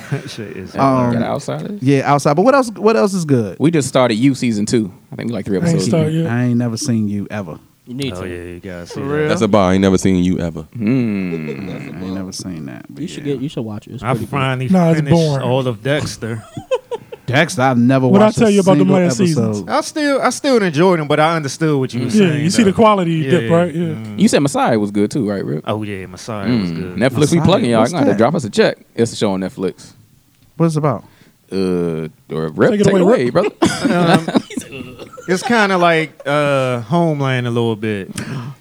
Speaker 6: that shit is.
Speaker 1: Um,
Speaker 2: Got outside of this?
Speaker 1: Yeah, outside. But what else? What else is good?
Speaker 2: We just started you season two. I think we like three
Speaker 5: I ain't
Speaker 2: episodes.
Speaker 5: start yet.
Speaker 1: I ain't never seen you ever.
Speaker 3: You need
Speaker 6: oh
Speaker 3: to.
Speaker 6: yeah, you gotta see.
Speaker 1: real?
Speaker 6: That.
Speaker 4: That's a bar. I ain't never seen you ever.
Speaker 2: Mm.
Speaker 1: I ain't never seen that. But
Speaker 3: You should
Speaker 1: yeah.
Speaker 3: get. You should watch it. It's
Speaker 6: I
Speaker 3: pretty good.
Speaker 6: finally
Speaker 5: Nah, it's
Speaker 6: finished
Speaker 5: boring.
Speaker 6: all of Dexter.
Speaker 1: Dexter. I've never
Speaker 5: What'd I
Speaker 1: watched.
Speaker 5: tell you
Speaker 1: a
Speaker 5: about them
Speaker 1: single
Speaker 5: last
Speaker 1: episode.
Speaker 5: seasons?
Speaker 6: I still, I still enjoyed him, but I understood what Mm. you were
Speaker 5: Yeah,
Speaker 6: saying.
Speaker 5: you see the
Speaker 6: though.
Speaker 5: quality you dip,
Speaker 6: Yeah, Mm.
Speaker 5: right? Yeah.
Speaker 2: You said Messiah was good too, right, Rip?
Speaker 6: Oh yeah, Messiah was
Speaker 2: Mm.
Speaker 6: good.
Speaker 2: Netflix, we
Speaker 1: Messiah,
Speaker 2: plugging y'all.
Speaker 1: what's
Speaker 2: Gonna have to
Speaker 1: that?
Speaker 2: drop us a check. It's a show on Netflix.
Speaker 1: What is it about?
Speaker 2: Uh, or Rip,
Speaker 5: Take
Speaker 2: take it
Speaker 5: it away,
Speaker 2: away, brother.
Speaker 6: Um, it's kind of like uh, Homeland a little bit.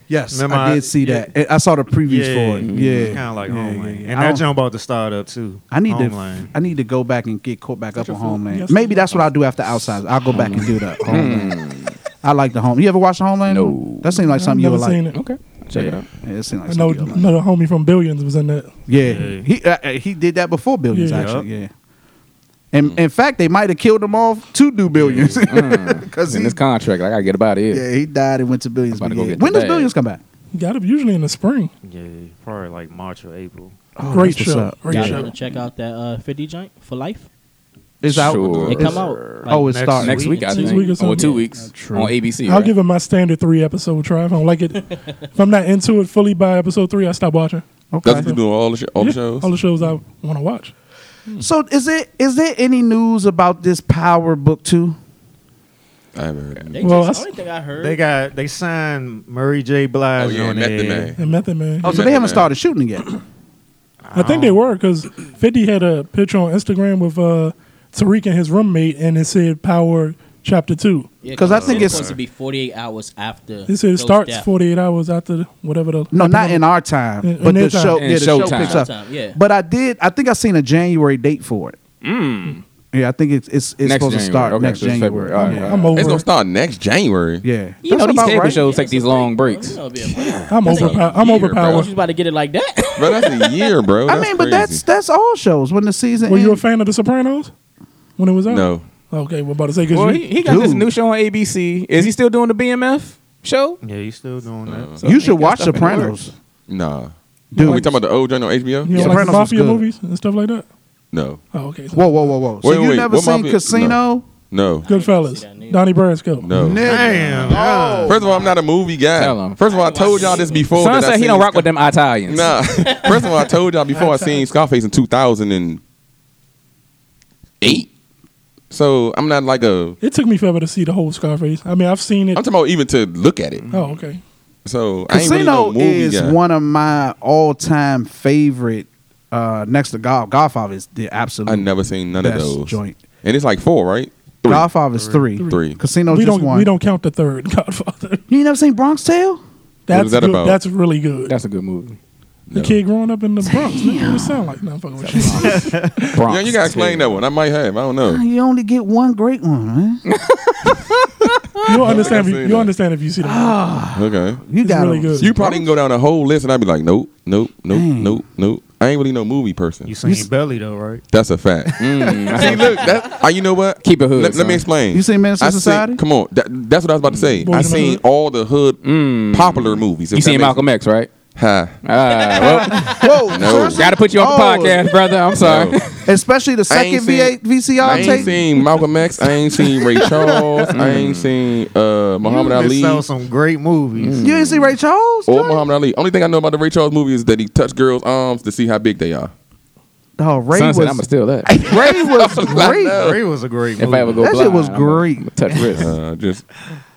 Speaker 1: Yes,
Speaker 6: Remember
Speaker 1: I
Speaker 6: I-
Speaker 1: did see
Speaker 6: yeah.
Speaker 1: that. I saw the previews for it. Yeah,
Speaker 6: kind of like
Speaker 1: Yeah,
Speaker 6: Homeland,
Speaker 1: yeah, yeah.
Speaker 6: and
Speaker 1: I
Speaker 6: that
Speaker 1: don't-
Speaker 6: jump about to start up too.
Speaker 1: I need
Speaker 6: Homeland.
Speaker 1: to. I need to go back and get caught back up on Homeland.
Speaker 5: Yes,
Speaker 1: Maybe
Speaker 5: sir.
Speaker 1: that's what I'll do after Outside. I'll go back and do that. Homeland. I like the home. You ever watched Homeland?
Speaker 2: Hmm. No.
Speaker 1: That seemed like
Speaker 5: I've
Speaker 1: something you
Speaker 5: never
Speaker 1: would like.
Speaker 5: seen it.
Speaker 2: okay, check it out.
Speaker 1: Yeah, it seemed like
Speaker 5: I know
Speaker 1: something you would like.
Speaker 5: another homie from Billions was in that.
Speaker 1: Yeah,
Speaker 6: Yeah.
Speaker 1: he uh, uh, he did that before Billions
Speaker 5: Yeah.
Speaker 1: actually. Yeah. And in fact, they might have killed him off to do Billions
Speaker 2: Uh-huh.
Speaker 1: because
Speaker 2: It's in this contract. I gotta get about it.
Speaker 1: yeah he died and went to Billions.
Speaker 2: I'm about to
Speaker 1: but
Speaker 2: go
Speaker 1: yeah.
Speaker 2: get the
Speaker 1: When does
Speaker 2: bag.
Speaker 1: Billions come back?
Speaker 5: Got it usually in the spring.
Speaker 6: yeah, probably like March or April.
Speaker 5: Oh, great
Speaker 1: Oh, that's what's
Speaker 5: show.
Speaker 1: up.
Speaker 5: Great
Speaker 3: Y'all
Speaker 5: show.
Speaker 3: gonna check out that uh, 50 joint for life.
Speaker 1: It's out.
Speaker 2: Sure.
Speaker 3: It
Speaker 1: It's-
Speaker 3: come out. Like,
Speaker 1: oh, it
Speaker 6: next
Speaker 1: starts
Speaker 2: Next week, I
Speaker 5: Two
Speaker 2: think,
Speaker 5: weeks or
Speaker 2: or
Speaker 5: something.
Speaker 2: two weeks
Speaker 1: True.
Speaker 2: on ABC.
Speaker 5: I'll
Speaker 2: right?
Speaker 5: give it my standard three episode try. If I don't like it, if I'm not into it fully by episode three, I stop watching.
Speaker 1: Okay.
Speaker 4: That's what you do on all the sh- all the
Speaker 5: Yeah,
Speaker 4: shows.
Speaker 5: All the shows I want to watch.
Speaker 1: So is it is there any news about this Power Book Two?
Speaker 4: I haven't heard. of it.
Speaker 3: They
Speaker 5: Well,
Speaker 3: just,
Speaker 5: that's-
Speaker 3: only thing I heard.
Speaker 6: They got they signed Murray J. Blige
Speaker 4: Oh, yeah,
Speaker 6: on
Speaker 4: Method
Speaker 6: there.
Speaker 4: Man.
Speaker 5: And Method Man.
Speaker 1: Oh, so they haven't started shooting it yet.
Speaker 5: I think
Speaker 4: oh.
Speaker 5: they were because 50 had a picture on Instagram with uh, Tariq and his roommate, and it said Power Chapter 2.
Speaker 3: Yeah,
Speaker 1: 'Cause I think it's-
Speaker 3: supposed to be 48 hours after.
Speaker 5: It said it
Speaker 3: those
Speaker 5: starts
Speaker 3: deaths.
Speaker 5: 48 hours after the- whatever the.
Speaker 1: No, not in our time,
Speaker 5: In-
Speaker 1: but
Speaker 5: in
Speaker 1: the
Speaker 5: their
Speaker 1: show,
Speaker 5: time.
Speaker 1: yeah,
Speaker 2: In
Speaker 1: the show
Speaker 2: Showtime.
Speaker 1: picks up.
Speaker 3: Showtime, yeah.
Speaker 1: But I did. I think I seen a January date for it. Yeah, I think it's it's, it's
Speaker 2: Next
Speaker 1: supposed to
Speaker 2: January.
Speaker 1: start
Speaker 2: Okay,
Speaker 1: next
Speaker 2: so it's
Speaker 1: January.
Speaker 2: February. All right,
Speaker 1: yeah,
Speaker 2: all
Speaker 5: I'm
Speaker 4: It's
Speaker 5: over.
Speaker 4: gonna
Speaker 5: it.
Speaker 4: start next January.
Speaker 1: yeah.
Speaker 2: You know
Speaker 1: That's
Speaker 2: these
Speaker 1: about
Speaker 2: cable
Speaker 1: right.
Speaker 2: shows take these long breaks.
Speaker 3: You know, it'll be a break.
Speaker 5: I'm
Speaker 3: That's
Speaker 5: over.
Speaker 3: a
Speaker 5: I'm
Speaker 4: year,
Speaker 5: overpowered.
Speaker 3: You about to get it like that?
Speaker 4: Bro, that's a year, bro.
Speaker 1: I mean, but that's
Speaker 4: crazy.
Speaker 1: that's all shows when the season.
Speaker 5: Were you a
Speaker 1: ends.
Speaker 5: fan of The Sopranos when it was out?
Speaker 4: no.
Speaker 5: Okay, we're about to say because
Speaker 2: Well,
Speaker 5: you.
Speaker 2: he, he got this
Speaker 1: Dude.
Speaker 2: new show on ABC. Is he still doing the BMF show?
Speaker 6: Yeah, you still doing that?
Speaker 1: You should
Speaker 2: He got
Speaker 1: watch
Speaker 2: stuff in the
Speaker 1: Sopranos,
Speaker 2: works.
Speaker 4: Nah.
Speaker 1: dude.
Speaker 4: we talking about the old joint on
Speaker 1: Yeah.
Speaker 4: HBO?
Speaker 5: you don't like the
Speaker 1: Sopranos was
Speaker 5: mafia
Speaker 1: good.
Speaker 5: movies and stuff like that.
Speaker 4: No.
Speaker 5: Oh, okay. So
Speaker 1: whoa, whoa, whoa, whoa! So
Speaker 4: Wait,
Speaker 1: you
Speaker 4: wait,
Speaker 1: never
Speaker 4: what
Speaker 1: seen
Speaker 4: mafia-
Speaker 1: Casino?
Speaker 3: see
Speaker 4: No.
Speaker 3: that
Speaker 5: Goodfellas,
Speaker 3: neither.
Speaker 5: Donnie Brasco.
Speaker 4: No.
Speaker 6: Damn.
Speaker 1: Oh,
Speaker 4: First of all, I'm not a movie guy.
Speaker 2: Tell 'em.
Speaker 4: First of all, I told y'all this before.
Speaker 2: Son
Speaker 4: that I
Speaker 2: said he
Speaker 4: seen
Speaker 2: don't rock
Speaker 4: Scar-
Speaker 2: with them Italians.
Speaker 4: Nah. First of all, I told y'all before I seen Scarface in 2008. So I'm not like a.
Speaker 5: It took me forever to see the whole Scarface. I mean, I've seen it.
Speaker 4: I'm talking about even to look at it.
Speaker 5: oh, okay.
Speaker 4: So I ain't really
Speaker 1: Casino
Speaker 4: no movie
Speaker 1: is
Speaker 4: guy.
Speaker 1: one of my all-time favorite. Uh, next to God, Godfather is the absolute
Speaker 4: I never seen none of
Speaker 1: best
Speaker 4: those.
Speaker 1: joint.
Speaker 4: And it's like four, right? Three.
Speaker 1: Godfather is three.
Speaker 4: Three.
Speaker 1: Casino
Speaker 5: we
Speaker 1: just
Speaker 5: don't.
Speaker 1: one.
Speaker 5: We don't count the third Godfather.
Speaker 1: You ain't never seen Bronx Tale?
Speaker 5: That's
Speaker 4: was that
Speaker 5: good.
Speaker 4: about?
Speaker 5: That's really good.
Speaker 2: That's a good movie.
Speaker 5: the kid growing up in the Bronx. Nigga, What it sound like? No, I'm fucking with you.
Speaker 2: Bronx.
Speaker 4: Yeah, you gotta explain that one. I might have. I don't know.
Speaker 1: You only get one great one, man.
Speaker 5: You don't understand.
Speaker 4: I've
Speaker 5: If you,
Speaker 4: seen
Speaker 5: you
Speaker 4: that.
Speaker 5: understand if you see the. movie.
Speaker 4: Okay.
Speaker 1: You
Speaker 5: It's
Speaker 1: got
Speaker 5: really
Speaker 1: them.
Speaker 5: good.
Speaker 4: You probably can go down a whole list and I'd be like, nope, nope, nope,
Speaker 1: Dang.
Speaker 4: nope, nope. I ain't really no movie person.
Speaker 6: You seen Belly though, right?
Speaker 4: That's a fact.
Speaker 2: Mm,
Speaker 4: See, look, that, uh, you know what?
Speaker 2: Keep it hood,
Speaker 4: Let, let me
Speaker 2: son.
Speaker 4: explain.
Speaker 1: You seen Men in
Speaker 4: I
Speaker 1: Society?
Speaker 4: Seen, come on, that, that's what I was about to say.
Speaker 5: Boys
Speaker 4: I
Speaker 5: in the
Speaker 4: seen
Speaker 5: Hood?
Speaker 4: all the hood popular movies. if
Speaker 2: Mm. You
Speaker 4: that
Speaker 2: seen
Speaker 4: makes-
Speaker 2: Malcolm X, right?
Speaker 4: Ha.
Speaker 2: Ah,
Speaker 1: Whoa,
Speaker 4: No.
Speaker 2: well, gotta put you on the
Speaker 1: Oh.
Speaker 2: podcast, brother. I'm sorry.
Speaker 4: No.
Speaker 1: especially the second
Speaker 4: ain't
Speaker 1: V8
Speaker 4: I
Speaker 1: VCR
Speaker 4: ain't
Speaker 1: tape.
Speaker 4: seen Malcolm X. I ain't seen Ray Charles. I
Speaker 2: Mm.
Speaker 4: ain't seen uh, Muhammad
Speaker 6: You
Speaker 4: Ali Mm.
Speaker 6: missed out some great movies.
Speaker 1: You ain't see Ray Charles?
Speaker 4: or
Speaker 1: Johnny?
Speaker 4: Muhammad Ali. Only thing I know about the Ray Charles movie is that he touched girls' arms to see how big they are.
Speaker 1: Dog, Oh, Ray
Speaker 2: Son said,
Speaker 1: was
Speaker 2: I'ma steal that.
Speaker 1: Ray was great.
Speaker 6: Ray was a great
Speaker 2: If I ever
Speaker 6: movie.
Speaker 2: go
Speaker 1: That
Speaker 2: blind,
Speaker 1: shit was
Speaker 2: I'm gonna-
Speaker 1: great. Uh-huh.
Speaker 2: I'm gonna touch wrist.
Speaker 4: Uh, just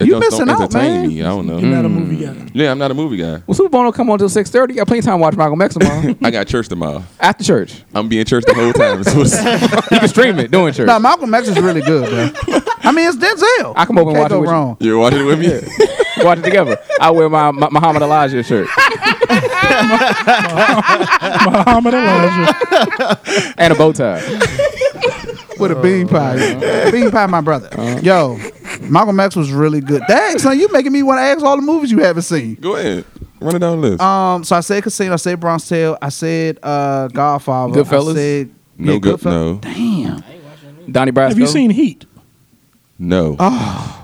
Speaker 4: it
Speaker 1: You
Speaker 4: just
Speaker 1: missing
Speaker 4: don't
Speaker 1: out,
Speaker 4: entertain
Speaker 1: man.
Speaker 4: me. I don't know.
Speaker 5: You're not a movie guy.
Speaker 4: Yeah, I'm not a movie guy.
Speaker 2: Well, Super Bowl don't come on till six thirty. You got plenty of time to watch Michael X tomorrow
Speaker 4: I got church tomorrow.
Speaker 2: after church.
Speaker 4: I'm being church the whole time. So it's-
Speaker 2: You can stream it during church.
Speaker 1: Nah, Malcolm X is really good, bro. I mean, it's Denzel.
Speaker 2: I come over and
Speaker 1: Can't
Speaker 2: watch it
Speaker 1: go
Speaker 2: with you.
Speaker 1: wrong.
Speaker 4: you're watching it with me.
Speaker 2: watch it together. I wear my, my Muhammad Elijah shirt
Speaker 5: Muhammad Elijah.
Speaker 2: and a bow tie.
Speaker 1: with a bean pie. bean pie, my brother. Yo, Malcolm X was really good. Dang, son, you making me want to ask all the movies you haven't seen.
Speaker 4: Go ahead, run it down the list.
Speaker 1: Um, so I said Casino, I said Bronx Tale, I said uh, Godfather, I
Speaker 2: Goodfellas?
Speaker 1: said
Speaker 4: no
Speaker 1: yeah,
Speaker 4: good.
Speaker 1: Goodfell-
Speaker 4: No,
Speaker 1: Damn,
Speaker 2: Donnie Brasco.
Speaker 5: Have you seen Heat?
Speaker 4: no.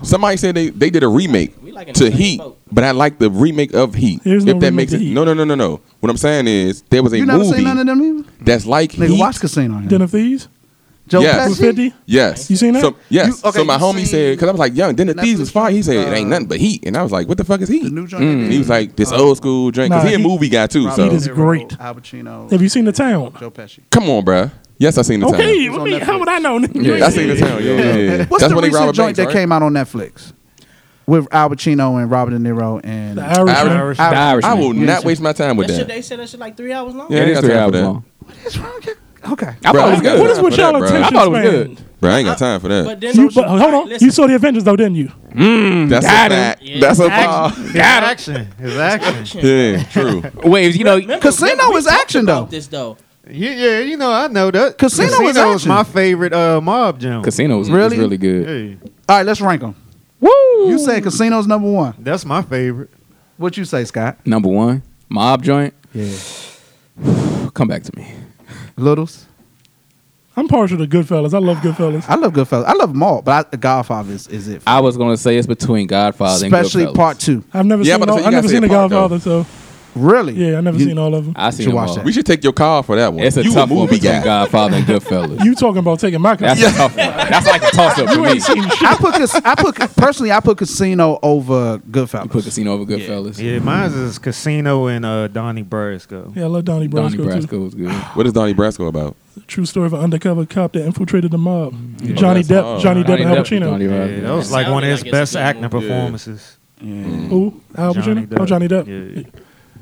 Speaker 4: Somebody said they, they did a remake
Speaker 3: We like in the
Speaker 4: to
Speaker 3: same
Speaker 4: Heat,
Speaker 3: boat.
Speaker 4: but I like the remake of Heat.
Speaker 5: There's no
Speaker 4: if that
Speaker 5: remake
Speaker 4: makes
Speaker 5: to
Speaker 4: it
Speaker 5: Heat.
Speaker 4: no no no no no. What I'm saying is there was a
Speaker 1: you never
Speaker 4: movie
Speaker 1: seen none of them either.
Speaker 4: that's like
Speaker 1: Nigga,
Speaker 4: Heat.
Speaker 1: watch Casino.
Speaker 5: Den of Thieves?
Speaker 1: Joe
Speaker 4: Yes.
Speaker 5: With
Speaker 1: Pesci?
Speaker 5: 50?
Speaker 4: Yes,
Speaker 5: You seen that?
Speaker 4: So, yes.
Speaker 1: You- okay,
Speaker 4: so my
Speaker 1: you
Speaker 4: homie
Speaker 1: seen-
Speaker 4: said because I was like, "Young, then the thieves was
Speaker 1: Netflix,
Speaker 4: fine." He said,
Speaker 1: uh,
Speaker 4: "It ain't nothing but Heat," and I was like, "What the fuck is Heat?"
Speaker 1: The new Uh, joint. they
Speaker 4: And
Speaker 1: did?
Speaker 4: Mm, he was like, "This old school drink." Cause
Speaker 5: Nah,
Speaker 4: he a
Speaker 5: Heat-
Speaker 4: movie guy too.
Speaker 5: Heat
Speaker 4: So
Speaker 5: is great.
Speaker 1: Al Pacino.
Speaker 5: Have you seen The Town?
Speaker 1: Joe Pesci.
Speaker 4: come on, bruh. Yes, I seen the time.
Speaker 5: Okay,
Speaker 1: was
Speaker 5: what
Speaker 1: on
Speaker 5: me- how
Speaker 1: Netflix.
Speaker 5: would I know?
Speaker 2: Yeah.
Speaker 4: I seen the town, yo. Yeah.
Speaker 1: What's
Speaker 4: That's
Speaker 1: the
Speaker 4: when they
Speaker 1: recent
Speaker 4: robbed
Speaker 1: joint
Speaker 4: banks,
Speaker 1: that
Speaker 4: right?
Speaker 1: came out on Netflix with Al Pacino and Robert De Niro and
Speaker 5: The Irishman.
Speaker 4: Irish-
Speaker 2: The Irishman.
Speaker 4: I will
Speaker 1: Yeah,
Speaker 4: not
Speaker 1: it's-
Speaker 4: waste my time with
Speaker 3: That shit,
Speaker 4: that.
Speaker 3: they said that shit like three hours long.
Speaker 4: Yeah.
Speaker 2: It is
Speaker 4: I got
Speaker 2: three
Speaker 4: time for
Speaker 2: hours
Speaker 4: that.
Speaker 2: long.
Speaker 1: What is wrong with you? Okay.
Speaker 2: I
Speaker 4: Bro,
Speaker 2: thought it
Speaker 4: I
Speaker 2: was
Speaker 4: ain't got
Speaker 2: good.
Speaker 5: What is
Speaker 4: time
Speaker 5: with
Speaker 4: for that,
Speaker 5: y'all
Speaker 4: bro.
Speaker 5: attention
Speaker 2: I thought it was
Speaker 5: span?
Speaker 2: good.
Speaker 4: Bro, I ain't got time for
Speaker 3: But
Speaker 4: that.
Speaker 3: then
Speaker 5: You,
Speaker 3: those-
Speaker 5: but, hold on,
Speaker 3: listen,
Speaker 5: you saw the Avengers though, didn't you?
Speaker 4: That's a
Speaker 2: Got him.
Speaker 4: fact.
Speaker 3: Yeah.
Speaker 4: That's a
Speaker 6: Action.
Speaker 4: fact.
Speaker 6: His action. His action.
Speaker 4: Yeah, true.
Speaker 2: Waves, you know,
Speaker 3: remember-
Speaker 1: Casino
Speaker 3: remember we
Speaker 1: is
Speaker 3: talked
Speaker 1: action,
Speaker 3: about
Speaker 1: though.
Speaker 3: This though.
Speaker 6: Yeah, yeah, you know, I know that.
Speaker 1: Casino is action.
Speaker 6: my favorite uh, mob jump.
Speaker 2: Casino was
Speaker 1: Really?
Speaker 2: really, really good.
Speaker 1: All right, let's rank them.
Speaker 2: Woo!
Speaker 1: You said Casino's number one.
Speaker 6: that's my favorite.
Speaker 1: What you say, Scott?
Speaker 2: number one, Mob Joint.
Speaker 1: Yeah.
Speaker 2: Come back to me.
Speaker 1: Littles.
Speaker 5: I'm partial to Goodfellas. I love Goodfellas.
Speaker 1: I love Goodfellas. I love them all, but I, Godfather is, is it.
Speaker 2: I was gonna say it's between Godfather
Speaker 1: Especially
Speaker 2: and Goodfellas.
Speaker 1: part two.
Speaker 5: I've never
Speaker 4: Yeah,
Speaker 5: seen.
Speaker 4: but I
Speaker 5: All,
Speaker 4: said you
Speaker 5: I've
Speaker 4: gotta
Speaker 5: never
Speaker 4: see
Speaker 5: seen
Speaker 4: a
Speaker 5: The
Speaker 4: part, though.
Speaker 5: Godfather, so
Speaker 1: Really?
Speaker 5: yeah, I've never
Speaker 1: You-
Speaker 5: seen all of them.
Speaker 2: I seen
Speaker 1: Should
Speaker 2: them
Speaker 1: watch
Speaker 2: all.
Speaker 1: that.
Speaker 4: We should take your call for that one.
Speaker 2: It's a
Speaker 4: you
Speaker 2: tough
Speaker 4: a
Speaker 2: one
Speaker 4: movie
Speaker 2: between
Speaker 4: guy.
Speaker 2: Godfather and Goodfellas.
Speaker 5: You talking about taking my car?
Speaker 2: That's a tough one. That's like a toss up for me.
Speaker 1: I put cas- I put personally I put Casino over Goodfellas.
Speaker 2: Put Casino over Goodfellas.
Speaker 6: Yeah, mine's is Casino and uh, Donnie Brasco.
Speaker 5: Yeah, I love Donnie
Speaker 2: Donnie
Speaker 5: Brasco, too.
Speaker 2: Brasco was good.
Speaker 4: What is Donnie Brasco about?
Speaker 5: It's a True story of an undercover cop that infiltrated the mob. Johnny
Speaker 4: that's
Speaker 5: Depp,
Speaker 4: hard.
Speaker 5: Johnny Depp,
Speaker 2: Johnny
Speaker 5: and Al
Speaker 2: Depp,
Speaker 5: Pacino.
Speaker 2: Johnny
Speaker 6: Yeah,
Speaker 2: Brasco.
Speaker 6: that was
Speaker 3: That
Speaker 6: like
Speaker 3: sounded
Speaker 6: one of his
Speaker 3: like it's a
Speaker 6: best
Speaker 3: good
Speaker 6: acting
Speaker 3: movie.
Speaker 6: performances.
Speaker 5: Who? Al
Speaker 6: Johnny
Speaker 5: Pacino? Oh,
Speaker 6: Depp.
Speaker 5: Johnny Depp.
Speaker 6: Yeah.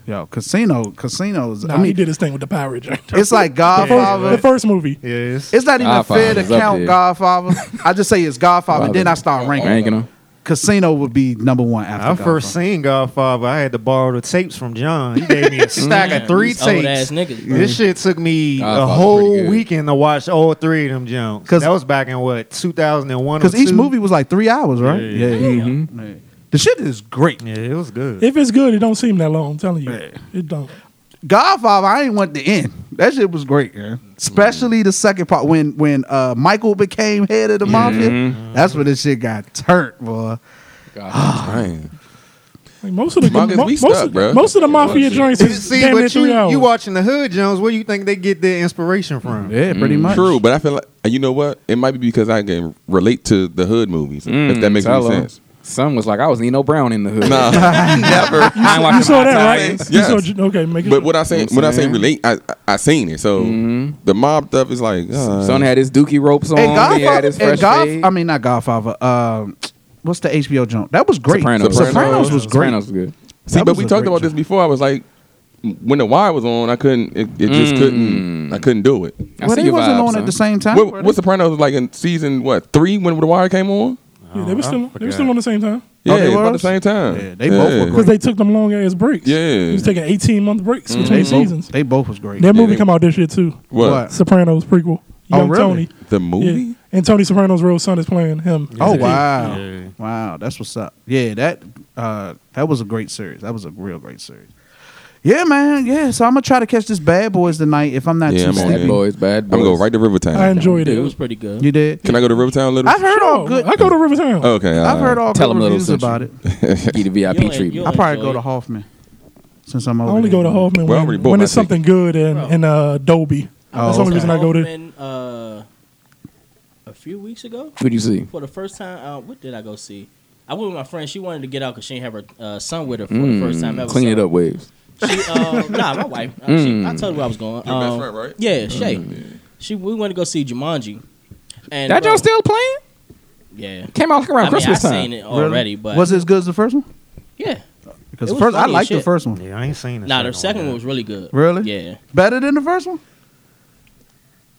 Speaker 1: Yo, Casino, Casino is.
Speaker 5: Nah,
Speaker 1: I
Speaker 5: he
Speaker 1: mean,
Speaker 5: did his thing with the pirate. Jack.
Speaker 1: it's like
Speaker 5: the, first,
Speaker 1: Godfather.
Speaker 5: the first movie.
Speaker 6: Yes.
Speaker 1: It's not even
Speaker 2: Godfather
Speaker 1: fair to
Speaker 2: is up
Speaker 1: count
Speaker 2: there.
Speaker 1: Godfather. I just say it's Godfather,
Speaker 2: Father.
Speaker 1: then I start ranking.
Speaker 2: Ranking them.
Speaker 1: Casino would be number one after.
Speaker 6: I first
Speaker 1: Godfather.
Speaker 6: seen Godfather. I had to borrow the tapes from John. He gave me a stack of three
Speaker 3: These old ass
Speaker 6: tapes.
Speaker 3: niggas. bro.
Speaker 6: This shit took me a
Speaker 2: Godfather's pretty
Speaker 6: whole
Speaker 2: good.
Speaker 6: weekend to watch all three of them Jones.
Speaker 1: 'Cause-
Speaker 6: That was back in what 2001
Speaker 1: because
Speaker 6: or
Speaker 1: each
Speaker 6: two?
Speaker 1: movie was like three hours, right?
Speaker 6: Yeah.
Speaker 1: Yeah, yeah.
Speaker 2: Mm-hmm.
Speaker 1: Yeah. The shit is great.
Speaker 6: Yeah, it was good.
Speaker 5: If it's good, it don't seem that long. I'm telling you,
Speaker 1: Yeah.
Speaker 5: it don't.
Speaker 1: Godfather, I ain't want the end. That shit was great, yeah. Especially the second part when when uh, Michael became head of the mafia.
Speaker 2: Mm-hmm.
Speaker 1: That's when this shit got turned, boy.
Speaker 4: Man.
Speaker 5: Like, most of the
Speaker 4: Marcus,
Speaker 5: mo-
Speaker 4: we
Speaker 5: most,
Speaker 4: stuck,
Speaker 5: of,
Speaker 4: bruh.
Speaker 5: most of the mafia joints is
Speaker 6: See,
Speaker 5: damn near
Speaker 6: but
Speaker 5: three
Speaker 6: you,
Speaker 5: hours.
Speaker 6: you watching the Hood Jones, where you think they get their inspiration from?
Speaker 1: Yeah,
Speaker 2: Mm-hmm.
Speaker 1: pretty much.
Speaker 4: True, but I feel like and you know what? It might be because I can relate to the hood movies, if that makes any
Speaker 2: Mm, Tell 'em.
Speaker 4: sense.
Speaker 2: Son was like, I was Nino Brown in the hood.
Speaker 4: Nah, never.
Speaker 2: I ain't watching
Speaker 5: you
Speaker 2: my
Speaker 5: saw that,
Speaker 2: time.
Speaker 5: right?
Speaker 4: Yes.
Speaker 5: You saw, okay, make it.
Speaker 4: But what I say,
Speaker 2: You know
Speaker 4: when
Speaker 2: what
Speaker 4: I
Speaker 2: I'm
Speaker 4: say
Speaker 2: saying?
Speaker 4: relate, I I, I seen it. So
Speaker 2: Mm-hmm.
Speaker 4: the mob stuff is like uh,
Speaker 2: Son had his Dookie ropes on.
Speaker 1: And
Speaker 2: he had
Speaker 1: Godfather,
Speaker 2: his
Speaker 1: and
Speaker 2: fresh
Speaker 1: Godf-
Speaker 2: fade.
Speaker 1: I mean not Godfather. Um, what's the HBO joint? That was great.
Speaker 2: Sopranos.
Speaker 1: Sopranos, was great.
Speaker 2: Sopranos was good.
Speaker 4: See,
Speaker 1: That
Speaker 4: but
Speaker 1: was
Speaker 4: we
Speaker 1: a
Speaker 4: talked
Speaker 1: great
Speaker 4: about this
Speaker 1: job.
Speaker 4: before. I was like, when the wire was on, I couldn't. It, it just
Speaker 1: Mm.
Speaker 4: couldn't. I couldn't do it.
Speaker 2: I
Speaker 1: Well,
Speaker 2: see
Speaker 1: they
Speaker 2: your
Speaker 1: wasn't
Speaker 2: vibe,
Speaker 1: on
Speaker 2: son.
Speaker 1: at the same time. were
Speaker 4: What,
Speaker 1: they?
Speaker 4: what Sopranos was like in season what three when the wire came on?
Speaker 5: yeah, they were still they were still on the same time
Speaker 4: Yeah,
Speaker 1: Oh, they
Speaker 4: about the
Speaker 1: was?
Speaker 4: same time.
Speaker 1: Yeah, they both were great.
Speaker 5: because they took them long ass breaks.
Speaker 4: Yeah.
Speaker 5: it was taking eighteen month breaks between
Speaker 1: Mm-hmm. they, both,
Speaker 5: seasons.
Speaker 1: they both was great.
Speaker 5: Their movie
Speaker 4: they-
Speaker 5: come out this year too.
Speaker 4: What?
Speaker 1: What?
Speaker 5: Sopranos prequel.
Speaker 1: Oh,
Speaker 5: Young
Speaker 1: really?
Speaker 5: Tony.
Speaker 4: the movie?
Speaker 5: Yeah. And Tony Soprano's real son is playing him.
Speaker 1: Oh
Speaker 5: Yeah.
Speaker 1: wow,
Speaker 6: Yeah.
Speaker 1: wow, that's what's up. Yeah, that uh, that was a great series. That was a real great series. Yeah, man. Yeah, so I'm gonna try to catch this Bad Boys tonight if I'm not too
Speaker 4: Yeah, I'm on
Speaker 1: sleepy.
Speaker 4: that.
Speaker 2: Bad boys, bad
Speaker 4: I'm
Speaker 2: boys.
Speaker 4: gonna go right to Rivertown.
Speaker 5: I enjoyed
Speaker 3: It
Speaker 5: it.
Speaker 3: was pretty good.
Speaker 1: You did?
Speaker 4: Can I go to Rivertown, little? Oh,
Speaker 1: I've heard all
Speaker 5: Sure,
Speaker 1: good.
Speaker 5: I go to Rivertown.
Speaker 4: Okay,
Speaker 1: I've heard all
Speaker 2: Tell
Speaker 1: good
Speaker 2: them Little
Speaker 1: reviews
Speaker 2: Central.
Speaker 1: about it.
Speaker 2: Get the VIP
Speaker 3: You ain't-
Speaker 2: treatment.
Speaker 1: I probably go
Speaker 3: enjoy
Speaker 1: to
Speaker 3: it.
Speaker 1: Hoffman since I'm
Speaker 5: I
Speaker 1: over.
Speaker 5: only
Speaker 1: there.
Speaker 5: go to Hoffman
Speaker 4: Well, I already
Speaker 5: when,
Speaker 4: bought
Speaker 5: when
Speaker 4: my
Speaker 5: it's something good and,
Speaker 3: Bro.
Speaker 5: and uh, Adobe.
Speaker 1: Oh,
Speaker 5: That's the only
Speaker 1: okay.
Speaker 5: reason I go there.
Speaker 3: Hoffman, uh, a few weeks ago,
Speaker 2: Who do you see?
Speaker 3: for the first time, uh, what did I go see? I went with my friend. She wanted to get out because she didn't have her uh, son with her for the first time ever.
Speaker 2: Mm, Clean it
Speaker 3: so
Speaker 2: up, waves.
Speaker 3: She, uh, nah, my wife. Uh, she, I told her where I was going.
Speaker 4: Your best
Speaker 3: Um,
Speaker 4: friend, right? Mm-hmm.
Speaker 3: Yeah, Shay. She, we went to go see Jumanji. And
Speaker 2: That
Speaker 3: bro,
Speaker 2: y'all still playing?
Speaker 3: Yeah.
Speaker 2: Came out like around
Speaker 3: I mean, I
Speaker 2: Christmas time.
Speaker 3: seen it already,
Speaker 1: Really?
Speaker 3: but
Speaker 1: was it as good as the first one?
Speaker 3: yeah.
Speaker 1: Because the
Speaker 3: It was
Speaker 1: first, I
Speaker 3: funny as
Speaker 1: liked the
Speaker 3: shit.
Speaker 1: first one.
Speaker 6: Yeah, I ain't seen it.
Speaker 3: Nah, the second one was really good.
Speaker 1: Really?
Speaker 3: Yeah.
Speaker 1: Better than the first one.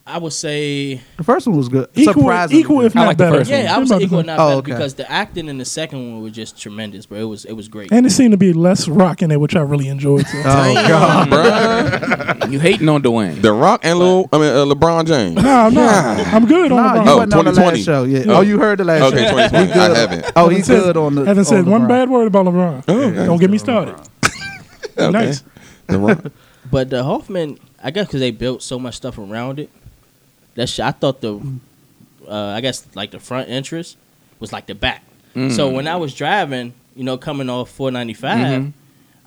Speaker 3: I would say
Speaker 1: The first one was good.
Speaker 5: Equal,
Speaker 1: Surprisingly
Speaker 5: equal
Speaker 1: good.
Speaker 5: if
Speaker 2: I
Speaker 5: not
Speaker 2: like the
Speaker 5: better.
Speaker 2: first one.
Speaker 3: Yeah, I would
Speaker 5: They're
Speaker 3: say
Speaker 5: about
Speaker 3: equal
Speaker 5: the
Speaker 3: if not
Speaker 1: Oh,
Speaker 3: better
Speaker 1: okay.
Speaker 3: because the acting in the second one was just tremendous, bro. It was it was great.
Speaker 5: same. And it seemed to be less rock in it, which I really enjoyed. So.
Speaker 1: Oh god.
Speaker 4: Bruh,
Speaker 2: You hating on Dwayne?
Speaker 4: The Rock and Lil, I mean uh, LeBron James.
Speaker 5: no, no, I'm good on
Speaker 1: Nah,
Speaker 5: LeBron.
Speaker 1: you
Speaker 4: Oh,
Speaker 1: wasn't on the
Speaker 4: 2020.
Speaker 1: last show. Yeah. Oh, you heard the last
Speaker 4: Okay,
Speaker 1: show.
Speaker 4: 2020.
Speaker 1: We
Speaker 4: I
Speaker 1: good.
Speaker 4: haven't.
Speaker 1: Oh, he's
Speaker 5: Haven't said-
Speaker 1: good on the.
Speaker 5: Haven't
Speaker 1: on
Speaker 5: said
Speaker 1: the
Speaker 5: one
Speaker 1: Bron.
Speaker 5: bad word about LeBron.
Speaker 4: Oh, okay.
Speaker 5: Don't get me started.
Speaker 4: Okay.
Speaker 5: Nice.
Speaker 4: The Rock.
Speaker 3: But the Hoffman, I guess because they built so much stuff around it, that shit, I thought the, uh, I guess like the front entrance was like the back.
Speaker 2: Mm.
Speaker 3: So when I was driving, you know, coming off 495,
Speaker 2: Mm-hmm.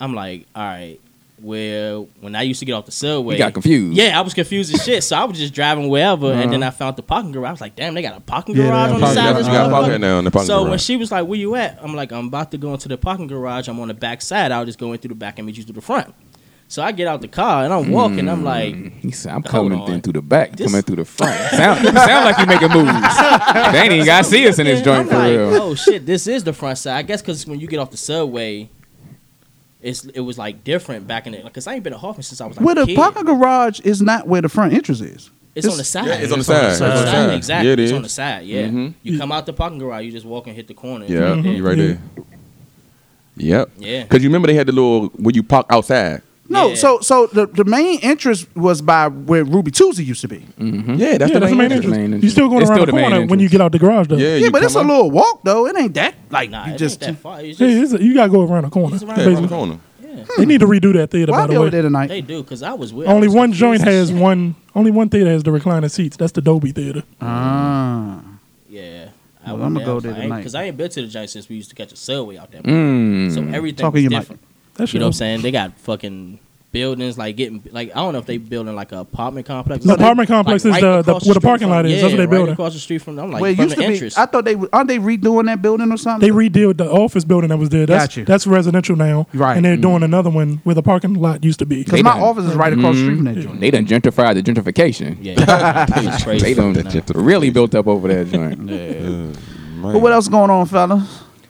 Speaker 3: I'm like, all right, well, when I used to get off the subway,
Speaker 2: You got confused. Uh-huh.
Speaker 3: Yeah, I was confused as shit. So I was just driving wherever, and then I found the parking garage. I was like, damn, they got a parking
Speaker 1: Yeah, they got
Speaker 3: garage
Speaker 1: a
Speaker 3: on the
Speaker 1: parking
Speaker 3: side of
Speaker 1: garage.
Speaker 3: this
Speaker 4: You got a
Speaker 3: motherfucker?
Speaker 4: parking now in the parking
Speaker 3: So when
Speaker 4: garage.
Speaker 3: she was like, where you at? I'm like, I'm about to go into the parking garage. I'm on the back side. I'll just go in through the back and meet you through the front. So I get out the car and I'm walking. I'm
Speaker 4: Mm.
Speaker 3: like,
Speaker 2: He said, "I'm
Speaker 3: Hold
Speaker 2: coming
Speaker 3: on.
Speaker 2: in through the back,
Speaker 3: This-
Speaker 2: coming through the front." sound, you sound like you making moves. they ain't even got to see us in this
Speaker 3: Yeah,
Speaker 2: joint
Speaker 3: I'm
Speaker 2: for
Speaker 3: like,
Speaker 2: real.
Speaker 3: Oh shit, this is the front side. I guess because when you get off the subway, it's it was like different back in it. Because I ain't been to Hoffman since I was like
Speaker 1: Where
Speaker 3: a
Speaker 1: the
Speaker 3: kid.
Speaker 1: parking garage is not where the front entrance is.
Speaker 3: It's, on the side.
Speaker 4: Yeah, it's on the side. It's on
Speaker 3: It's on
Speaker 4: the side.
Speaker 3: Exactly.
Speaker 4: Yeah, it
Speaker 3: it's
Speaker 4: is.
Speaker 3: on the side. Yeah.
Speaker 4: Mhm.
Speaker 3: You come out the parking garage, you just walk and hit the corner.
Speaker 4: Yeah,
Speaker 1: Mm-hmm.
Speaker 4: you right there. Yep.
Speaker 3: Yeah.
Speaker 4: Cause you remember they had the little where you park outside.
Speaker 1: No,
Speaker 3: Yeah.
Speaker 1: so so the, the main entrance was by where Ruby Tuesday used to be.
Speaker 2: Mm-hmm.
Speaker 4: Yeah, that's the
Speaker 5: yeah, that's the main
Speaker 4: entrance.
Speaker 5: entrance.
Speaker 2: main entrance.
Speaker 5: You still going
Speaker 2: It's
Speaker 5: around
Speaker 2: still
Speaker 5: the
Speaker 2: the main
Speaker 5: corner when you
Speaker 2: entrance.
Speaker 5: get out the garage, though.
Speaker 4: Yeah,
Speaker 1: Yeah,
Speaker 4: you
Speaker 1: but it's a
Speaker 4: come out-
Speaker 1: little walk though. It ain't that like
Speaker 3: Nah,
Speaker 1: you
Speaker 3: it
Speaker 1: just.
Speaker 3: ain't that far. It's
Speaker 5: Yeah,
Speaker 3: just,
Speaker 5: it's a- you got to go around the corner.
Speaker 3: around the
Speaker 4: Yeah, around the
Speaker 5: basically.
Speaker 4: corner.
Speaker 5: They need to redo that theater,
Speaker 1: Why
Speaker 5: by
Speaker 1: they
Speaker 5: the
Speaker 1: over
Speaker 5: way.
Speaker 1: there tonight?
Speaker 3: they do because I was with.
Speaker 5: Only one joint has one. Only one theater has the recliner seats. That's the Dolby Theater.
Speaker 1: Ah,
Speaker 3: Yeah.
Speaker 1: Well,
Speaker 3: went
Speaker 1: I'ma
Speaker 3: there.
Speaker 1: go
Speaker 3: I was
Speaker 1: there
Speaker 3: like, I
Speaker 1: tonight.
Speaker 3: Because I ain't been to the joint since we used to catch a subway out there.
Speaker 2: Mm.
Speaker 3: So everything
Speaker 1: Talk in
Speaker 3: was
Speaker 1: your mic.
Speaker 3: different.
Speaker 5: That shit
Speaker 3: You know what I'm
Speaker 5: was-
Speaker 3: saying? They got fucking buildings like getting like I don't know if they building like an apartment complex.
Speaker 5: The apartment complex is the- the-
Speaker 3: across
Speaker 5: where the
Speaker 3: street
Speaker 5: parking
Speaker 3: from-
Speaker 5: lot is.
Speaker 3: Yeah,
Speaker 5: That's what they
Speaker 3: right
Speaker 5: building.
Speaker 3: across the street from. I'm like
Speaker 1: where it
Speaker 3: from
Speaker 1: used
Speaker 3: the
Speaker 1: to
Speaker 3: entrance.
Speaker 1: be. I thought they were- aren't they redoing that building or
Speaker 5: They
Speaker 1: something?
Speaker 5: redid the office building that was there. That's,
Speaker 1: Got you.
Speaker 5: that's residential now.
Speaker 1: Right.
Speaker 5: And they're doing another one where the parking lot used to be.
Speaker 1: because
Speaker 2: They
Speaker 1: my
Speaker 2: done-
Speaker 1: office is right across the street from
Speaker 5: Mm-hmm.
Speaker 1: that joint.
Speaker 2: They done gentrified the gentrification.
Speaker 3: yeah, it's crazy.
Speaker 2: They done
Speaker 4: That gentrification.
Speaker 2: really built up over that joint.
Speaker 4: Man.
Speaker 1: But what else going on, fella?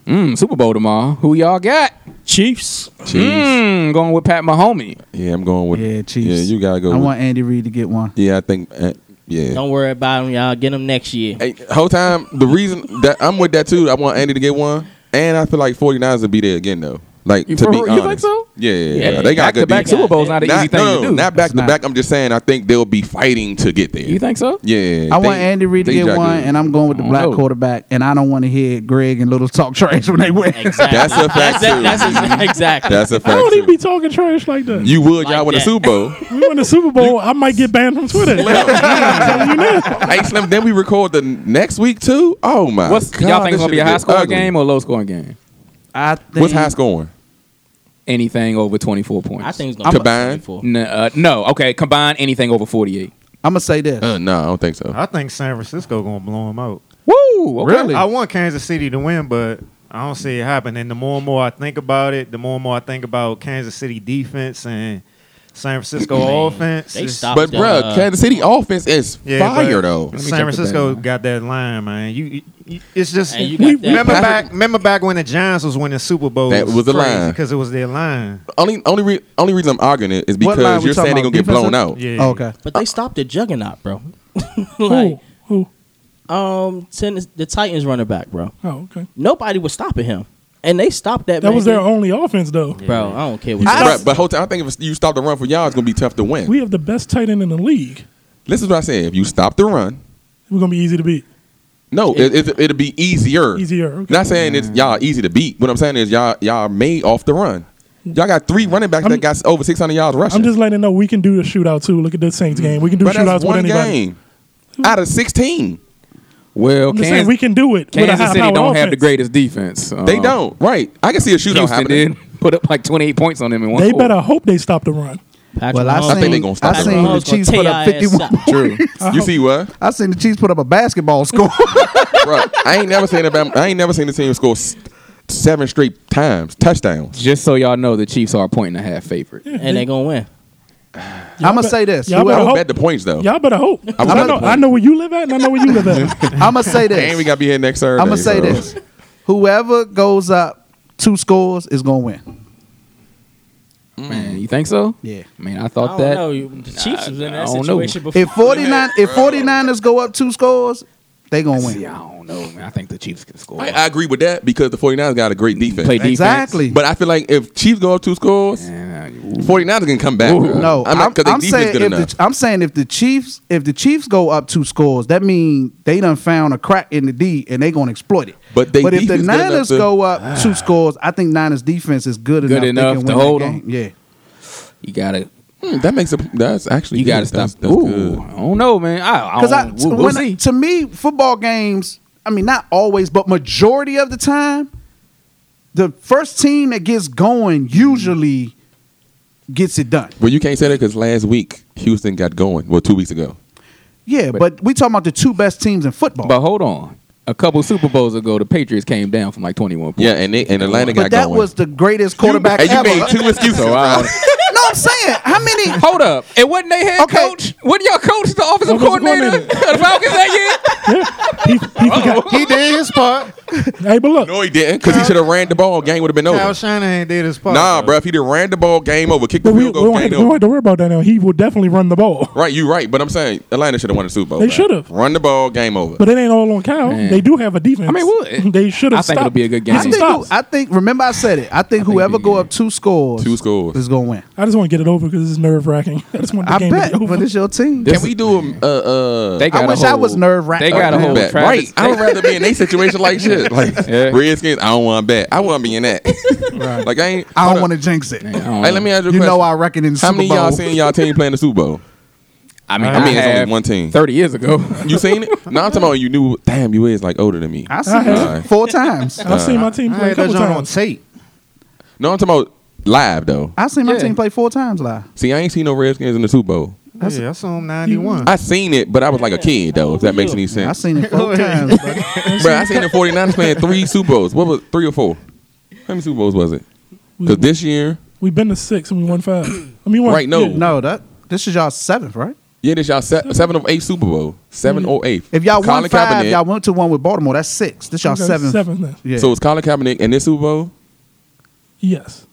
Speaker 2: Mm, Super Bowl tomorrow. Who y'all got?
Speaker 3: Chiefs.
Speaker 4: Chiefs.
Speaker 2: Mm, going with Pat Mahomey.
Speaker 4: Yeah, I'm going with.
Speaker 1: Yeah, Chiefs.
Speaker 4: Yeah, you gotta go.
Speaker 1: I
Speaker 4: with-
Speaker 1: want Andy Reid to get one.
Speaker 4: yeah, I think. Uh, yeah.
Speaker 3: Don't worry about them, y'all. Get them next year.
Speaker 4: Hey, whole time the reason that I'm with that too, I want Andy to get one, and I feel like 49ers will be there again though. Like
Speaker 2: You
Speaker 4: to
Speaker 2: for
Speaker 4: be
Speaker 2: real? You
Speaker 4: honest,
Speaker 2: think so?
Speaker 4: Yeah, yeah, yeah.
Speaker 3: Yeah,
Speaker 4: they got
Speaker 2: back
Speaker 4: good
Speaker 2: to back
Speaker 4: defense.
Speaker 2: Super Bowls not an
Speaker 4: Not-
Speaker 2: easy thing
Speaker 4: no, no,
Speaker 2: to do.
Speaker 4: Not back
Speaker 1: It's
Speaker 4: to
Speaker 1: not.
Speaker 4: back. I'm just saying, I think they'll be fighting to get there.
Speaker 2: you think so?
Speaker 4: Yeah,
Speaker 1: I want Andy Reid to get one, and I'm going with the
Speaker 2: I
Speaker 1: black
Speaker 3: Oh.
Speaker 2: don't know.
Speaker 1: quarterback. And I don't want to hear Greg and Little talk trash when they win.
Speaker 3: Exactly.
Speaker 4: That's a fact,
Speaker 3: That's,
Speaker 4: too.
Speaker 3: that's ex- exactly.
Speaker 4: that's a
Speaker 5: I
Speaker 4: fact.
Speaker 5: don't even
Speaker 4: too.
Speaker 5: be talking trash like that.
Speaker 4: You would,
Speaker 3: Like
Speaker 4: y'all win a
Speaker 3: that.
Speaker 4: Super Bowl.
Speaker 5: we win the Super Bowl, I might get banned from Twitter.
Speaker 4: hey, Slim. Then we record the next week too. Oh my!
Speaker 2: What's
Speaker 4: God,
Speaker 2: y'all think
Speaker 4: this
Speaker 2: it's gonna be
Speaker 4: shit
Speaker 2: a high
Speaker 4: is
Speaker 2: scoring
Speaker 4: ugly.
Speaker 2: game or low scoring game?
Speaker 1: I think
Speaker 4: What's high scoring?
Speaker 2: Anything over twenty four points.
Speaker 3: I think it's gonna be
Speaker 4: Combined?
Speaker 3: 24.
Speaker 2: N- uh, no. Okay, combine anything over forty eight.
Speaker 1: I'm gonna say this.
Speaker 4: Uh, no, I don't think so.
Speaker 6: I think San Francisco gonna blow them out.
Speaker 2: Woo! Okay.
Speaker 1: Really?
Speaker 6: I want Kansas City to win, but I don't see it happen. And the more and more I think about it, the more and more I think about Kansas City defense and San Francisco offense.
Speaker 3: they
Speaker 6: It's-
Speaker 3: stopped
Speaker 4: But
Speaker 3: the,
Speaker 4: bruh,
Speaker 3: uh,
Speaker 4: Kansas City offense is fire
Speaker 6: but
Speaker 4: though.
Speaker 2: check
Speaker 6: San
Speaker 2: the
Speaker 6: Francisco
Speaker 2: bet.
Speaker 6: got that line, man. You, you- you- it's just
Speaker 3: And you
Speaker 5: We-
Speaker 3: got that.
Speaker 6: remember
Speaker 4: Patrick-
Speaker 6: back, remember back when the Giants was winning Super Bowls.
Speaker 4: That was the line.
Speaker 6: because it was their line.
Speaker 4: Only only re- only reason I'm arguing it is
Speaker 1: What line
Speaker 4: because
Speaker 1: we
Speaker 4: you're saying they're gonna
Speaker 1: talking
Speaker 4: get
Speaker 1: about?
Speaker 4: blown out.
Speaker 1: Defensive?
Speaker 6: Yeah.
Speaker 1: Oh, okay.
Speaker 3: but they stopped the juggernaut, bro. like,
Speaker 5: Who? Who?
Speaker 3: um, tennis, the Titans running back, bro.
Speaker 5: Oh, okay.
Speaker 3: Nobody was stopping him, and they stopped that.
Speaker 5: That was
Speaker 3: man.
Speaker 5: their only offense, though.
Speaker 3: bro. I don't care what.
Speaker 1: I-
Speaker 3: you
Speaker 4: Bruh, but whole time, I think if you stop the run for y'all, it's gonna be tough to win.
Speaker 5: We have the best tight end in the league.
Speaker 4: This is what I said. If you stop the run,
Speaker 5: We're gonna be easy to beat.
Speaker 4: no, it, it, it'll be easier.
Speaker 5: Easier, okay.
Speaker 4: Not saying it's y'all easy to beat. What I'm saying is y'all y'all made off the run. Y'all got three running backs
Speaker 5: I'm-
Speaker 4: that got over 600 yards rushing.
Speaker 5: I'm just letting them know we can do the shootout too. Look at the
Speaker 2: Mm.
Speaker 5: Saints game. We can do
Speaker 4: Bruh,
Speaker 5: shootouts
Speaker 4: that's one
Speaker 5: with anybody.
Speaker 4: game out of 16.
Speaker 2: Well,
Speaker 5: I'm just saying
Speaker 2: Kansas,
Speaker 5: we can do it. with a
Speaker 2: Kansas
Speaker 5: high
Speaker 2: City
Speaker 5: power
Speaker 2: don't have the
Speaker 5: offense.
Speaker 2: greatest defense.
Speaker 4: They
Speaker 2: Um,
Speaker 4: don't. Right. I can see a shootout
Speaker 2: Houston
Speaker 4: happening.
Speaker 2: did put up like twenty eight points on them in one.
Speaker 5: They
Speaker 2: quarter.
Speaker 5: better hope they stop the run.
Speaker 3: Patrick
Speaker 1: Well, I
Speaker 3: Mahomes-
Speaker 1: seen, I
Speaker 4: think they gonna stop
Speaker 1: I
Speaker 4: that
Speaker 1: seen
Speaker 4: run.
Speaker 1: the
Speaker 3: Mahomes Oh, gonna
Speaker 1: Chiefs put
Speaker 3: tear
Speaker 1: up
Speaker 3: your ass
Speaker 1: 51.
Speaker 3: up.
Speaker 2: True.
Speaker 4: You see what?
Speaker 1: I seen the Chiefs put up a basketball score.
Speaker 4: Bruh, I ain't never seen a Bama, I ain't never seen a team score s- seven straight times, touchdowns.
Speaker 2: Just so y'all know, the Chiefs are a point and a half favorite.
Speaker 4: Mm.
Speaker 3: and they gonna win.
Speaker 1: I'm gonna say this.
Speaker 5: y'all better
Speaker 4: I
Speaker 5: hope-
Speaker 4: don't bet the points though.
Speaker 5: Y'all better hope. I,
Speaker 4: was at
Speaker 5: know,
Speaker 4: the
Speaker 5: I know where you live at, and I know where you live at.
Speaker 1: I'm gonna say
Speaker 4: and we
Speaker 1: this.
Speaker 4: gotta be here next Saturday.
Speaker 1: I'm gonna say
Speaker 4: so.
Speaker 1: this. Whoever goes up two scores is gonna win.
Speaker 2: Man, you think so?
Speaker 1: Yeah.
Speaker 2: Man, I
Speaker 3: I
Speaker 2: thought
Speaker 3: don't
Speaker 2: that.
Speaker 3: know. The Chiefs was in
Speaker 2: I
Speaker 3: that
Speaker 2: don't know.
Speaker 3: situation before.
Speaker 1: If 49 if 49ers go up two scores, they gonna
Speaker 2: See, I
Speaker 1: win.
Speaker 2: don't know, man. I think the Chiefs can score.
Speaker 4: I, I agree with that because the 49ers got a great defense.
Speaker 2: Play defense.
Speaker 1: Exactly.
Speaker 4: But I feel like if Chiefs go up two scores,
Speaker 2: Man, ooh.
Speaker 4: 49ers can come back. bro.
Speaker 1: Mm. No,
Speaker 4: Uh, I'm
Speaker 1: I'm,
Speaker 4: not because their
Speaker 1: I'm
Speaker 4: defense
Speaker 1: saying
Speaker 4: good
Speaker 1: if
Speaker 4: enough.
Speaker 1: the, I'm saying if the Chiefs if the Chiefs go up two scores, that means they done found a crack in the D and they gonna exploit it.
Speaker 4: But they
Speaker 1: if the
Speaker 4: defense good enough
Speaker 1: Niners
Speaker 4: to-
Speaker 1: go up two scores, I think Niners defense is good,
Speaker 2: Ah. Good
Speaker 1: enough,
Speaker 2: enough
Speaker 1: they can win
Speaker 2: to
Speaker 1: that
Speaker 2: hold 'em.
Speaker 1: game. Yeah.
Speaker 2: you gotta,
Speaker 4: Hmm, that makes a. That's actually.
Speaker 2: you
Speaker 4: good.
Speaker 2: gotta stop.
Speaker 4: That's, that's
Speaker 2: ooh,
Speaker 4: good.
Speaker 2: I don't know, man. I, I
Speaker 1: Because
Speaker 2: don't,
Speaker 1: I,
Speaker 2: we'll, we'll
Speaker 1: when
Speaker 2: see.
Speaker 1: to me, football games, I mean, not always, but majority of the time, the first team that gets going usually gets it done.
Speaker 4: Well, you can't say that because last week Houston got going. Well, two weeks ago.
Speaker 1: Yeah, but, we talking about the two best teams in football.
Speaker 2: But hold on. A couple Super Bowls ago, the Patriots came down from like 21 points.
Speaker 4: Yeah, and they, and Atlanta
Speaker 1: But
Speaker 4: got
Speaker 1: that
Speaker 4: going. uh,
Speaker 1: was the greatest quarterback
Speaker 4: hey, you
Speaker 1: ever.
Speaker 4: made two excuses.
Speaker 2: So I,
Speaker 1: no, I'm saying how many.
Speaker 2: hold up. And wasn't they head
Speaker 1: Okay.
Speaker 2: coach? Wasn't your coach the offensive coordinator of
Speaker 5: coordinator.
Speaker 2: the Falcons that year?
Speaker 5: He, he forgot.
Speaker 7: He did his part.
Speaker 5: Hey, but look,
Speaker 4: No, he didn't because he should have ran the ball. Game would have been
Speaker 6: Kyle
Speaker 4: over.
Speaker 6: Shanahan did his part.
Speaker 4: Nah, bro. If he did ran the ball, game over. Kick
Speaker 5: but
Speaker 4: the
Speaker 5: we,
Speaker 4: field
Speaker 5: we,
Speaker 4: goal,
Speaker 5: don't have
Speaker 4: game
Speaker 5: to, we don't
Speaker 4: over.
Speaker 5: have to worry about that now. He will definitely run the ball.
Speaker 4: Right, you right. But I'm saying Atlanta should have won the Super Bowl.
Speaker 5: They
Speaker 4: bro.
Speaker 5: should've.
Speaker 4: run the ball, game over.
Speaker 5: But it ain't all on Kyle.
Speaker 2: Man.
Speaker 5: They do have a defense.
Speaker 2: I mean, what-
Speaker 5: they should
Speaker 2: I
Speaker 5: have
Speaker 2: think
Speaker 5: stopped.
Speaker 2: it'll be a good game.
Speaker 1: I
Speaker 5: Get some
Speaker 1: think, who,
Speaker 5: stops. I,
Speaker 1: I think. Remember, I said it. I think whoever
Speaker 2: we-
Speaker 1: go up two scores,
Speaker 4: Two scores.
Speaker 1: is gonna win.
Speaker 5: just want to get it over because it's nerve wracking. I just want the
Speaker 1: I
Speaker 5: game
Speaker 1: bet.
Speaker 5: to be over.
Speaker 1: But it's your team.
Speaker 4: Can we do a? Uh, uh,
Speaker 2: They got
Speaker 1: I
Speaker 2: a
Speaker 1: wish I was
Speaker 2: whole-
Speaker 1: nerve wracked.
Speaker 2: They got a whole
Speaker 4: bet.
Speaker 2: Travis-
Speaker 4: right, I would rather be in their situation like shit. Like
Speaker 2: Yeah.
Speaker 4: Redskins, I don't want to bet. I want to be in that. Like I ain't.
Speaker 1: I
Speaker 4: hold
Speaker 1: don't
Speaker 4: up.
Speaker 1: want to jinx it.
Speaker 4: Hey, let me ask you a
Speaker 1: You
Speaker 4: question.
Speaker 1: know I reckon in the
Speaker 4: How
Speaker 1: Super
Speaker 4: many
Speaker 1: Bowl.
Speaker 4: y'all seen y'all team playing the Super Bowl?
Speaker 2: I mean,
Speaker 4: I mean, it's only
Speaker 2: have
Speaker 4: one team.
Speaker 2: 30 years ago.
Speaker 4: You seen it? no, I'm talking about you knew. Damn, you is like older than me.
Speaker 1: I
Speaker 5: I
Speaker 1: seen
Speaker 4: have.
Speaker 1: it four times.
Speaker 5: I've seen my team
Speaker 6: I
Speaker 5: play a
Speaker 6: had that
Speaker 5: couple
Speaker 6: joint on
Speaker 5: times.
Speaker 6: tape.
Speaker 4: No, I'm talking about live though.
Speaker 1: I seen my
Speaker 2: Yeah.
Speaker 1: team play four times live.
Speaker 4: See, I ain't seen no Redskins in the Super Bowl.
Speaker 6: yeah, I saw him 91.
Speaker 4: I seen it, but I was like a kid though. If that makes any
Speaker 1: I
Speaker 4: sense,
Speaker 1: seen it four times. bro.
Speaker 4: bro. I seen the 49ers playing three Super Bowls. What was three or four? How many Super Bowls was it? Because
Speaker 5: Mm-hmm.
Speaker 4: this year,
Speaker 5: We've been to six and we won five. I mean, one,
Speaker 4: Right, no.
Speaker 5: yeah.
Speaker 1: No, that this is y'all seventh, right?
Speaker 4: yeah, this y'all se- seven of eight Super Bowl, seven or eight.
Speaker 1: If y'all won
Speaker 4: Colin
Speaker 1: five,
Speaker 4: Kaepernick-
Speaker 1: y'all went to one with Baltimore. That's six. This y'all
Speaker 5: Okay,
Speaker 1: seventh.
Speaker 5: Seven. then.
Speaker 1: Yeah.
Speaker 4: So it's Colin Kaepernick and this Super Bowl.
Speaker 5: Yes.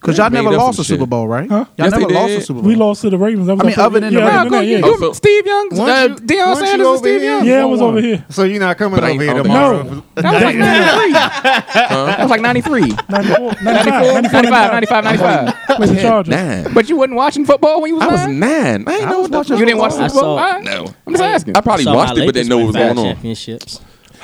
Speaker 1: Because y'all
Speaker 4: They
Speaker 1: never
Speaker 4: made up
Speaker 1: lost
Speaker 4: some
Speaker 1: a
Speaker 4: shit.
Speaker 1: Super Bowl, right?
Speaker 5: Huh?
Speaker 1: Y'all
Speaker 4: Yes,
Speaker 1: never
Speaker 4: they
Speaker 1: lost a
Speaker 4: did.
Speaker 1: Super Bowl.
Speaker 5: We lost to the Ravens. That was
Speaker 1: I mean,
Speaker 5: our-
Speaker 1: other than the
Speaker 5: yeah,
Speaker 1: Ravens.
Speaker 5: other than that,
Speaker 2: you,
Speaker 5: yeah.
Speaker 4: Oh, so-
Speaker 2: Steve Young, uh,
Speaker 6: Once you-
Speaker 2: Deion
Speaker 6: once you
Speaker 2: Sanders, and
Speaker 6: over
Speaker 2: Steve
Speaker 6: here,
Speaker 2: Young.
Speaker 5: Yeah,
Speaker 6: you
Speaker 5: it was
Speaker 6: won
Speaker 5: over
Speaker 6: one.
Speaker 5: here.
Speaker 6: So you're not coming
Speaker 4: But I
Speaker 6: over
Speaker 4: ain't
Speaker 6: here
Speaker 4: on the
Speaker 6: tomorrow.
Speaker 5: No.
Speaker 2: That was like 93. That was like 93.
Speaker 5: 94, 95,
Speaker 2: 94, 95, 95, 95.
Speaker 5: with the Chargers.
Speaker 4: Nine.
Speaker 2: But you wasn't watching football when you was
Speaker 4: I was
Speaker 2: nine?
Speaker 4: nine. I ain't know what the
Speaker 2: You didn't watch
Speaker 3: football.
Speaker 2: the Super Bowl?
Speaker 3: I saw-
Speaker 2: All right.
Speaker 4: No.
Speaker 2: I'm just asking.
Speaker 4: I probably
Speaker 3: Saw my
Speaker 4: watched it, but
Speaker 3: Lakers
Speaker 4: didn't know what was
Speaker 3: win
Speaker 4: going
Speaker 3: five
Speaker 4: on.
Speaker 3: Championships.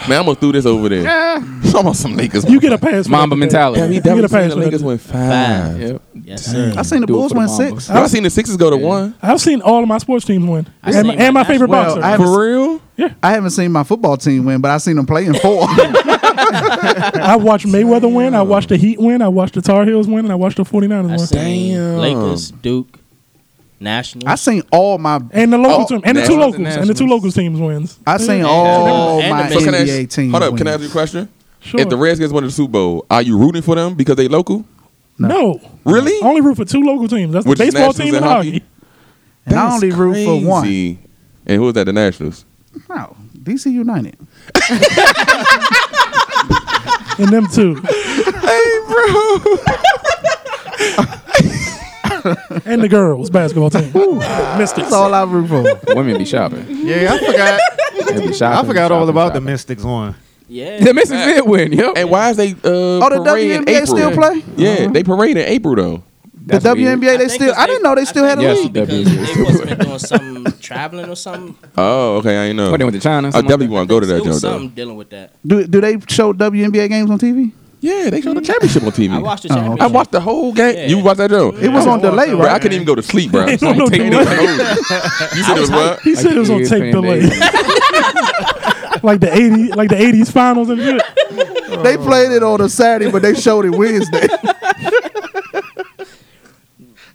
Speaker 4: Man, I'm gonna threw this over there. Almost some Lakers.
Speaker 5: You get a pass. for
Speaker 2: Mamba
Speaker 5: that.
Speaker 2: mentality.
Speaker 4: Damn, he
Speaker 5: You get a
Speaker 4: definitely seen
Speaker 5: pass
Speaker 4: the
Speaker 5: for
Speaker 4: Lakers
Speaker 5: that.
Speaker 4: win five.
Speaker 3: Five.
Speaker 4: Yo,
Speaker 2: Yep.
Speaker 3: Yes, sir.
Speaker 1: I seen the
Speaker 2: Do it
Speaker 1: Bulls
Speaker 2: for the
Speaker 1: win
Speaker 2: Mambas.
Speaker 1: six.
Speaker 4: I seen the Sixers go to one.
Speaker 5: I've seen all of my sports teams win,
Speaker 3: I
Speaker 5: and,
Speaker 3: seen
Speaker 5: my-
Speaker 3: my
Speaker 5: and my favorite
Speaker 1: basketball.
Speaker 5: boxer.
Speaker 1: I haven't-
Speaker 4: For real?
Speaker 1: I haven't seen my football team win, but I seen them play in four.
Speaker 5: I watched Mayweather win. I watched the Heat win. I watched the Tar Heels win, and I watched the 49ers
Speaker 3: I
Speaker 5: win.
Speaker 3: seen
Speaker 4: Damn.
Speaker 3: Lakers, Duke, Nationals.
Speaker 1: I seen all my.
Speaker 5: And the local
Speaker 4: Oh,
Speaker 5: team, and the two
Speaker 4: Nationals
Speaker 5: locals, and the two
Speaker 2: Nationals.
Speaker 5: locals teams wins.
Speaker 1: I seen all
Speaker 3: and
Speaker 1: my
Speaker 3: the- So
Speaker 4: I
Speaker 1: NBA
Speaker 4: ask,
Speaker 1: teams.
Speaker 4: hold up, can I
Speaker 1: win.
Speaker 4: ask you a question?
Speaker 5: Sure.
Speaker 4: If the Redskins win the Super Bowl, are you rooting for them because they local?
Speaker 5: no.
Speaker 4: Really?
Speaker 5: I only root for two local teams. That's
Speaker 4: Which
Speaker 5: the
Speaker 4: is
Speaker 5: baseball
Speaker 4: Nationals
Speaker 5: team and
Speaker 4: and
Speaker 5: hockey.
Speaker 1: And I only root for one.
Speaker 4: Crazy. And who was that? The Nationals.
Speaker 1: No, DC United.
Speaker 5: and them two,
Speaker 4: Hey, bro.
Speaker 5: and the girls basketball team. Missed it.
Speaker 1: That's all I root for.
Speaker 2: Women be shopping.
Speaker 6: Yeah, I forgot.
Speaker 2: They be
Speaker 6: I
Speaker 2: shopping,
Speaker 6: forgot all
Speaker 2: shopping,
Speaker 6: about the
Speaker 2: shopping.
Speaker 6: Mystics one.
Speaker 3: yeah.
Speaker 2: The Mystics did win. Yep.
Speaker 4: And why is they uh,
Speaker 1: Oh, the
Speaker 4: parade in
Speaker 1: WNBA
Speaker 4: April?
Speaker 1: still play? Uh-huh.
Speaker 4: Yeah, they parade in April though.
Speaker 1: The
Speaker 2: That's weird.
Speaker 1: WNBA, they still. I didn't know they still had a
Speaker 2: Yes,
Speaker 1: league.
Speaker 2: they
Speaker 3: because
Speaker 2: do.
Speaker 3: they must have been doing some traveling or something.
Speaker 4: Oh, okay, I ain't know.
Speaker 2: What, they went to China? or
Speaker 4: I
Speaker 2: something
Speaker 4: definitely
Speaker 2: like
Speaker 4: want to go to
Speaker 3: It
Speaker 4: that
Speaker 3: was
Speaker 4: joint though.
Speaker 3: something dealing with that.
Speaker 1: Do, do they show WNBA games on TV?
Speaker 4: Yeah, they
Speaker 1: Mm-hmm.
Speaker 4: showed the championship on TV.
Speaker 3: I watched the
Speaker 1: Oh, okay.
Speaker 3: championship.
Speaker 4: I watched the whole game.
Speaker 3: Yeah.
Speaker 4: You watched that joint?
Speaker 1: It was
Speaker 6: Yeah.
Speaker 1: on delay,
Speaker 4: Bro, I
Speaker 1: right?
Speaker 4: couldn't even go to sleep, bro. I was like,
Speaker 5: No, no,
Speaker 4: take
Speaker 5: no.
Speaker 4: me to the- you said it was what?
Speaker 5: He said it was on
Speaker 2: yeah,
Speaker 5: tape
Speaker 2: Payne
Speaker 5: delay,
Speaker 2: Davis.
Speaker 5: like the eighty, like the eighties finals and shit.
Speaker 1: They played it on a Saturday, but they showed it Wednesday.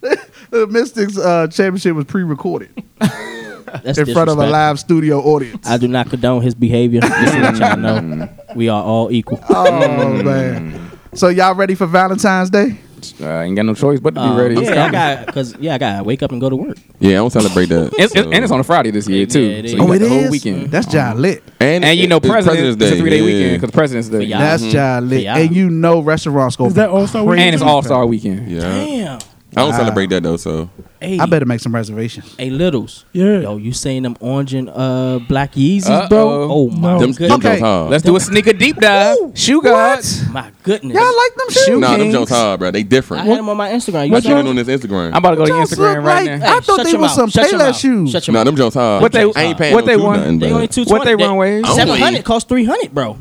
Speaker 1: the Mystics uh, championship was pre-recorded
Speaker 3: That's
Speaker 1: in front of a
Speaker 3: disrespectful.
Speaker 1: live studio audience.
Speaker 3: I do not condone his behavior. Just to let y'all know. We are all equal.
Speaker 1: Oh man. So y'all ready for Valentine's Day?
Speaker 2: Uh, I ain't got no choice but to be
Speaker 3: Uh,
Speaker 2: ready. It's
Speaker 3: yeah, I
Speaker 2: coming.
Speaker 3: got cause yeah, I got to wake up and go to work.
Speaker 4: Yeah, I don't celebrate that.
Speaker 2: It's- it's-
Speaker 4: so-
Speaker 2: and it's on a Friday this year too.
Speaker 3: Yeah, it
Speaker 2: so
Speaker 3: is.
Speaker 2: you
Speaker 1: oh,
Speaker 2: got
Speaker 1: it
Speaker 2: the
Speaker 1: is.
Speaker 2: whole weekend.
Speaker 1: That's y'all lit.
Speaker 4: Mm-hmm.
Speaker 2: And you know,
Speaker 4: it's
Speaker 2: President's, it's a three day weekend because President's Day,
Speaker 3: y'all.
Speaker 1: That's y'all lit.
Speaker 3: Yeah.
Speaker 1: And you know restaurants gonna
Speaker 5: Is that
Speaker 1: be
Speaker 5: All Star
Speaker 1: crazy.
Speaker 5: Weekend?
Speaker 2: and it's All Star Weekend.
Speaker 4: Yeah,
Speaker 3: Damn.
Speaker 4: I don't celebrate that though. So
Speaker 3: Hey,
Speaker 1: I better make some reservations.
Speaker 3: Hey, littles.
Speaker 5: Yeah.
Speaker 3: Yo, you seen them orange and uh black Yeezys,
Speaker 2: Uh-oh.
Speaker 3: bro? Oh my
Speaker 5: No.
Speaker 4: them, them
Speaker 3: goodness.
Speaker 4: Jones hard.
Speaker 2: Let's do a sneaker deep dive. Shoe gods.
Speaker 3: My goodness.
Speaker 1: Y'all like them shoes?
Speaker 4: nah, them Jones hard, bro. They
Speaker 3: I
Speaker 4: different.
Speaker 3: had them on my Instagram. You
Speaker 4: I
Speaker 3: saw
Speaker 4: seen it
Speaker 3: them?
Speaker 4: on this Instagram.
Speaker 2: I'm about to go to
Speaker 1: Those
Speaker 2: Instagram
Speaker 1: look
Speaker 2: right
Speaker 1: like-
Speaker 2: now.
Speaker 1: I thought
Speaker 3: shut
Speaker 1: they
Speaker 3: your
Speaker 1: was
Speaker 3: mouth.
Speaker 1: some
Speaker 3: Shut your
Speaker 1: Payless
Speaker 3: mouth.
Speaker 1: shoes.
Speaker 3: Shut your
Speaker 4: Nah,
Speaker 3: mouth.
Speaker 4: them Jones hard.
Speaker 2: What they-
Speaker 4: I ain't paying
Speaker 2: what
Speaker 4: no
Speaker 2: they
Speaker 4: dude
Speaker 2: want?
Speaker 4: nothing,
Speaker 3: They
Speaker 4: bro.
Speaker 3: only two twenty.
Speaker 2: What they run with?
Speaker 3: Seven
Speaker 4: Only.
Speaker 3: hundred costs three hundred, bro.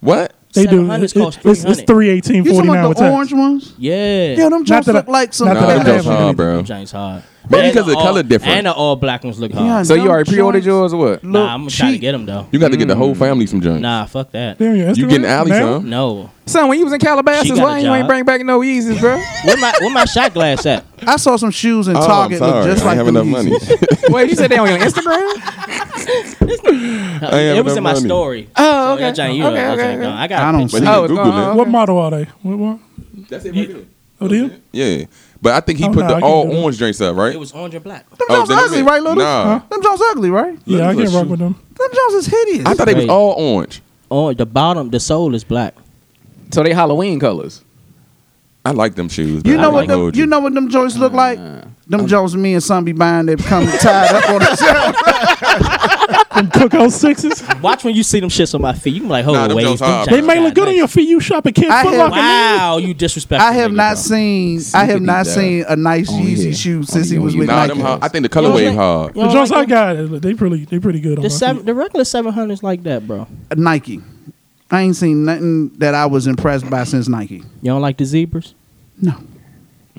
Speaker 4: What?
Speaker 5: They do.
Speaker 3: 700s
Speaker 5: It- it-
Speaker 3: cost
Speaker 5: it's, it's
Speaker 3: 300.
Speaker 5: three eighteen
Speaker 1: You
Speaker 5: forty
Speaker 1: talking
Speaker 5: nine
Speaker 1: about
Speaker 5: with
Speaker 1: the
Speaker 5: tax.
Speaker 1: orange ones?
Speaker 3: Yeah.
Speaker 1: Yeah, them
Speaker 5: that
Speaker 1: Jones
Speaker 5: I-
Speaker 1: look like some.
Speaker 5: not that I
Speaker 4: Nah, them
Speaker 5: have
Speaker 4: Jones
Speaker 5: one.
Speaker 4: hard, bro.
Speaker 3: James Hard.
Speaker 4: Maybe
Speaker 3: And
Speaker 4: 'cause the
Speaker 3: all-
Speaker 4: color different.
Speaker 3: And the all black ones look hard.
Speaker 1: Yeah,
Speaker 2: So you
Speaker 1: Them
Speaker 2: already pre-ordered
Speaker 1: joints.
Speaker 2: yours or what?
Speaker 1: look
Speaker 3: nah, I'm gonna try to
Speaker 1: cheap.
Speaker 3: get them though.
Speaker 4: You got to get the whole family some joints.
Speaker 3: Nah, fuck that.
Speaker 5: Damn, your
Speaker 4: You
Speaker 5: Instagram
Speaker 4: getting alley,
Speaker 5: now?
Speaker 4: son?
Speaker 3: No.
Speaker 2: Son, when you was in
Speaker 3: She
Speaker 2: Calabasas,
Speaker 3: got
Speaker 2: why
Speaker 3: a
Speaker 2: you ain't
Speaker 3: job.
Speaker 2: bring back no Yeezys, bro?
Speaker 3: Where my where my shot glass at?
Speaker 1: I saw some shoes in
Speaker 4: Oh,
Speaker 1: Target
Speaker 4: I'm
Speaker 1: look
Speaker 4: sorry.
Speaker 1: just
Speaker 4: I
Speaker 1: like
Speaker 4: ain't have
Speaker 1: them
Speaker 4: enough
Speaker 1: Yeezys.
Speaker 4: money.
Speaker 2: Wait, you said they on your Instagram?
Speaker 4: ain't
Speaker 3: It was
Speaker 4: have
Speaker 3: in my
Speaker 4: no money.
Speaker 3: story.
Speaker 2: Oh,
Speaker 3: So, that
Speaker 2: okay.
Speaker 3: joint, you
Speaker 2: Okay,
Speaker 3: know, that
Speaker 2: okay,
Speaker 3: joint
Speaker 2: okay.
Speaker 3: gone. I got.
Speaker 1: I
Speaker 3: a
Speaker 1: don't
Speaker 3: picture.
Speaker 4: But he
Speaker 1: Oh,
Speaker 4: can
Speaker 2: it's
Speaker 4: Google
Speaker 2: gone.
Speaker 4: it.
Speaker 5: What model are they? What, what?
Speaker 4: That's it right there.
Speaker 5: Oh, do you?
Speaker 4: Yeah, but I think he
Speaker 5: Oh,
Speaker 4: put
Speaker 5: no, I
Speaker 4: the
Speaker 5: can
Speaker 4: all
Speaker 5: do that.
Speaker 4: orange drinks up, right?
Speaker 3: It was orange and black.
Speaker 1: Them
Speaker 4: Oh,
Speaker 1: Jones
Speaker 4: then that's
Speaker 1: ugly,
Speaker 4: it.
Speaker 1: right, little?
Speaker 4: Nah.
Speaker 1: Them Jones ugly, right?
Speaker 5: Yeah, I
Speaker 4: Look,
Speaker 5: can rock
Speaker 4: shoot.
Speaker 5: with them.
Speaker 1: Them Jones is hideous.
Speaker 4: I thought they was
Speaker 3: Wait.
Speaker 4: all orange.
Speaker 3: Oh, the bottom, the sole is black.
Speaker 2: So they Halloween colors.
Speaker 4: I like them shoes.
Speaker 1: You
Speaker 4: man.
Speaker 1: know
Speaker 4: I
Speaker 1: what?
Speaker 4: ain't gonna
Speaker 1: Them,
Speaker 4: hold
Speaker 1: you know what them joints look like? Them Jones, me and son be buying that come tied up on the shelf.
Speaker 5: Cookout sixes.
Speaker 3: Watch when you see them shits on my feet. You can be like, hold
Speaker 4: Nah,
Speaker 3: on,
Speaker 4: them
Speaker 3: wait.
Speaker 4: joints
Speaker 3: them
Speaker 4: hard,
Speaker 5: They
Speaker 3: joints
Speaker 5: may
Speaker 3: got
Speaker 5: look good on
Speaker 3: nice.
Speaker 5: your feet. You shop at Kids
Speaker 1: I
Speaker 5: Foot
Speaker 1: have-
Speaker 5: Locker.
Speaker 3: Wow, you disrespectful.
Speaker 1: I have
Speaker 3: nigga,
Speaker 1: not
Speaker 3: bro.
Speaker 1: seen. I have
Speaker 2: Sneaker
Speaker 1: not
Speaker 2: deep dive.
Speaker 1: seen a nice
Speaker 2: Oh,
Speaker 1: Yeezy
Speaker 2: yeah.
Speaker 1: shoe
Speaker 2: Oh,
Speaker 1: since
Speaker 2: yeah,
Speaker 1: he was
Speaker 2: you
Speaker 1: with
Speaker 2: know
Speaker 4: Nah,
Speaker 1: Nike.
Speaker 4: them hard. I think the
Speaker 3: You know
Speaker 4: colorway
Speaker 3: what?
Speaker 4: hard.
Speaker 3: You
Speaker 5: The
Speaker 3: don't
Speaker 5: joints
Speaker 3: like
Speaker 5: I
Speaker 3: them?
Speaker 5: got, they pretty, they pretty good on
Speaker 3: The
Speaker 5: my
Speaker 3: seven,
Speaker 5: feet.
Speaker 3: the regular seven hundreds like that, bro.
Speaker 1: Nike. I ain't seen nothing that I was impressed by since Nike.
Speaker 3: You don't like the zebras?
Speaker 1: No.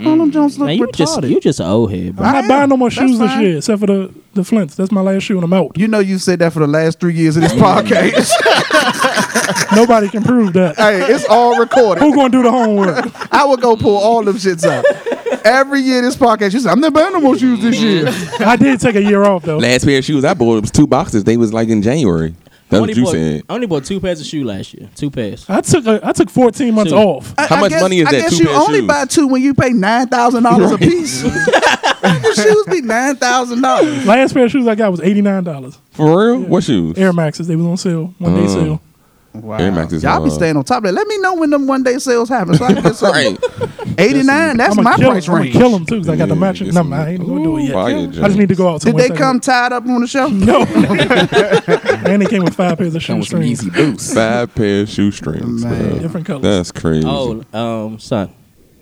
Speaker 1: All
Speaker 4: Mm.
Speaker 1: them Jones look
Speaker 3: Man, you
Speaker 1: retarded.
Speaker 3: just you just an old head, bro.
Speaker 5: I'm
Speaker 1: I
Speaker 5: not
Speaker 1: am.
Speaker 5: buying no more
Speaker 1: That's
Speaker 5: shoes this
Speaker 1: fine.
Speaker 5: year, except for the the Flints. That's my last shoe, and I'm out.
Speaker 1: You know you said that for the last three years of this podcast.
Speaker 5: Nobody can prove that.
Speaker 1: hey, it's all recorded.
Speaker 5: Who gonna do the homework?
Speaker 1: I would go pull all them shits up. Every year this podcast, you said, I'm not buying no more shoes this year.
Speaker 5: I did take a year off though.
Speaker 4: Last pair of shoes I bought was two boxes. They was like in January. That's
Speaker 3: only
Speaker 4: what you
Speaker 3: bought,
Speaker 4: said.
Speaker 3: I only bought two pairs of shoe last year. Two pairs.
Speaker 5: I took a, I took 14 months
Speaker 3: Two.
Speaker 5: off.
Speaker 1: I-
Speaker 4: How
Speaker 1: I
Speaker 4: much
Speaker 1: guess-
Speaker 4: money is
Speaker 1: I
Speaker 4: that?
Speaker 1: guess
Speaker 4: Two
Speaker 1: you
Speaker 4: pair of
Speaker 1: only
Speaker 4: shoes?
Speaker 1: buy two when you pay nine thousand dollars a piece. the shoes be nine thousand dollars.
Speaker 5: Last pair of shoes I got was $89.
Speaker 4: For real? What shoes?
Speaker 5: Air Maxes. They was on sale one day sale.
Speaker 1: Wow.
Speaker 4: Air Max is uh,
Speaker 1: Y'all be
Speaker 4: hard.
Speaker 1: staying on top of that. Let me know when them one day sales happen. So I can get some.
Speaker 4: Right.
Speaker 1: 89. That's
Speaker 5: I'ma
Speaker 1: my
Speaker 5: kill,
Speaker 1: price
Speaker 5: I'ma
Speaker 1: range.
Speaker 5: kill them too because I got the
Speaker 4: Yeah,
Speaker 5: matching.
Speaker 4: get
Speaker 5: No,
Speaker 4: some-
Speaker 5: I ain't gonna do it yet.
Speaker 4: Fire
Speaker 5: I
Speaker 4: joint.
Speaker 5: just need to go out.
Speaker 1: Did
Speaker 5: somewhere
Speaker 1: they come
Speaker 5: and
Speaker 1: tied up on the shelf?
Speaker 5: take a look. No. and they came with five pairs of
Speaker 2: Come
Speaker 5: shoe
Speaker 2: with some
Speaker 5: strings.
Speaker 2: Yeezy boots.
Speaker 4: Five pair of shoestrings.
Speaker 1: Man.
Speaker 4: bro.
Speaker 5: Different colors.
Speaker 4: That's crazy.
Speaker 3: Oh, um, son,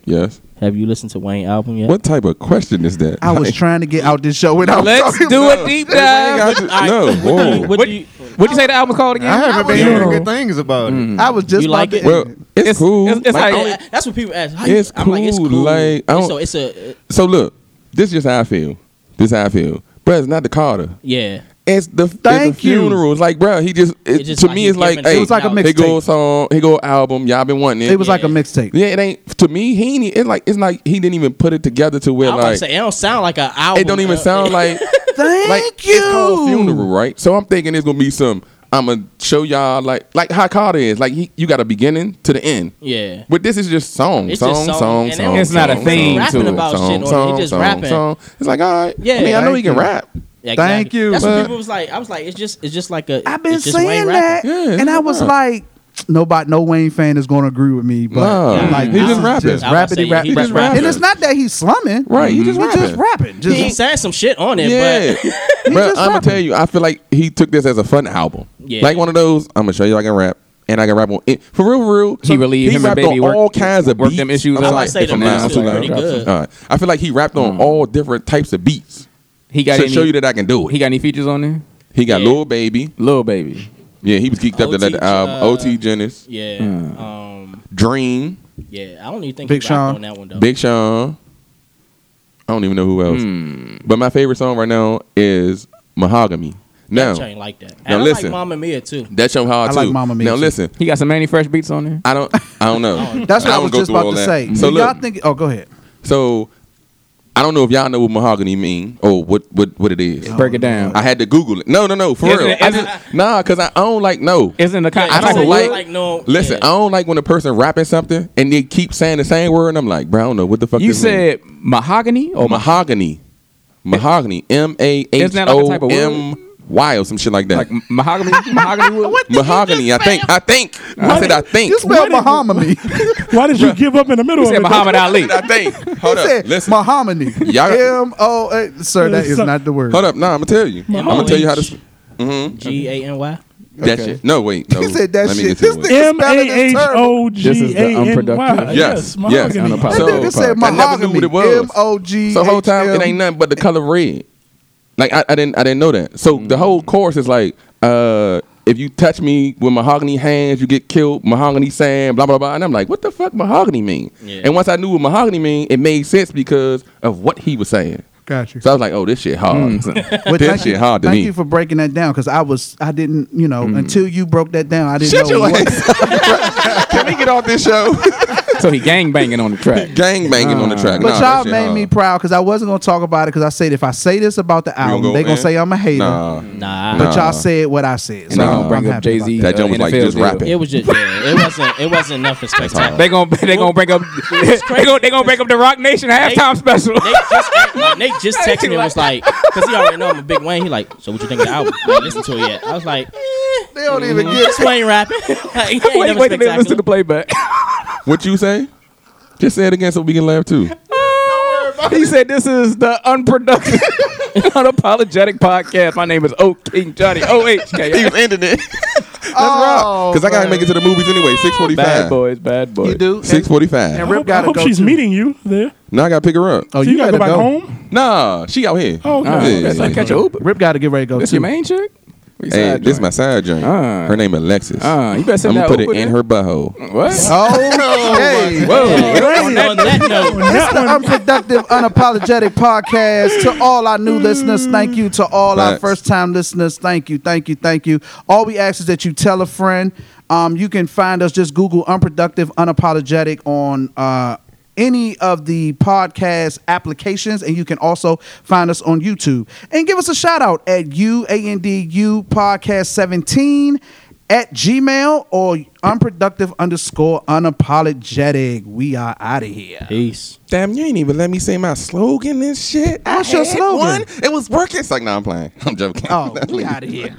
Speaker 4: Yes.
Speaker 3: have you listened to Wayne album yet?
Speaker 4: What type of question is that?
Speaker 1: I was trying to get out this show without
Speaker 2: Let's
Speaker 1: talking
Speaker 2: do
Speaker 1: about-
Speaker 2: a deep
Speaker 4: Hey,
Speaker 2: dive.
Speaker 4: Wayne got- No. Whoa.
Speaker 3: What
Speaker 2: What-
Speaker 3: do you,
Speaker 2: What'd you say the album's called again?
Speaker 6: I haven't been
Speaker 5: was-
Speaker 6: hearing good things about it.
Speaker 1: I was just
Speaker 3: You
Speaker 1: about
Speaker 3: like
Speaker 1: to-
Speaker 3: it?
Speaker 4: Well, it's,
Speaker 2: It's-
Speaker 4: cool.
Speaker 2: it's- it's like-
Speaker 4: Like, only-
Speaker 3: I- Oh, that's what people ask. How
Speaker 4: It's
Speaker 3: you, I'm like, it's
Speaker 4: cool,
Speaker 3: cool.
Speaker 4: like, I don't-
Speaker 3: so it's a uh,
Speaker 4: so look, this is just how I feel. This is how I feel. Bruh, it's not the Carter.
Speaker 3: yeah.
Speaker 4: It's the, it's the
Speaker 1: Thank you.
Speaker 4: funeral. It's like, bruh, he just, it,
Speaker 3: It's just
Speaker 4: to
Speaker 3: like
Speaker 4: me,
Speaker 3: he
Speaker 4: it's like,
Speaker 3: giving
Speaker 4: hey,
Speaker 1: It was like a
Speaker 3: out.
Speaker 1: mix-
Speaker 4: here go
Speaker 1: mixtape.
Speaker 4: a song, here go a album. Y'all been wanting it.
Speaker 1: It was like a
Speaker 3: Yeah.
Speaker 1: mixtape.
Speaker 4: yeah, it ain't to me. He ain't it like it's like he didn't even put it together to
Speaker 3: I
Speaker 4: where
Speaker 3: was about to
Speaker 4: like
Speaker 3: say it don't sound like an album.
Speaker 4: it don't even
Speaker 3: uh,
Speaker 4: sound like
Speaker 1: Thank
Speaker 4: like
Speaker 1: you.
Speaker 4: it's called funeral, right? So I'm thinking it's gonna be some. I'm gonna show y'all like like how Carter is like he, you got a beginning to the end.
Speaker 3: Yeah.
Speaker 4: But this is just song,
Speaker 3: It's just
Speaker 4: song,
Speaker 3: song,
Speaker 4: song,
Speaker 3: and they
Speaker 4: song.
Speaker 3: don't- It's
Speaker 2: not a
Speaker 4: song,
Speaker 2: theme to
Speaker 4: song, song,
Speaker 2: it.
Speaker 3: Rapping about
Speaker 4: song,
Speaker 3: shit, or
Speaker 4: song,
Speaker 3: they just
Speaker 4: song,
Speaker 3: rapping.
Speaker 4: song. It's like all right, yeah.
Speaker 3: Yeah.
Speaker 4: I mean, I know
Speaker 1: Thank
Speaker 4: he can
Speaker 1: you.
Speaker 4: rap.
Speaker 3: Yeah,
Speaker 1: Thank you,
Speaker 3: That's what
Speaker 1: but-
Speaker 3: people was like. I was like, it's just, it's just like a.
Speaker 1: I've been
Speaker 3: it's just Wayne
Speaker 1: saying
Speaker 3: rapping.
Speaker 1: that,
Speaker 4: Yeah, it's
Speaker 1: and I
Speaker 4: not
Speaker 1: was
Speaker 4: rap.
Speaker 1: like, nobody, no Wayne fan is going to agree with me, but
Speaker 4: No,
Speaker 1: like,
Speaker 4: he
Speaker 1: this
Speaker 4: just
Speaker 1: is
Speaker 4: rapping.
Speaker 1: just
Speaker 3: I was
Speaker 1: rappity
Speaker 3: saying,
Speaker 1: rap,
Speaker 3: he just
Speaker 1: rap-
Speaker 3: rapping.
Speaker 1: and it's not that he's slumming,
Speaker 4: Right, he just
Speaker 1: He just
Speaker 4: rapping.
Speaker 1: rapping. Just
Speaker 3: He said some shit on it,
Speaker 4: Yeah,
Speaker 1: just
Speaker 3: but
Speaker 4: but I'm gonna
Speaker 1: rapping.
Speaker 4: tell you, I feel like he took this as a fun album,
Speaker 3: Yeah.
Speaker 4: like one of those. I'm gonna show you I can rap, and I can rap on it. for real, for real.
Speaker 2: He relieved him and
Speaker 4: rapped
Speaker 2: Baby
Speaker 4: on
Speaker 2: worked-
Speaker 4: all kinds of
Speaker 2: worked
Speaker 4: beats.
Speaker 2: them issues
Speaker 4: I'm
Speaker 2: out.
Speaker 4: like,
Speaker 2: I'd say
Speaker 4: if
Speaker 2: the
Speaker 4: I'm
Speaker 2: beats
Speaker 4: down,
Speaker 2: was
Speaker 4: too loud,
Speaker 2: pretty
Speaker 4: drop some.
Speaker 3: good.
Speaker 4: All right, I feel like he rapped on all different types of beats
Speaker 2: He got
Speaker 4: to
Speaker 2: any,
Speaker 4: show you that I can do
Speaker 2: He
Speaker 4: it.
Speaker 2: got any features on there?
Speaker 4: He got
Speaker 3: Yeah.
Speaker 4: Lil Baby.
Speaker 2: Lil Baby.
Speaker 4: Yeah, he was geeked up to let
Speaker 3: OT,
Speaker 4: the album.
Speaker 3: uh,
Speaker 4: OT Jennings,
Speaker 3: yeah, um,
Speaker 4: Dream,
Speaker 3: yeah. I don't even think
Speaker 1: Hmm. Big
Speaker 3: he rapped
Speaker 1: Sean.
Speaker 3: on that one though.
Speaker 4: Big Sean. I don't even know who else. But my favorite song right now is Mahogany. Now,
Speaker 3: That joint like that. And
Speaker 4: Now
Speaker 3: I
Speaker 4: listen.
Speaker 3: like Mama Mia too.
Speaker 4: that's your hard
Speaker 1: I
Speaker 4: too.
Speaker 1: like Mamma Mia
Speaker 4: now
Speaker 1: too.
Speaker 4: listen,
Speaker 2: He got some Manny Fresh beats on there.
Speaker 4: I don't. I don't know.
Speaker 1: That's what I,
Speaker 4: don't
Speaker 1: was
Speaker 4: go
Speaker 1: just
Speaker 4: through
Speaker 1: about
Speaker 4: all
Speaker 1: to
Speaker 4: that.
Speaker 1: say.
Speaker 4: So
Speaker 1: So y'all
Speaker 4: look.
Speaker 1: think? Oh, go ahead.
Speaker 4: so I don't know if y'all know what mahogany mean or what what what it is.
Speaker 2: Break it down.
Speaker 4: I had to Google it. No, no, no, for
Speaker 2: Isn't
Speaker 4: real.
Speaker 2: it-
Speaker 4: I
Speaker 2: isn't-
Speaker 4: just, nah, cause I don't like no.
Speaker 2: Isn't the kind?
Speaker 4: I
Speaker 3: So
Speaker 4: don't
Speaker 3: you
Speaker 4: like.
Speaker 3: no.
Speaker 4: listen,
Speaker 3: yeah.
Speaker 4: I don't like when a person rapping something and they keep saying the same word, and I'm like, bro, I don't know what the fuck.
Speaker 2: You
Speaker 4: this mean.
Speaker 2: said oh, mahogany or mahogany?
Speaker 4: mahogany, mahogany, M A H
Speaker 2: that like a
Speaker 4: O
Speaker 2: type of
Speaker 4: M Y or some shit like that.
Speaker 2: like mahogany? mahogany wood?
Speaker 4: mahogany, I think. I think. I said I think.
Speaker 1: You spelled Mahomany.
Speaker 5: Why did you give up in the middle
Speaker 2: You
Speaker 5: of
Speaker 2: said
Speaker 5: it?
Speaker 2: Muhammad Ali.
Speaker 4: I think. Hold
Speaker 1: You said
Speaker 4: up. Listen.
Speaker 1: Mahomany.
Speaker 4: Y'all-
Speaker 1: M O A. Sir, that is not the word.
Speaker 4: Hold up. Nah, I'm gonna tell you. I'm gonna tell you how to. s-
Speaker 3: G A N Y.
Speaker 4: That
Speaker 2: Okay.
Speaker 4: shit. No, wait. No.
Speaker 1: He said that
Speaker 4: Let me
Speaker 1: shit.
Speaker 4: get to
Speaker 1: This
Speaker 4: it.
Speaker 1: nigga-
Speaker 5: M A H O
Speaker 2: This
Speaker 5: G
Speaker 2: is
Speaker 5: A
Speaker 2: the
Speaker 5: N Y.
Speaker 2: unproductive.
Speaker 4: Yes, yes.
Speaker 5: mahogany.
Speaker 2: Unapologetic.
Speaker 1: That nigga
Speaker 4: So,
Speaker 1: said
Speaker 4: I never knew what
Speaker 1: Mahogany.
Speaker 4: it was.
Speaker 1: M O G.
Speaker 4: So whole time it ain't nothing but the color red. Like I, I didn't I didn't know that. So the whole chorus is like, uh, if you touch me with mahogany hands, you get killed. Mahogany sand, blah blah blah. And I'm like, what the fuck mahogany mean?
Speaker 3: Yeah.
Speaker 4: And once I knew what mahogany mean, it made sense because of what he was saying.
Speaker 1: Got you.
Speaker 4: So I was like, oh, this shit hard.
Speaker 1: Mm. But
Speaker 4: this
Speaker 1: thank
Speaker 4: shit
Speaker 1: you,
Speaker 4: hard to
Speaker 1: thank
Speaker 4: me. Mm.
Speaker 1: you for breaking that down because I was I didn't you know until you broke that down I didn't
Speaker 4: Shut
Speaker 1: know
Speaker 4: your
Speaker 1: what-
Speaker 4: ass. Can we get off this show?
Speaker 2: So he gang banging on the track.
Speaker 4: Gang banging on the track.
Speaker 1: But
Speaker 4: Nah, that
Speaker 1: y'all
Speaker 4: shit
Speaker 1: made
Speaker 4: hard.
Speaker 1: me proud because I wasn't gonna talk about it because I said if I say this about the album
Speaker 4: go
Speaker 1: they gonna
Speaker 4: in?
Speaker 1: say I'm a hater.
Speaker 4: Nah.
Speaker 3: Nah.
Speaker 1: But
Speaker 4: Nah.
Speaker 1: y'all said what I said.
Speaker 2: And they
Speaker 1: So
Speaker 4: Nah.
Speaker 2: gonna
Speaker 1: I'm
Speaker 2: bring up uh,
Speaker 1: happy
Speaker 2: Jay
Speaker 1: about
Speaker 2: Z.
Speaker 1: it.
Speaker 4: That joint was like just rapping.
Speaker 3: It was just. Yeah, it wasn't. It wasn't nothing spectacular.
Speaker 2: They gonna they gonna bring up they gonna they gonna bring up the Rock Nation halftime special.
Speaker 3: Nate just, act- like, Nate just texted me and was like, because he already know I'm a big Wayne. He like, so what you think of the album? You ain't listened to it yet? I was like, eh,
Speaker 1: They don't even get
Speaker 3: this Wayne rapping. like, he ain't
Speaker 2: Wait,
Speaker 3: never
Speaker 2: wait, till they listen to
Speaker 3: spectacular.
Speaker 2: the playback.
Speaker 4: What you say? Just say it again so we can laugh too.
Speaker 2: he said, "This is the unproductive, unapologetic podcast." My name is Oak King Johnny. O H
Speaker 4: he
Speaker 2: K.
Speaker 4: was ending it. That's
Speaker 1: Oh,
Speaker 4: Because I gotta
Speaker 1: man.
Speaker 4: make it to the movies anyway. Six
Speaker 2: Bad
Speaker 4: forty-five.
Speaker 2: boys, bad boys.
Speaker 1: You do And-
Speaker 4: Six
Speaker 1: And
Speaker 4: forty-five.
Speaker 1: Rip
Speaker 5: Hope, I
Speaker 1: gotta
Speaker 5: hope
Speaker 1: go.
Speaker 5: she's
Speaker 1: too.
Speaker 5: meeting you there.
Speaker 4: Now I gotta pick her up.
Speaker 1: Oh,
Speaker 5: So
Speaker 1: you, gotta,
Speaker 5: go back
Speaker 1: go.
Speaker 5: home.
Speaker 4: Nah, she out here.
Speaker 5: Oh,
Speaker 2: Ah,
Speaker 5: okay.
Speaker 4: Yeah.
Speaker 2: that's like catch a Uber.
Speaker 1: Rip gotta get ready to go
Speaker 2: That's
Speaker 1: too.
Speaker 2: your main chick. What you
Speaker 4: Hey,
Speaker 2: side
Speaker 4: this is my
Speaker 2: joint?
Speaker 4: side joint.
Speaker 2: Ah.
Speaker 4: Her name Alexis.
Speaker 2: Ah, you better send
Speaker 4: I'm
Speaker 2: that
Speaker 4: gonna put
Speaker 2: Uber
Speaker 4: it in
Speaker 2: then.
Speaker 4: her butthole.
Speaker 2: What?
Speaker 1: Oh, hey.
Speaker 2: Whoa.
Speaker 3: On that, on that note,
Speaker 1: It's the unproductive, unapologetic podcast. To all our new listeners, thank you. To all our
Speaker 4: Facts.
Speaker 1: first time listeners, thank you, thank you, thank you. All we ask is that you tell a friend. Um, you can find us just Google unproductive, unapologetic on uh, any of the podcast applications, and you can also find us on YouTube. And give us a shout out at U A N D U Podcast 17 at Gmail or unproductive underscore unapologetic. We are out of here.
Speaker 3: peace.
Speaker 4: Damn, you ain't even let me say my slogan and shit.
Speaker 1: What's your slogan?
Speaker 4: It was working. It's like, nah, I'm playing. I'm joking.
Speaker 1: Oh, we out of here.